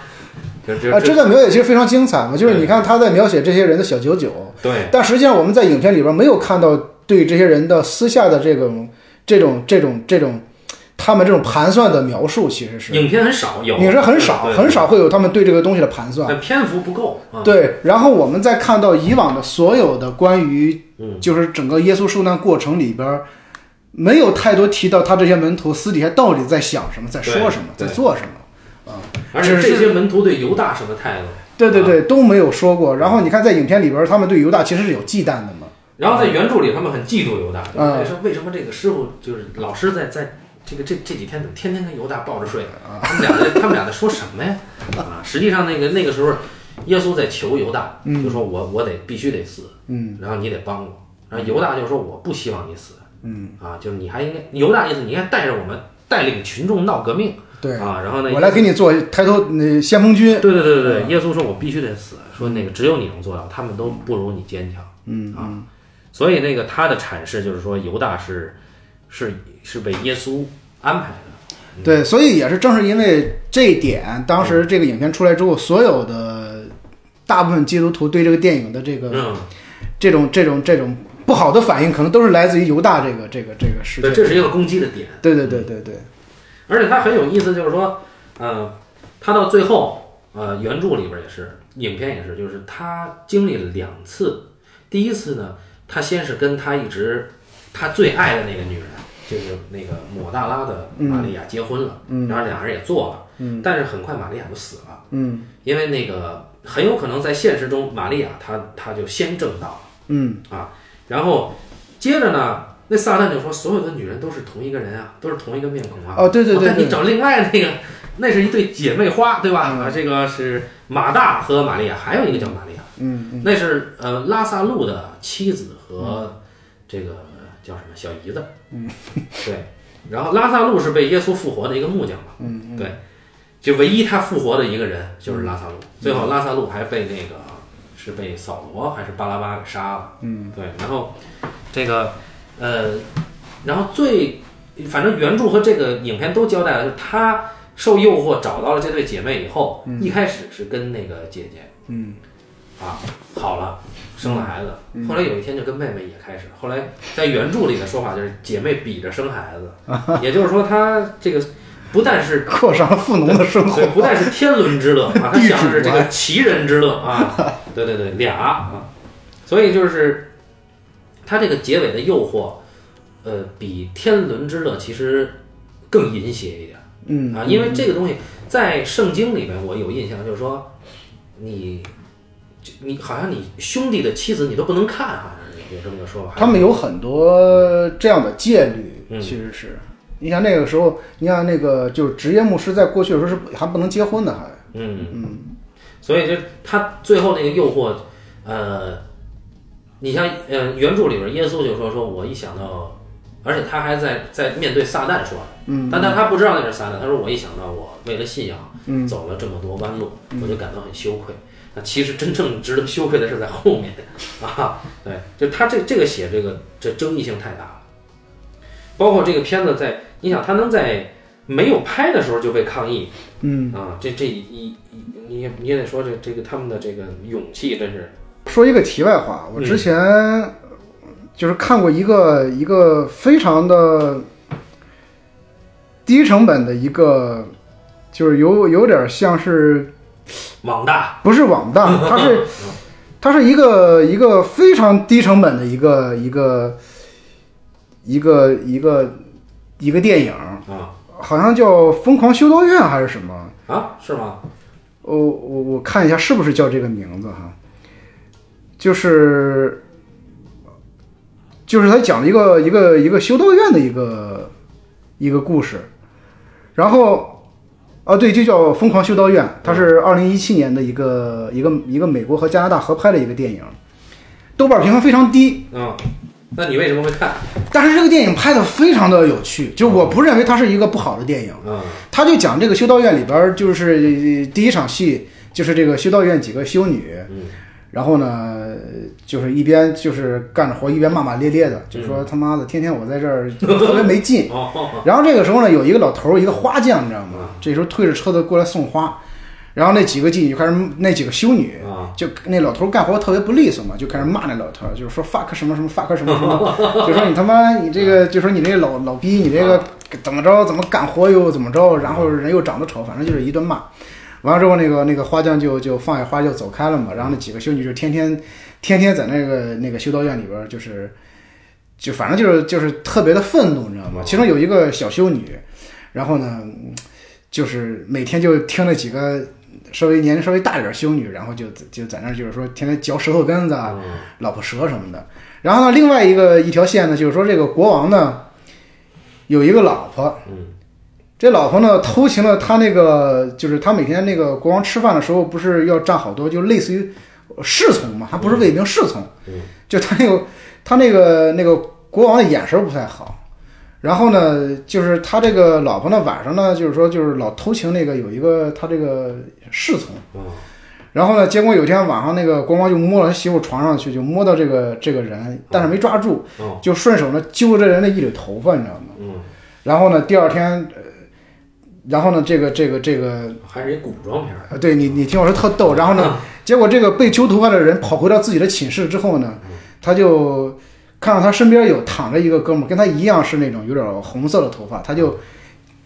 B: 就就
A: 啊，这段描写其实非常精彩嘛，就是你看他在描写这些人的小九九，
B: 对
A: 但实际上我们在影片里边没有看到对这些人的私下的这种、这种、这种、这种，他们这种盘算的描述，其实是
B: 影片很少有，
A: 你是很少
B: 对
A: 很，少会有他们对这个东西的盘
B: 对
A: 算。
B: 但篇幅不够啊。
A: 对，然后我们再看到以往的所有的关于
B: 嗯，
A: 就是整个耶稣受难过程里边，没有太多提到他这些门徒私底下到底在想什么，在说什么，在
B: 对
A: 做什么。
B: 而且
A: 只是
B: 这些门徒对犹大什么态度？
A: 对对
B: 啊
A: 对，都没有说过。然后你看，在影片里边，他们对犹大其实是有忌惮的嘛。
B: 然后在原著里，他们很嫉妒犹大，对吧
A: 嗯
B: 说为什么这个师傅就是老师在在这个这这几天怎么天天跟犹大抱着睡？
A: 嗯
B: 他们俩在
A: <laughs>
B: 他们俩在说什么呀？啊，实际上那个那个时候，耶稣在求犹大，
A: 嗯
B: 就说我我得必须得死，嗯，然后你得帮我。然后犹大就说我不希望你死，嗯，啊，就是你还应该犹大意思你应该带着我们带领群众闹革命，
A: 对，
B: 啊，然后呢，嗯
A: 我来给你做抬头那先锋军。
B: 对对对对，对，耶稣说：“我必须得死，说那个只有你能做到，他们都不如你坚强。”嗯啊，所以那个他的阐释就是说，犹大是是是被耶稣安排的。
A: 对，所以也是正是因为这一点，当时这个影片出来之后，所有的大部分基督徒对这个电影的这个
B: 嗯，
A: 这种这种这种不好的反应，可能都是来自于犹大这个这个这个事
B: 对，
A: 件。
B: 这是一个攻击的点，
A: 对对对对对，
B: 而且他很有意思，就是说，呃，他到最后，呃，原著里边也是，影片也是，就是他经历了两次，第一次呢，他先是跟他一直他最爱的那个女人，就是那个抹大拉的玛利亚结婚了，然后两人也做了，但是很快玛利亚就死了，
A: 嗯
B: 因为那个很有可能在现实中，玛利亚她她就先正道
A: 嗯，
B: 啊，然后接着呢。那撒旦就说：“所有的女人都是同一个人啊，都是同一个面孔啊。”
A: 哦对对对
B: 但你
A: 对，嗯
B: 找另外那个， <laughs> 那是一对姐妹花，对吧？啊，这个是马大和玛利亚，还有一个叫玛利亚，
A: 嗯，嗯
B: 那是呃拉萨路的妻子和这个叫什么小姨子，嗯，对。然后拉萨路是被耶稣复活的一个木匠嘛，嗯，对，就唯一他复活的一个人就是拉萨路。
A: 嗯
B: 最后拉萨路还被那个是被扫罗还是巴拉巴给杀了，嗯，对。然后这个呃，然后最反正原著和这个影片都交代了，就是他受诱惑找到了这对姐妹以后，一开始是跟那个姐姐，嗯，啊，好了，生了孩子，后来有一天就跟妹妹也开始，后来在原著里的说法就是姐妹比着生孩 <laughs> 子，也就是说他这个不但是
A: 过上了富农的生活
B: 对，。不但是天伦之乐
A: <laughs>
B: 啊，他
A: 地主
B: 想的是这
A: 啊
B: 个奇人之乐
A: <laughs>
B: 啊，对对对，俩啊，所以就是他这个结尾的诱惑，呃，比天伦之乐其实更淫邪一点
A: 嗯
B: 啊，因为这个东西在圣经里面我有印象，就是说你就你好像你兄弟的妻子你都不能看，好像有有这么个说法，
A: 他们有很多这样的戒律，
B: 嗯
A: 其实是。你想那个时候，你想那个就是职业牧师，在过去的时候是不还不能结婚的，还
B: 嗯，嗯，所以就是他最后那个诱惑，呃，你像呃原著里边耶稣就说说我一想到，而且他还在在面对撒旦说，嗯，但他他不知道那是撒旦，他说我一想到我为了信仰，嗯，走了这么多弯路，我就感到很羞愧。那其实真正值得羞愧的是在后面 <laughs> 啊，对，就他这这个写这个这争议性太大了，包括这个片子在，你想他能在没有拍的时候就被抗议，嗯啊，这这一一一你也你也得说这这个他们的这个勇气真是，
A: 说一个题外话，我
B: 嗯
A: 之前就是看过一个一个非常的低成本的一个，就是有有点像是
B: 网大，
A: 不是网大，它是它是一个一个非常低成本的一个一个一个一个一个电影，
B: 啊
A: 好像叫《疯狂修道院》还是什么。
B: 啊，是吗？
A: 呃我我我看一下是不是叫这个名字哈，就是就是他讲了一个一个一个修道院的一个一个故事，然后啊对，就叫《疯狂修道院》，它是二零一七年的一个一个一个美国和加拿大合拍的一个电影，豆瓣评分非常低，
B: 嗯，那你为什么会看？
A: 但是这个电影拍的非常的有趣，就我不认为它是一个不好的电影。
B: 嗯
A: 他就讲这个修道院里边儿，就是呃第一场戏就是这个修道院几个修女，
B: 嗯
A: 然后呢，就是一边就是干着活，一边骂骂咧咧的，就说他妈的，天天我在这儿特别没劲。
B: 哦哦
A: 然后这个时候呢，有一个老头儿，一个花匠，你知道吗？这时候推着车子过来送花，然后那几个妓女就开始，那几个修女
B: 哦啊，
A: 就那老头儿干活特别不利索嘛，就开始骂那老头儿，就是说 fuck 什么什么 fuck 什么什么，就说你他妈你这个，就说你这个老老逼，你这个怎么着怎么干活又怎么着，然后人又长得丑，反正就是一顿骂。完了之后，那个那个花匠就就放下花就走开了嘛。然后那几个修女就天天天天在那个那个修道院里边儿，就是就反正就是就是特别的愤怒，你知道吗？其中有一个小修女，然后呢，嗯就是每天就听那几个稍微年龄稍微大一点儿修女，然后就就在那儿就是说天天嚼舌头根子啊，
B: 嗯
A: 老婆蛇什么的。然后呢，另外一个一条线呢，就是说这个国王呢有一个老婆，
B: 嗯
A: 这老婆呢偷情了他那个，就是他每天那个国王吃饭的时候，不是要占好多，就类似于侍从嘛，他不是卫兵侍从，
B: 嗯
A: 就他那个他那个那个国王的眼神不太好。然后呢，就是他这个老婆呢，晚上呢，就是说就是老偷情那个有一个他这个侍从。
B: 嗯
A: 然后呢，结果有一天晚上，那个国王就摸到他媳妇床上去，就摸到这个这个人，但是没抓住，
B: 哦
A: 就顺手呢揪了这人的一缕头发，你知道吗？
B: 嗯，
A: 然后呢，第二天，呃，然后呢，这个这个这个，
B: 还是一古装片儿。
A: 呃对你你听我说特逗。哦然后
B: 嗯
A: 呢，结果这个被揪头发的人跑回到自己的寝室之后呢，他就看到他身边有躺着一个哥们儿，跟他一样是那种有点红色的头发，他就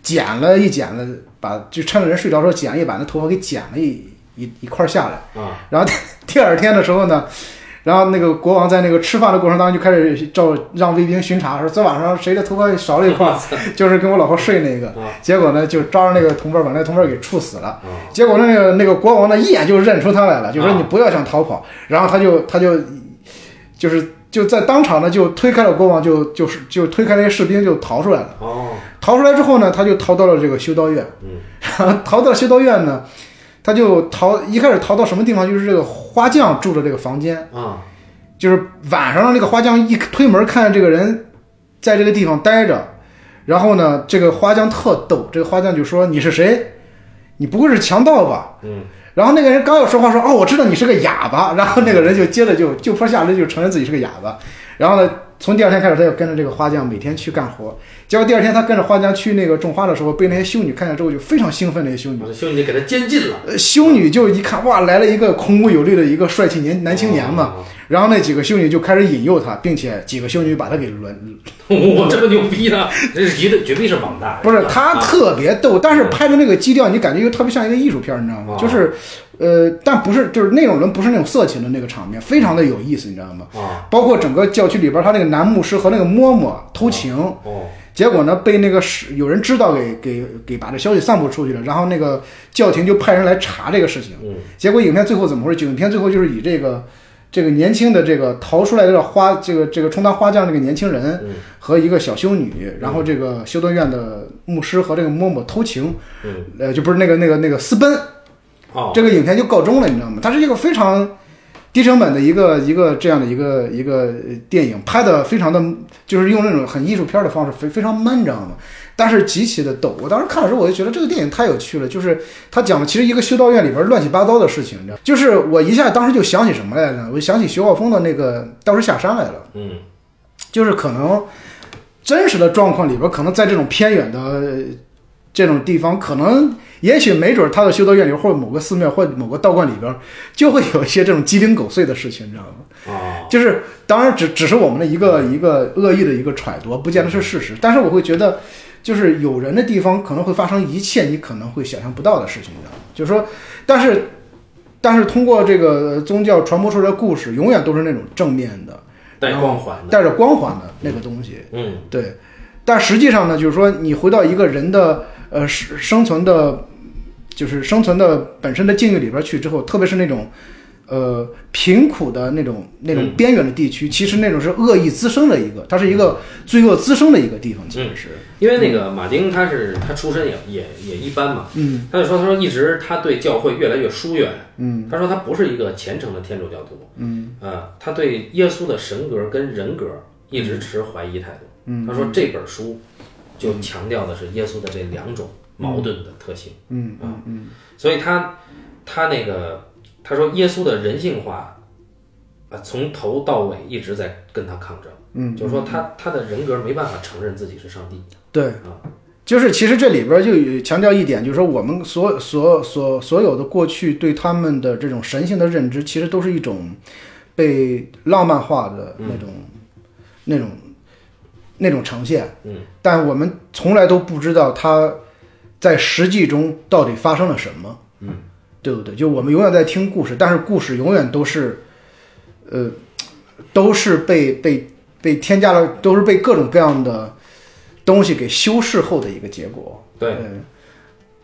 A: 剪了一剪了，把就趁着人睡着的时候剪一把那头发给剪了一一一块儿下来。
B: 啊，
A: 然后 <laughs> 第二天的时候呢，然后那个国王在那个吃饭的过程当中就开始照让卫兵巡查，说昨晚上谁的头发少了一块儿，就是跟我老婆睡那个
B: 嗯。
A: 结果呢，就抓着那个同伴，把那个同伴给处死了。
B: 啊
A: 结果那个那个国王呢，一眼就认出他来了，就说
B: 嗯
A: 你不要想逃跑。然后他就他就就是就在当场呢就推开了国王，就就是就推开那些士兵就逃出来了。
B: 哦，
A: 逃出来之后呢，他就逃到了这个修道院。
B: 嗯，
A: 然后 <laughs> 逃到修道院呢，他就逃，一开始逃到什么地方？就是这个花匠住的这个房间。
B: 啊，
A: 就是晚上，那个花匠一推门，看见这个人在这个地方待着，然后呢，这个花匠特逗，这个花匠就说：“你是谁？你不会是强盗吧？”
B: 嗯，
A: 然后那个人刚要说话，说：“哦，我知道你是个哑巴。”然后那个人就接着就就坡下驴，就承认自己是个哑巴。然后呢，从第二天开始，他就跟着这个花匠每天去干活。结果第二天他跟着花匠去那个种花的时候，被那些修女看见之后就非常兴奋。那些修女，
B: 我的嗯兄弟给他监禁了，
A: 呃修女就一看，哇，来了一个孔武有力的一个帅气年男青年嘛。
B: 哦。
A: 然后那几个修女就开始引诱他，并且几个修女把他给轮，
B: 哦我这么牛逼呢？这是绝对绝对是网大。
A: 不是他
B: 啊
A: 特别逗，但是拍的那个基调，你感觉又特别像一个艺术片，你知道吗
B: 哦？
A: 就是，呃，但不是就是那种人不是那种色情的那个场面，非常的有意思，你知道吗？
B: 啊
A: 包括整个教区里边，他那个男牧师和那个嬷嬷偷情，
B: 哦
A: 结果呢被那个是有人知道给给给把这消息散布出去了，然后那个教廷就派人来查这个事情。
B: 嗯
A: 结果影片最后怎么回事？影片最后就是以这个这个年轻的这个逃出来的花这个这个充当花匠这个年轻人
B: 嗯
A: 和一个小修女，然后这个修道院的牧师和这个嬷嬷偷情，
B: 嗯
A: 呃，就不是那个那个那个私奔，
B: 哦
A: 这个影片就告终了，你知道吗？它是一个非常低成本的一个一个这样的一个一个呃电影，拍的非常的，就是用那种很艺术片的方式，非非常慢，你知道吗？但是极其的逗。我当时看的时候，我就觉得这个电影太有趣了，就是它讲的其实一个修道院里边乱七八糟的事情，你知道？就是我一下当时就想起什么来了，我就想起徐浩峰的那个当时下山来了。
B: 嗯
A: 就是可能真实的状况里边，可能在这种偏远的呃这种地方，可能也许没准他的修道院里或者某个寺庙或者某个道观里边，就会有一些这种鸡零狗碎的事情，你知道吗？
B: 哦
A: 就是当然只只是我们的一个一个恶意的一个揣度，不见得是事实。但是我会觉得，就是有人的地方可能会发生一切你可能会想象不到的事情，你知道吗？就是说，但是但是通过这个宗教传播出来的故事，永远都是那种正面的。
B: 带光环的。
A: 带着光环的那个东西。
B: 嗯
A: 对，但实际上呢，就是说你回到一个人的呃生生存的，就是生存的本身的境遇里边去之后，特别是那种。呃，贫苦的那种、那种边远的地区，其实那种是恶意滋生的一个，它是一个罪恶滋生的一个地方，其实是，
B: 因为那个马丁他是他出身也也也一般嘛，
A: 嗯
B: 他就说他说一直他对教会越来越疏远，
A: 嗯
B: 他说他不是一个虔诚的天主教徒，嗯啊，他对耶稣的神格跟人格一直持怀疑态度。
A: 嗯
B: 他说这本书就强调的是耶稣的这两种矛盾的特性。
A: 嗯
B: 啊，所以他他那个他说耶稣的人性化，啊，从头到尾一直在跟他抗争，
A: 嗯，
B: 就是说他他的人格没办法承认自己是上帝，
A: 对，
B: 啊
A: 就是其实这里边就有强调一点，就是说我们所所所所有的过去对他们的这种神性的认知，其实都是一种被浪漫化的
B: 嗯
A: 那种、那种那种呈现。
B: 嗯，
A: 但我们从来都不知道它在实际中到底发生了什么。
B: 嗯，
A: 对不对？就我们永远在听故事，但是故事永远都是，呃，都是被被被添加了，都是被各种各样的。东西给修饰后的一个结果。嗯
B: 对，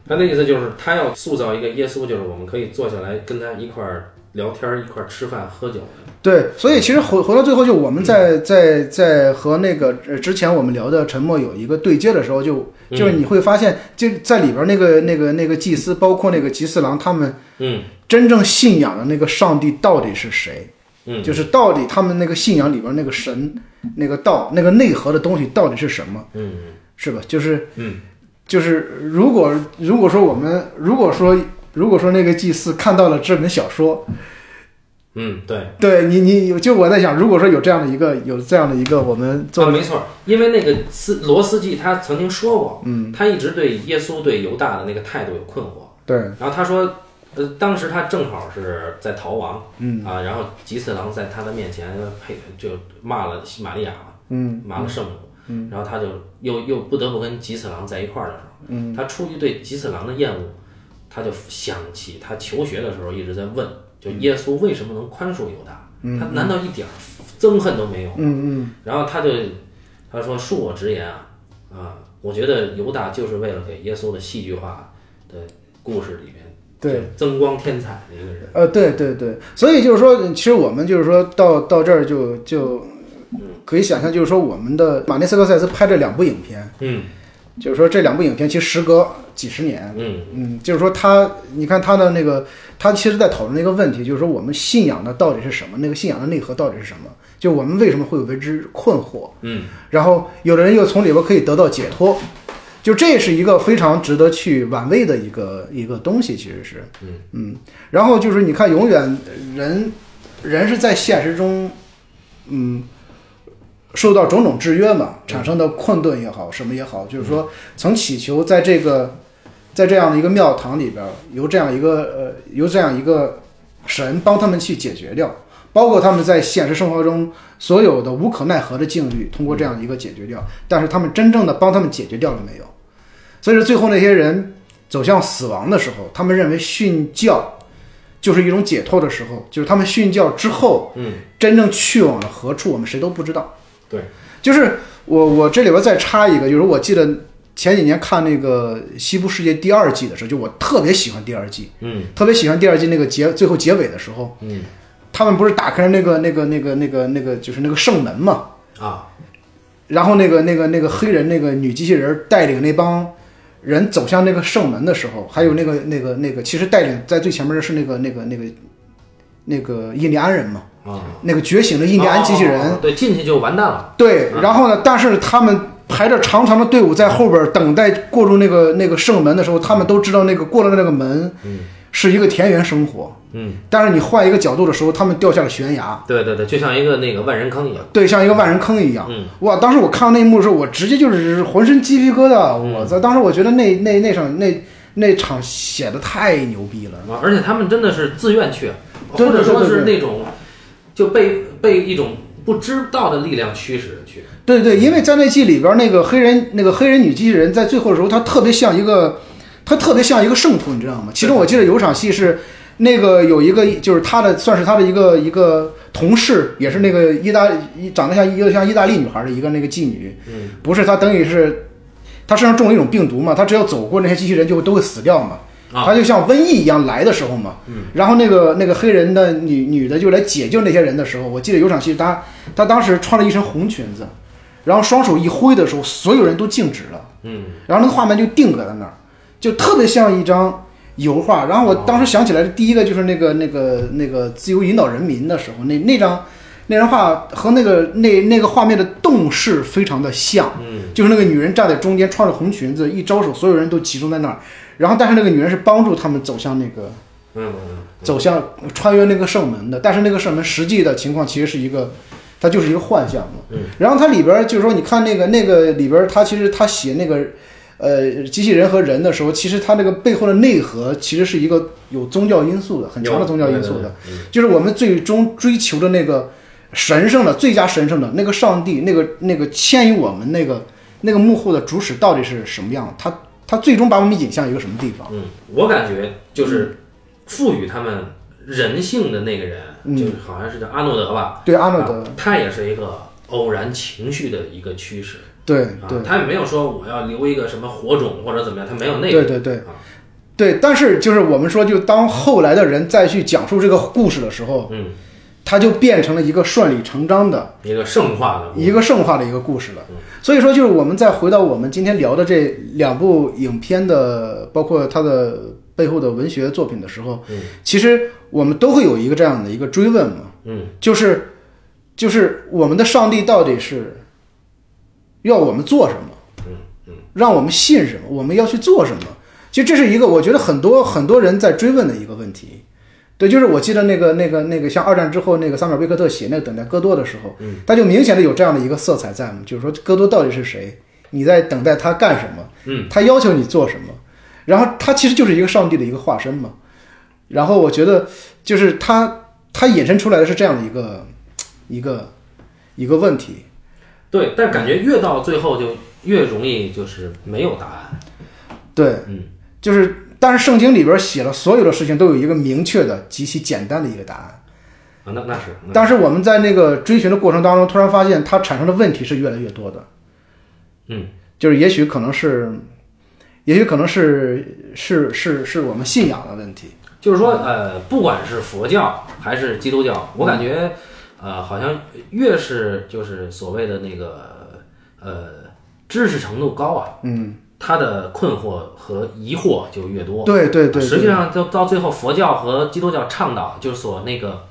B: 他的意思就是他要塑造一个耶稣，就是我们可以坐下来跟他一块儿聊天儿，一块儿吃饭喝酒的，
A: 对，所以其实回回到最后，就我们在在在和那个呃之前我们聊的沉默有一个对接的时候，就
B: 嗯
A: 就是你会发现，就在里边那个那个那个祭司，包括那个吉四郎，他们
B: 嗯
A: 真正信仰的那个上帝到底是谁？
B: 嗯，
A: 就是到底他们那个信仰里边那个神、那个道、那个内核的东西到底是什么？
B: 嗯
A: 是吧？就是
B: 嗯
A: 就是如果如果说我们如果说如果说那个祭司看到了这本小说，
B: 嗯，对。
A: 对你你就我在想，如果说有这样的一个有这样的一个我们
B: 啊，
A: 做
B: 没错，因为那个斯罗斯基他曾经说过，嗯，他一直对耶稣对犹大的那个态度有困惑。
A: 对
B: 然后他说，呃，当时他正好是在逃亡，嗯啊，然后吉次郎在他的面前呸就骂了玛利亚嘛，嗯，骂了圣母，嗯，然后他就又又不得不跟吉次郎在一块儿的时候，嗯，他出于对吉次郎的厌恶，他就想起他求学的时候一直在问，就耶稣为什么能宽恕犹大？他难道一点儿憎恨都没有？嗯嗯，然后他就他说：“恕我直言啊，啊，我觉得犹大就是为了给耶稣的戏剧化的故事里面
A: 对。
B: 就增光添彩的一个人。
A: 呃，对对对，所以就是说，其实我们就是说到到这儿就就可以想象，就是说我们的马内斯科塞斯拍这两部影片，
B: 嗯
A: 就是说这两部影片其实时隔几十年，
B: 嗯
A: 嗯，就是说他，你看他的那个，他其实在讨论一个问题，就是说我们信仰的到底是什么？那个信仰的内核到底是什么？就我们为什么会为之困惑？
B: 嗯，
A: 然后有的人又从里边可以得到解脱，就这是一个非常值得去玩味的一个一个东西，其实是，
B: 嗯
A: 然后就是你看，永远人人是在现实中，嗯，受到种种制约嘛，产生的困顿也好，什么也好，就是说曾祈求在这个在这样的一个庙堂里边儿，由这样一个呃由这样一个神帮他们去解决掉。包括他们在现实生活中所有的无可奈何的境遇，通过这样一个解决掉，但是他们真正的帮他们解决掉了没有？所以说，最后那些人走向死亡的时候，他们认为殉教就是一种解脱的时候，就是他们殉教之后，
B: 嗯，
A: 真正去往了何处，我们谁都不知道。
B: 对，
A: 就是我我这里边再插一个，就是我记得前几年看那个《西部世界》第二季的时候，就我特别喜欢第二季，
B: 嗯
A: 特别喜欢第二季那个结最后结尾的时候，
B: 嗯
A: 他们不是打开了那个那个那个那个那个就是那个圣门嘛，
B: 啊，
A: 然后那个那个那个黑人那个女机器人带领那帮人走向那个圣门的时候，还有那个那个那个，其实带领在最前面的是那个那个那个那个印第安人嘛，
B: 啊，
A: 那个觉醒的印第安机器人。
B: 哦哦哦对，进去就完蛋了。
A: 对，然后呢，但是他们排着长长的队伍在后边等待过入那个那个圣门的时候，他们都知道那个过了那个门，是一个田园生活。
B: 嗯，
A: 但是你换一个角度的时候，他们掉下了悬崖。
B: 对对对，就像一个那个万人坑一样。
A: 对，像一个万人坑一样。
B: 嗯
A: 哇！当时我看到那一幕的时候，我直接就是浑身鸡皮疙瘩。我
B: 嗯
A: 操！当时我觉得那那那场那那场写的太牛逼了。
B: 啊，而且他们真的是自愿去，哦或
A: 对对
B: 者说
A: 对对
B: 是那种就被被一种不知道的力量驱使着去。
A: 对对，因为在那季里边，那个黑人那个黑人女机器人在最后的时候，她特别像一个，她特别像一个圣徒，你知道吗？其中我记得有场戏是，那个有一个就是她的算是她的一个一个同事，也是那个意大一长得像一个像意大利女孩的一个那个妓女，
B: 嗯
A: 不是她等于是，她身上中了一种病毒嘛，她只要走过那些机器人就都会死掉嘛。
B: 啊
A: 她就像瘟疫一样来的时候嘛，然后那个那个黑人的女女的就来解救那些人的时候，我记得有场戏，她她当时穿了一身红裙子，然后双手一挥的时候，所有人都静止了，
B: 嗯，
A: 然后那个画面就定格在那儿，就特别像一张油画。然
B: 哦
A: 后我当时想起来的第一个就是那个那个那个自由引导人民的时候，那那张那张画和那个那那个画面的动势非常的像，
B: 嗯，
A: 就是那个女人站在中间，穿着红裙子，一招手，所有人都集中在那儿，然后但是那个女人是帮助他们走向那个
B: 嗯
A: 走向穿越那个圣门的，但是那个圣门实际的情况其实是一个，它就是一个幻象嘛。
B: 嗯
A: 然后它里边儿就是说，你看那个那个里边儿，它其实它写那个呃机器人和人的时候，其实它那个背后的内核其实是一个有宗教因素的，很强的宗教因素的，
B: 有，对对对嗯
A: 就是我们最终追求的那个神圣的、最佳神圣的那个上帝，那个那个牵引我们那个那个幕后的主使到底是什么样的？它它最终把我们引向一个什么地方？
B: 嗯，我感觉就是赋予他们人性的那个人，
A: 嗯
B: 就是好像是叫阿诺德吧，
A: 对阿诺德，
B: 啊他也是一个偶然情绪的一个驱使
A: 对
B: 啊
A: 对，
B: 他也没有说我要留一个什么火种或者怎么样，他没有那
A: 对
B: 个，
A: 对对
B: 啊，
A: 对，但是就是我们说，就当后来的人再去讲述这个故事的时候，
B: 嗯，
A: 它就变成了一个顺理成章的
B: 一个圣化的故事
A: 一个圣化的一个故事了。
B: 嗯
A: 所以说，就是我们再回到我们今天聊的这两部影片的，包括它的背后的文学作品的时候，
B: 嗯
A: 其实我们都会有一个这样的一个追问嘛，
B: 嗯
A: 就是就是我们的上帝到底是要我们做什么？
B: 嗯嗯
A: 让我们信什么，我们要去做什么。其实这是一个我觉得很多很多人在追问的一个问题。对，就是我记得那个那个那个，像二战之后那个萨米尔贝克特写那个《等待戈多》的时候，
B: 嗯
A: 他就明显的有这样的一个色彩在嘛，就是说戈多到底是谁，你在等待他干什么，
B: 嗯，
A: 他要求你做什么，然后他其实就是一个上帝的一个化身嘛。然后我觉得就是他他衍生出来的是这样的一个一个一个问题，
B: 对，但感觉越到最后就越容易就是没有答案，
A: 对，
B: 嗯
A: 就是，但是圣经里边写了所有的事情都有一个明确的、极其简单的一个答案。
B: 啊，那那是，那
A: 但是我们在那个追寻的过程当中，突然发现它产生的问题是越来越多的。
B: 嗯
A: 就是也许可能是，也许可能是是是是我们信仰的问题。
B: 就是说，呃，不管是佛教还是基督教，我感觉，呃，好像越是就是所谓的那个呃知识程度高啊，
A: 嗯，
B: 他的困惑和疑惑就越多。
A: 对对对，
B: 实际
A: 对
B: 上就到最后，佛教和基督教倡导就是所那个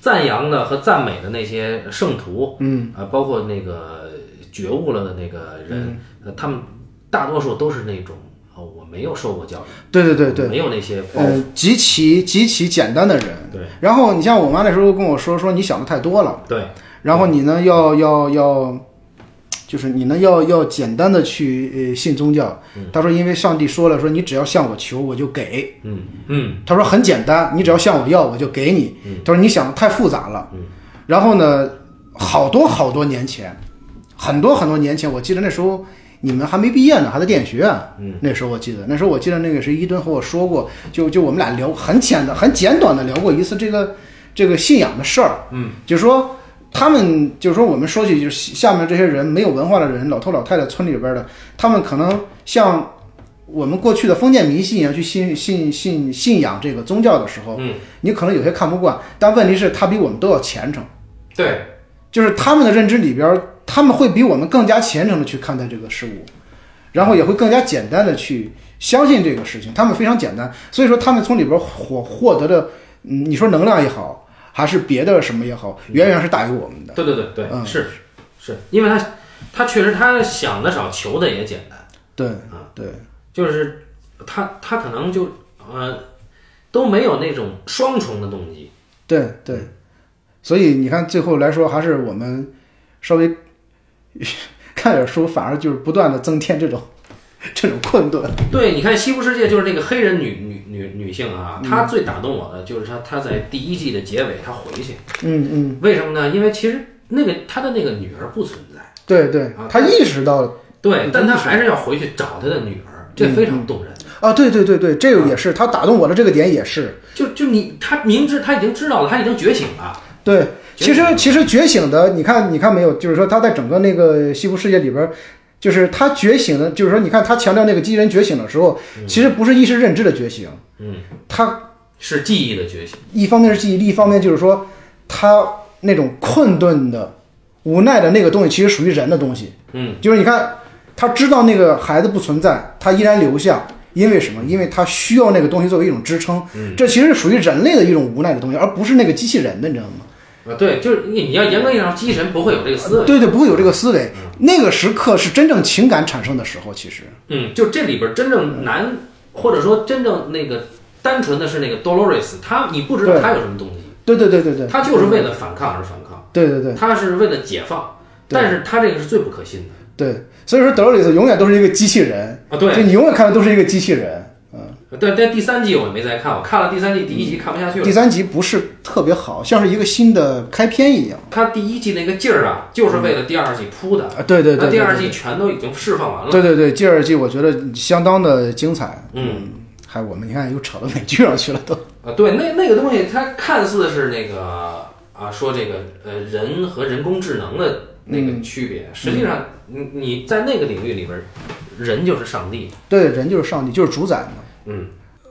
B: 赞扬的和赞美的那些圣徒，嗯，呃，包括那个觉悟了的那个
A: 嗯
B: 人，呃，他们大多数都是那种。呃我没有受过教育，
A: 对对对对，
B: 没有那些包
A: 呃，极其极其简单的人。
B: 哦对。
A: 然后你像我妈那时候跟我说，说你想的太多了。
B: 对，
A: 然后你呢要要要，就是你呢要要简单的去呃信宗教。他说，因为上帝说了，说你只要向我求，我就给。
B: 嗯嗯
A: 他说很简单，你只要向我要，我就给你。他说你想的太复杂了。然后呢，好多好多年前，很多很多年前，我记得那时候。你们还没毕业呢，还在电影学院。嗯，那时候我记得，那时候我记得那个谁伊顿和我说过，就就我们俩聊很简单、很简短的聊过一次这个这个信仰的事儿。
B: 嗯，
A: 就是说他们就是说我们说起就是下面这些人没有文化的人，老头老太太村里边的，他们可能像我们过去的封建迷信一样去信信信信仰这个宗教的时候，
B: 嗯，
A: 你可能有些看不惯，但问题是他比我们都要虔诚，
B: 对，
A: 就是他们的认知里边，他们会比我们更加虔诚的去看待这个事物，然后也会更加简单的去相信这个事情，他们非常简单，所以说他们从里边获获得的，嗯，你说能量也好，还是别的什么也好，远远是大于我们的。
B: 对对对对，
A: 嗯
B: 是是，因为他他确实他想的少，求的也简单，
A: 对
B: 啊，
A: 对，
B: 就是他他可能就呃都没有那种双重的动机，
A: 对对，所以你看，最后来说，还是我们稍微 <laughs> 看点书，反而就是不断的增添这种这种困顿。
B: 对，你看《西部世界》就是那个黑人女女女女性啊，
A: 嗯
B: 她最打动我的就是她她在第一季的结尾她回去，
A: 嗯嗯，
B: 为什么呢？因为其实那个她的那个女儿不存在，
A: 对对
B: 啊，
A: 他意识到了
B: 对，但
A: 真的
B: 她
A: 是
B: 还是要回去找她的女儿，这非常动人。
A: 啊，对对对对，这个也是他打动我的这个点也是。
B: 就就你她明知她已经知道了，她已经觉醒了，
A: 对，其实
B: 觉
A: 其实觉醒的，你看你看没有，就是说他在整个那个西部世界里边儿。就是他觉醒的，就是说，你看他强调那个机器人觉醒的时候，其实不是意识认知的觉醒，
B: 嗯，
A: 他
B: 是记忆的觉醒。
A: 一方面是记忆力，一方面就是说他那种困顿的、无奈的那个东西，其实属于人的东西。
B: 嗯，
A: 就是你看，他知道那个孩子不存在，他依然留下，因为什么？因为他需要那个东西作为一种支撑。
B: 嗯
A: 这其实是属于人类的一种无奈的东西，而不是那个机器人的，你知道吗？
B: 啊，对，就是你你要严格意义上，机神不会有这个思维。
A: 对对，不会有这个思
B: 嗯
A: 维。那个时刻是真正情感产生的时候，其实
B: 嗯，就这里边真正难，或者说真正那个单纯的是那个 Dolores，他你不知道
A: 对
B: 他有什么动机，
A: 对对对对对，
B: 他就是为了反抗而反抗，
A: 对对对
B: 他是为了解放，
A: 对
B: 但是他这个是最不可信的
A: 对，所以说德罗里斯永远都是一个机器人，
B: 啊。对，
A: 就你永远看的都是一个机器人。嗯，
B: 但但第三季我也没再看，我看了第三季第一集看不下去了。
A: 第三集不是特别好，像是一个新的开篇一样。
B: 他第一季那个劲儿啊，就是为了第二季铺的。
A: 啊，对对对，
B: 那
A: 对
B: 第二季全都已经释放完了。
A: 对对对，第二季我觉得相当的精彩。
B: 嗯，
A: 还我们你看又扯到美剧上去了
B: <laughs>
A: 都。
B: 啊，对，那那个东西，它看似是那个啊，说这个呃人和人工智能的那个区别，实际上你你在那个领域里边儿，人就是上帝。
A: 对，人就是上帝，就是主宰嘛。
B: 嗯，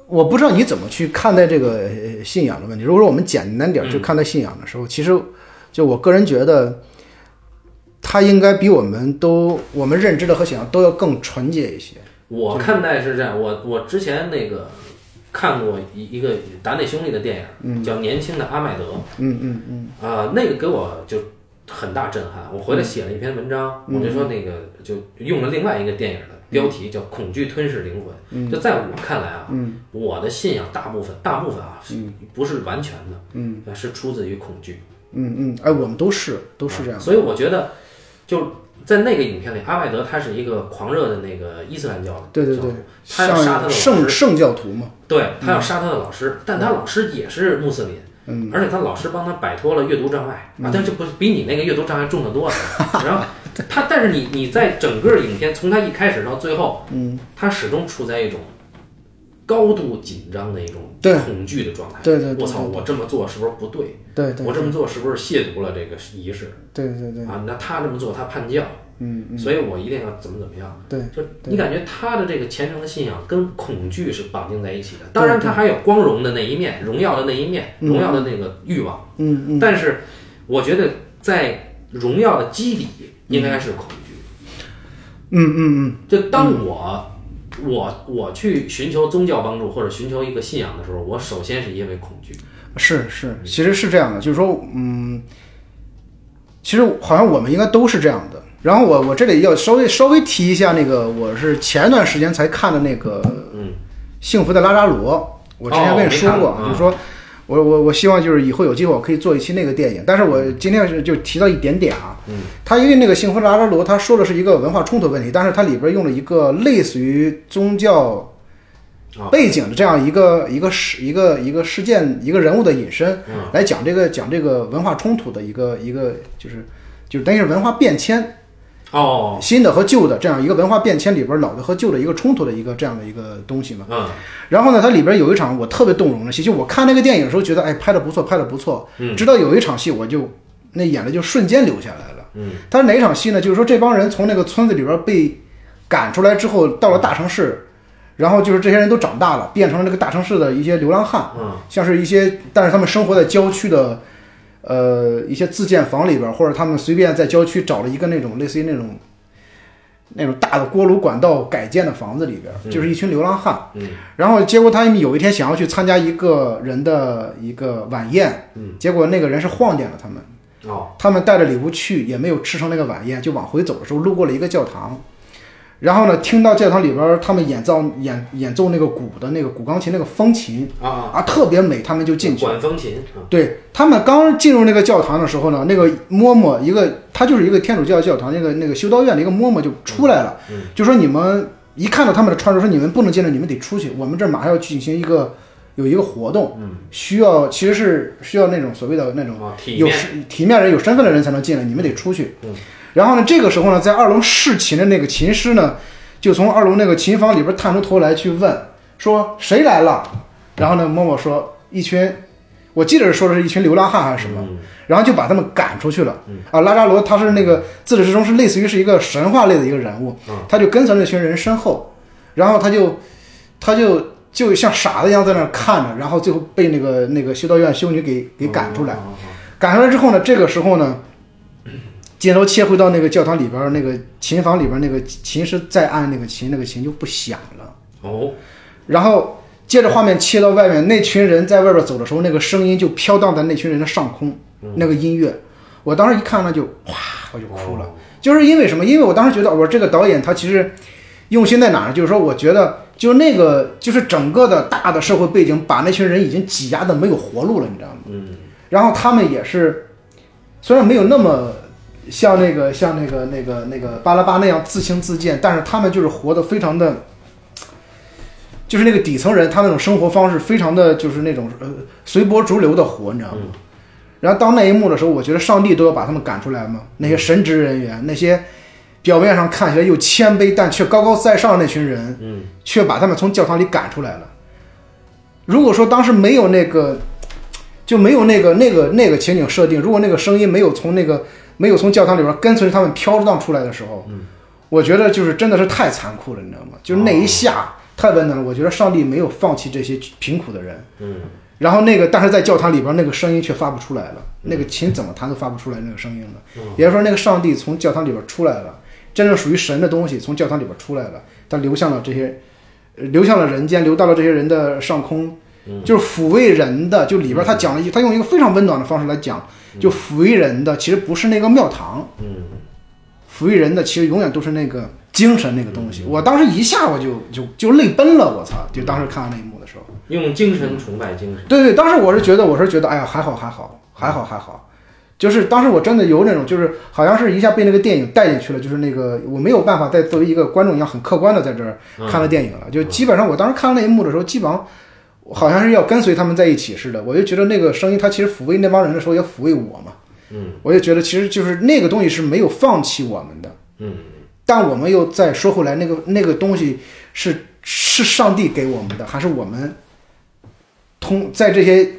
A: 我不知道你怎么去看待这个呃信仰的问题。如果说我们简单点儿去
B: 嗯
A: 看待信仰的时候，其实就我个人觉得，它应该比我们都我们认知的和想象都要更纯洁一些。
B: 我看待是这样，我我之前那个看过一一个达内兄弟的电影，叫《年轻的阿麦德》。
A: 嗯嗯嗯，
B: 啊、那个给我就很大震撼。我回来写了一篇文章，
A: 嗯
B: 我就说那个就用了另外一个电影的标题叫《恐惧吞噬灵魂》。
A: 嗯
B: 就在我看来啊，我的信仰大部分大部分啊，是不是完全的，嗯，是出自于恐惧，
A: 嗯嗯，哎，我们都是都是这样。
B: 啊所以我觉得就在那个影片里，阿麦德他是一个狂热的那个伊斯兰教的
A: 对对对
B: 教徒，他要杀他
A: 像
B: 的老师
A: 圣，嗯圣教徒嘛。
B: 对他要杀他的老师，但他老师也是穆斯林。
A: 嗯
B: 而且他老师帮他摆脱了阅读障碍啊，但这不是比你那个阅读障碍重得
A: <laughs>
B: 多了。然后他，但是你你在整个影片从他一开始到最后，嗯，他始终处在一种高度紧张的一种
A: 对
B: 恐惧的状态。
A: 对对对
B: 我操，我这么做是不是不对？
A: 对对
B: 我这么做是不是亵渎了这个仪式
A: 对对对
B: 啊？那他这么做，他叛教，
A: 嗯，
B: 所以我一定要怎么怎么样。
A: 对，
B: 就你感觉他的这个虔诚的信仰跟恐惧是绑定在一起的，当然他还有光荣的那一面、荣耀的那一面、荣耀的那个欲望，
A: 嗯嗯。
B: 但是我觉得在荣耀的基底应该是恐惧。
A: 嗯嗯嗯，
B: 就当我我我去寻求宗教帮助或者寻求一个信仰的时候，我首先是因为恐惧。
A: 是是，其实是这样的，就是说，嗯，其实好像我们应该都是这样的。然后我我这里要稍微稍微提一下那个，我是前段时间才看的那个
B: 嗯，
A: 《幸福的拉扎罗》，我之前
B: 哦
A: 跟你
B: 没
A: 说
B: 看
A: 过，
B: 过
A: 就是说我我我希望就是以后有机会我可以做一期那个电影，但是我今天是就提到一点点啊，嗯，他因为那个《幸福的拉扎罗》，他说的是一个文化冲突问题，但是它里边用了一个类似于宗教
B: 啊
A: 背景的这样一个一个事一个一个事件一个人物的引申，
B: 嗯
A: 来讲这个讲这个文化冲突的一个一个就是就是等于是文化变迁。
B: 哦，
A: 新的和旧的这样一个文化变迁里边，老的和旧的一个冲突的一个这样的一个东西嘛。
B: 嗯，
A: 然后呢，它里边有一场我特别动容的戏，就我看那个电影的时候觉得，哎，拍的不错，拍的不错。直到有一场戏，我就那眼泪就瞬间流下来了。
B: 嗯，
A: 它是哪一场戏呢？就是说这帮人从那个村子里边被赶出来之后，到了大城市，然后就是这些人都长大了，变成了这个大城市的一些流浪汉。
B: 嗯，
A: 像是一些，但是他们生活在郊区的，呃，一些自建房里边儿，或者他们随便在郊区找了一个那种类似于那种，那种大的锅炉管道改建的房子里边儿，就是一群流浪汉。
B: 嗯，
A: 然后结果他们有一天想要去参加一个人的一个晚宴，嗯，结果那个人是晃点了他们，
B: 哦，
A: 他们带着礼物去，也没有吃成那个晚宴，就往回走的时候路过了一个教堂，然后呢，听到教堂里边儿他们演奏演演奏那个鼓的那个古钢琴那个风琴。
B: 啊，
A: 啊，特别美，他们就进去。
B: 管风琴啊，
A: 对他们刚进入那个教堂的时候呢，那个嬷嬷一个，他就是一个天主教教堂那个那个修道院的一个嬷嬷就出来了，就说你们一看到他们的穿着，说你们不能进来，你们得出去，我们这儿马上要进行一个有一个活动，需要其实是需要那种所谓的那种
B: 啊，体
A: 有
B: 面嗯
A: 是体面人、有身份的人才能进来，你们得出去。然后呢，这个时候呢，在二楼试琴的那个琴师呢，就从二楼那个琴房里边探出头来去问，说谁来了？然后呢，默默说一群，我记得说的是一群流浪汉还是什么，
B: 嗯
A: 然后就把他们赶出去了。啊，拉扎罗他是那个自始至终是类似于是一个神话类的一个人物，
B: 嗯
A: 他就跟随那群人身后，然后他就他就就像傻子一样在那儿看着，然后最后被那个那个修道院修女给给赶出来。
B: 哦
A: 赶出来之后呢，这个时候呢，镜头切回到那个教堂里边儿那个琴房里边儿那个琴师在按那个琴，那个琴就不响了。
B: 哦，
A: 然后接着画面切到外面，那群人在外边走的时候，那个声音就飘荡在那群人的上空，那个音乐，我当时一看呢就哗，我就哭了。就是因为什么？因为我当时觉得，我这个导演他其实用心在哪儿？就是说，我觉得就是那个就是整个的大的社会背景把那群人已经挤压的没有活路了，你知道吗？
B: 嗯，
A: 然后他们也是，虽然没有那么像那个像那个那个那个巴拉巴那样自轻自贱，但是他们就是活得非常的，就是那个底层人，他那种生活方式非常的就是那种呃随波逐流的活，你知道吗？然后当那一幕的时候，我觉得上帝都要把他们赶出来嘛。那些神职人员，那些表面上看起来又谦卑但却高高在上的那群人，
B: 嗯，
A: 却把他们从教堂里赶出来了。如果说当时没有那个，就没有那个那个那个情景设定，如果那个声音没有从那个没有从教堂里边跟随着他们飘荡出来的时候，嗯，我觉得就是真的是太残酷了，你知道吗？就是那一下、太温暖了。我觉得上帝没有放弃这些贫苦的人，
B: 嗯，
A: 然后那个，但是在教堂里边那个声音却发不出来了，那个琴怎么弹都发不出来那个声音了。也就是说，那个上帝从教堂里边出来了，真正属于神的东西从教堂里边出来了，它流向了这些，呃流向了人间，流到了这些人的上空，就是抚慰人的。就里边他讲了一句，他用一个非常温暖的方式来讲，就抚慰人的其实不是那个庙堂，
B: 嗯，
A: 抚慰人的其实永远都是那个精神那个东西。我当时一下我就就就泪奔了，我操！就当时看到那一幕的时候。
B: 用精神崇拜精神，
A: 对对，当时我是觉得，我是觉得，哎呀，还好还好还好还好，就是当时我真的有那种，就是好像是一下被那个电影带进去了，就是那个我没有办法再作为一个观众一样很客观的在这儿看了电影了，
B: 嗯
A: 就基本上我当时看到那一幕的时候，基本上我好像是要跟随他们在一起似的，我就觉得那个声音它其实抚慰那帮人的时候也抚慰我嘛，
B: 嗯
A: 我就觉得其实就是那个东西是没有放弃我们的，
B: 嗯，
A: 但我们又再说回来，那个那个东西是是上帝给我们的，还是我们通在这些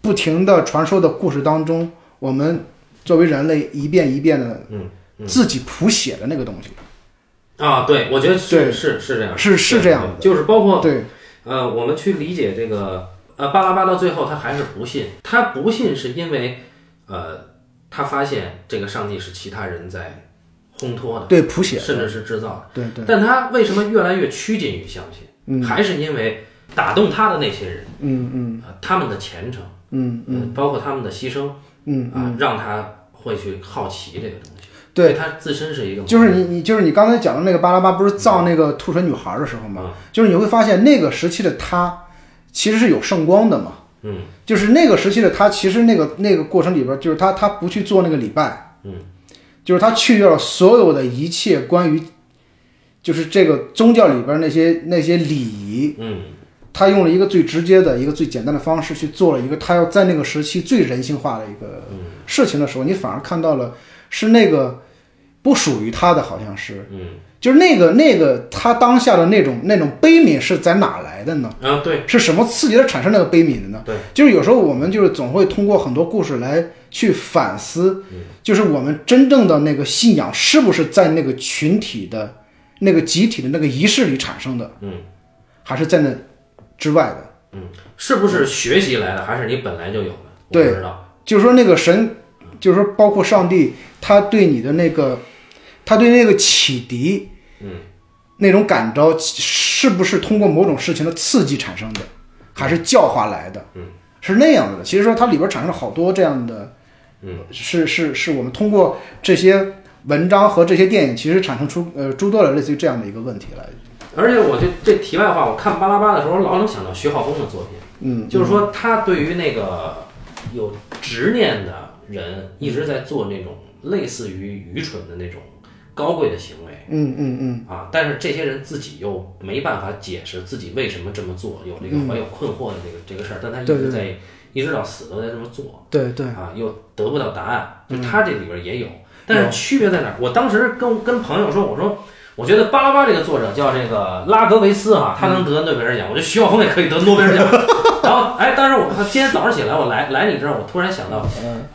A: 不停的传说的故事当中，我们作为人类一遍一遍的，
B: 嗯
A: 自己谱写的那个东西，
B: 啊，对，我觉得
A: 嗯
B: 是
A: 对
B: 是是这样，
A: 是是这样的
B: 就是包括
A: 对，
B: 呃，我们去理解这个呃巴拉巴到最后他还是不信，他不信是因为呃他发现这个上帝是其他人在烘托
A: 对谱
B: 的，
A: 写
B: 甚
A: 的，
B: 至是制造的，
A: 对对，
B: 但他为什么越来越趋近于相信？
A: 嗯
B: 还是因为打动他的那些人，
A: 嗯嗯
B: 呃他们的虔诚，
A: 嗯
B: 呃包括他们的牺牲，
A: 嗯，
B: 啊，让他会去好奇这个东西。
A: 对，
B: 他自身是一个，
A: 就是你你就是你刚才讲的那个巴拉巴，不是造那个兔唇女孩的时候吗？
B: 嗯
A: 就是你会发现那个时期的她其实是有圣光的嘛。
B: 嗯，
A: 就是那个时期的她，其实那个那个过程里边，就是她她不去做那个礼拜，
B: 嗯，
A: 就是她去掉了所有的一切关于，就是这个宗教里边那些那些礼仪，
B: 嗯
A: 她用了一个最直接的一个最简单的方式去做了一个她要在那个时期最人性化的一
B: 嗯
A: 个事情的时候，你反而看到了是那个不属于她的，好像是。
B: 嗯
A: 就是那个那个他当下的那种那种悲悯是在哪来的呢？
B: 啊，对
A: 是什么刺激他产生那个悲悯的呢？
B: 对，
A: 就是有时候我们就是总会通过很多故事来去反思，
B: 嗯
A: 就是我们真正的那个信仰是不是在那个群体的、那个集体的那个仪式里产生的，
B: 嗯
A: 还是在那之外的？
B: 嗯，是不是学习来的，还是你本来就有的？我
A: 对
B: 不知道。
A: 就是说那个神，就是说包括上帝，他对你的那个，他对那个启迪，
B: 嗯，
A: 那种感召，是不是通过某种事情的刺激产生的，还是教化来的？
B: 嗯，
A: 是那样子的。其实说它里边产生了好多这样的，
B: 嗯，
A: 是是是我们通过这些文章和这些电影，其实产生出呃诸多的类似于这样的一个问题来。
B: 而且我就这题外话，我看巴拉巴的时候，老能想到徐浩峰的作品，
A: 嗯，
B: 就是说他对于那个有执念的人，一直在做那种类似于愚蠢的那种高贵的行为。
A: 嗯嗯嗯，
B: 啊，但是这些人自己又没办法解释自己为什么这么做，有这个怀有困惑的这个、这个事儿，但他一
A: 嗯对
B: 直在一直到死都在这么做，
A: 对对，
B: 啊，又得不到答案，就他这里边也有，但是区别在哪儿？我当时跟跟朋友说，我说我觉得巴拉巴这个作者叫这个拉格维斯啊，他能得诺贝尔奖，我觉得徐晓峰也可以得诺贝尔奖。然后哎，当时我今天早上起来，我来来你这儿，我突然想到，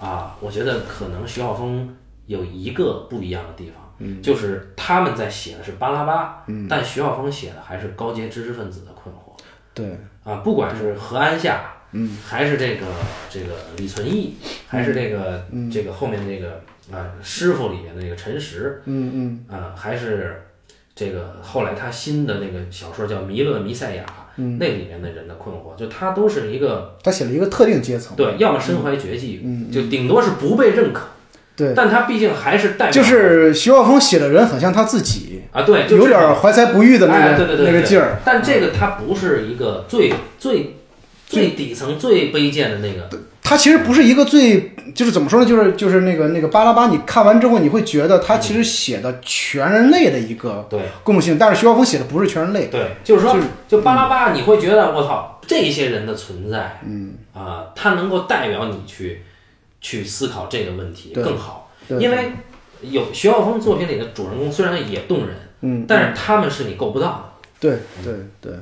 B: 啊，我觉得可能徐浩峰有一个不一样的地方，就是他们在写的是巴拉巴，但徐浩峰写的还是高阶知识分子的困惑。
A: 对嗯
B: 啊，不管是何安夏，嗯，还是这个这个李存义，还是这个、这个后面这个啊、师傅里面的那个陈实，
A: 嗯嗯。
B: 啊，还是这个后来他新的那个小说叫《弥勒弥赛亚》，嗯，那里面的人的困惑，就他都是一个
A: 他写了一个特定阶层，
B: 对，要么身怀绝技，嗯，就顶多是不被认可，
A: 对，
B: <laughs> 但他毕竟还是代表
A: 就是徐浩峰写的人很像他自己，
B: 啊，对，就
A: 有
B: 这种
A: 点怀才不遇的那个、
B: 哎对对对
A: 那个
B: 对
A: 劲儿。
B: 但这个它不是一个最最最底层最卑贱的那个，
A: 它其实不是一个最，就是怎么说呢，就是就是那个那个巴拉巴，你看完之后你会觉得它其实写的全人类的一个
B: 对
A: 共性，但是徐浩峰写的不是全人类，
B: 对，就是说
A: 就是，
B: 就巴拉巴，你会觉得我操，这些人的存在，嗯啊，它能够代表你去去思考这个问题
A: 对
B: 更好，
A: 对
B: 因为有徐浩峰作品里的主人公虽然也动人，
A: 嗯，
B: 但是他们是你够不到的。
A: 对对对，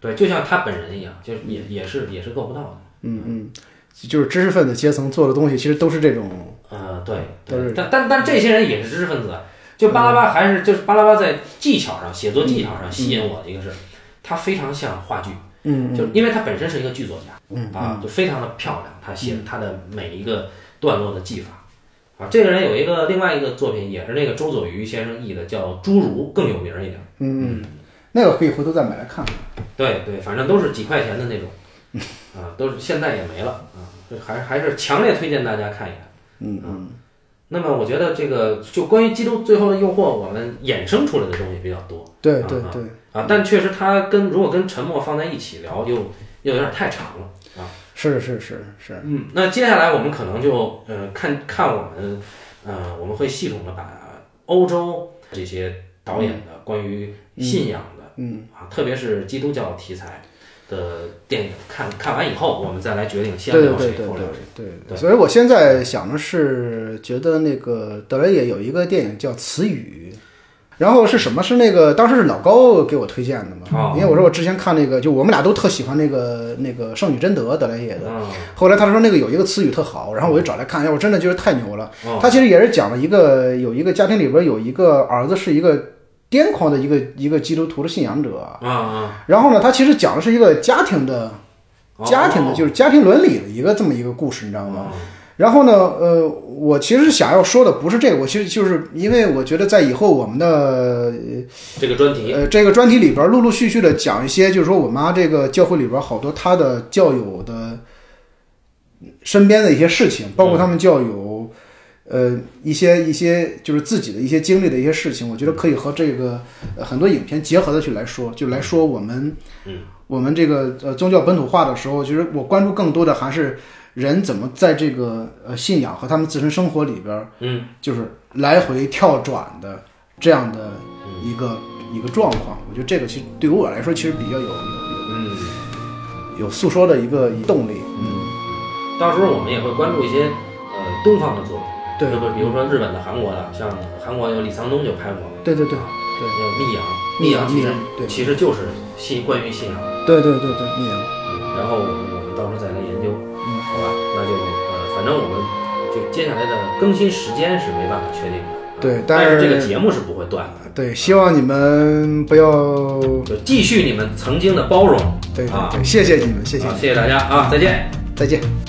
B: 对，就像他本人一样，就是也也是也是够不到的。
A: 嗯嗯，就是知识分子阶层做的东西，其实都是这种，
B: 呃，对，
A: 都是嗯
B: 对，但但但这些人也是知识分子，就巴拉巴还是就是巴拉巴在技巧上写作技巧上吸引我的一个是，他非常像话剧，
A: 嗯
B: 就因为他本身是一个剧作家，
A: 嗯
B: 啊，就非常的漂亮，他写他的每一个段落的技法。啊，这个人有一个另外一个作品，也是那个周佐瑜先生译的，叫《侏儒》，更有名一点。
A: 嗯，那个可以回头再买来看看。
B: 对对，反正都是几块钱
A: <laughs>
B: 的那种，啊，都是现在也没了啊，这还还是强烈推荐大家看一看。
A: 嗯嗯，
B: 那么我觉得这个就关于《基督最后的诱惑》，我们衍生出来的东西比较多
A: 对对对，
B: 啊，但确实它跟如果跟沉默放在一起聊，又又有点太长了啊。
A: 是是是是，
B: 嗯，那接下来我们可能就呃看看我们呃我们会系统的把欧洲这些导演的关于信仰的、
A: 嗯
B: 啊，特别是基督教题材的电影，看看完以后，我们再来决定
A: 对
B: 先
A: 对
B: 聊
A: 对
B: 谁
A: 对
B: 后
A: 对
B: 聊谁。
A: 对对。
B: 对
A: 所以我现在想的是，觉得那个德雷也有一个电影叫《词语》。然后是什么？是那个当时是老高给我推荐的嘛
B: 哦？
A: 因为我说我之前看那个，就我们俩都特喜欢那个那个《圣女贞德》德雷也的。
B: 嗯，
A: 后来他说那个有一个词语特好，然后我就找来看，哎，我真的觉得太牛了。
B: 哦，
A: 他其实也是讲了一个有一个家庭里边有一个儿子是一个癫狂的一个一个基督徒的信仰者，
B: 啊啊，
A: 然后呢，他其实讲的是一个家庭的
B: 哦
A: 家庭的，就是家庭伦理的一个这么一个故事，你知道吗？？然后呢，呃，我其实想要说的不是这个，我其实就是因为我觉得在以后我们的
B: 这个专题，
A: 呃这个专题里边，陆陆续续的讲一些，就是说我妈这个教会里边好多她的教友的身边的一些事情，包
B: 嗯
A: 括他们教友，呃，一些一些就是自己的一些经历的一些事情，我觉得可以和这个、呃很多影片结合的去来说，就来说我们，
B: 嗯
A: 我们这个呃宗教本土化的时候，其实我关注更多的还是人怎么在这个呃信仰和他们自身生活里边。
B: 嗯，
A: 就是来回跳转的这样的
B: 嗯
A: 一个、一个状况。我觉得这个其实对于我来说，其实比较有有
B: 嗯，
A: 有诉说的一个动力。
B: 到时候我们也会关注一些呃东方的作品，
A: 对
B: 就比如说日本的、韩国的，像韩国有李沧东就拍过，
A: 对对对对
B: 有密阳，
A: 密阳
B: 阳其实
A: 密阳对
B: 其实就是信关于信仰。
A: 对对对对，密阳，
B: 嗯然后我们我们到时候再来研究，
A: 嗯
B: 好吧？那就呃，反正我们就接下来的更新时间是没办法确定的，啊
A: 对但
B: 但
A: 是
B: 这个节目是不会断的，
A: 对，希望你们不要
B: 就继续你们曾经的包容，
A: 对对
B: 啊，
A: 对，谢谢你们，谢谢你
B: 啊
A: 们，
B: 谢谢大家啊，再见。
A: 再见。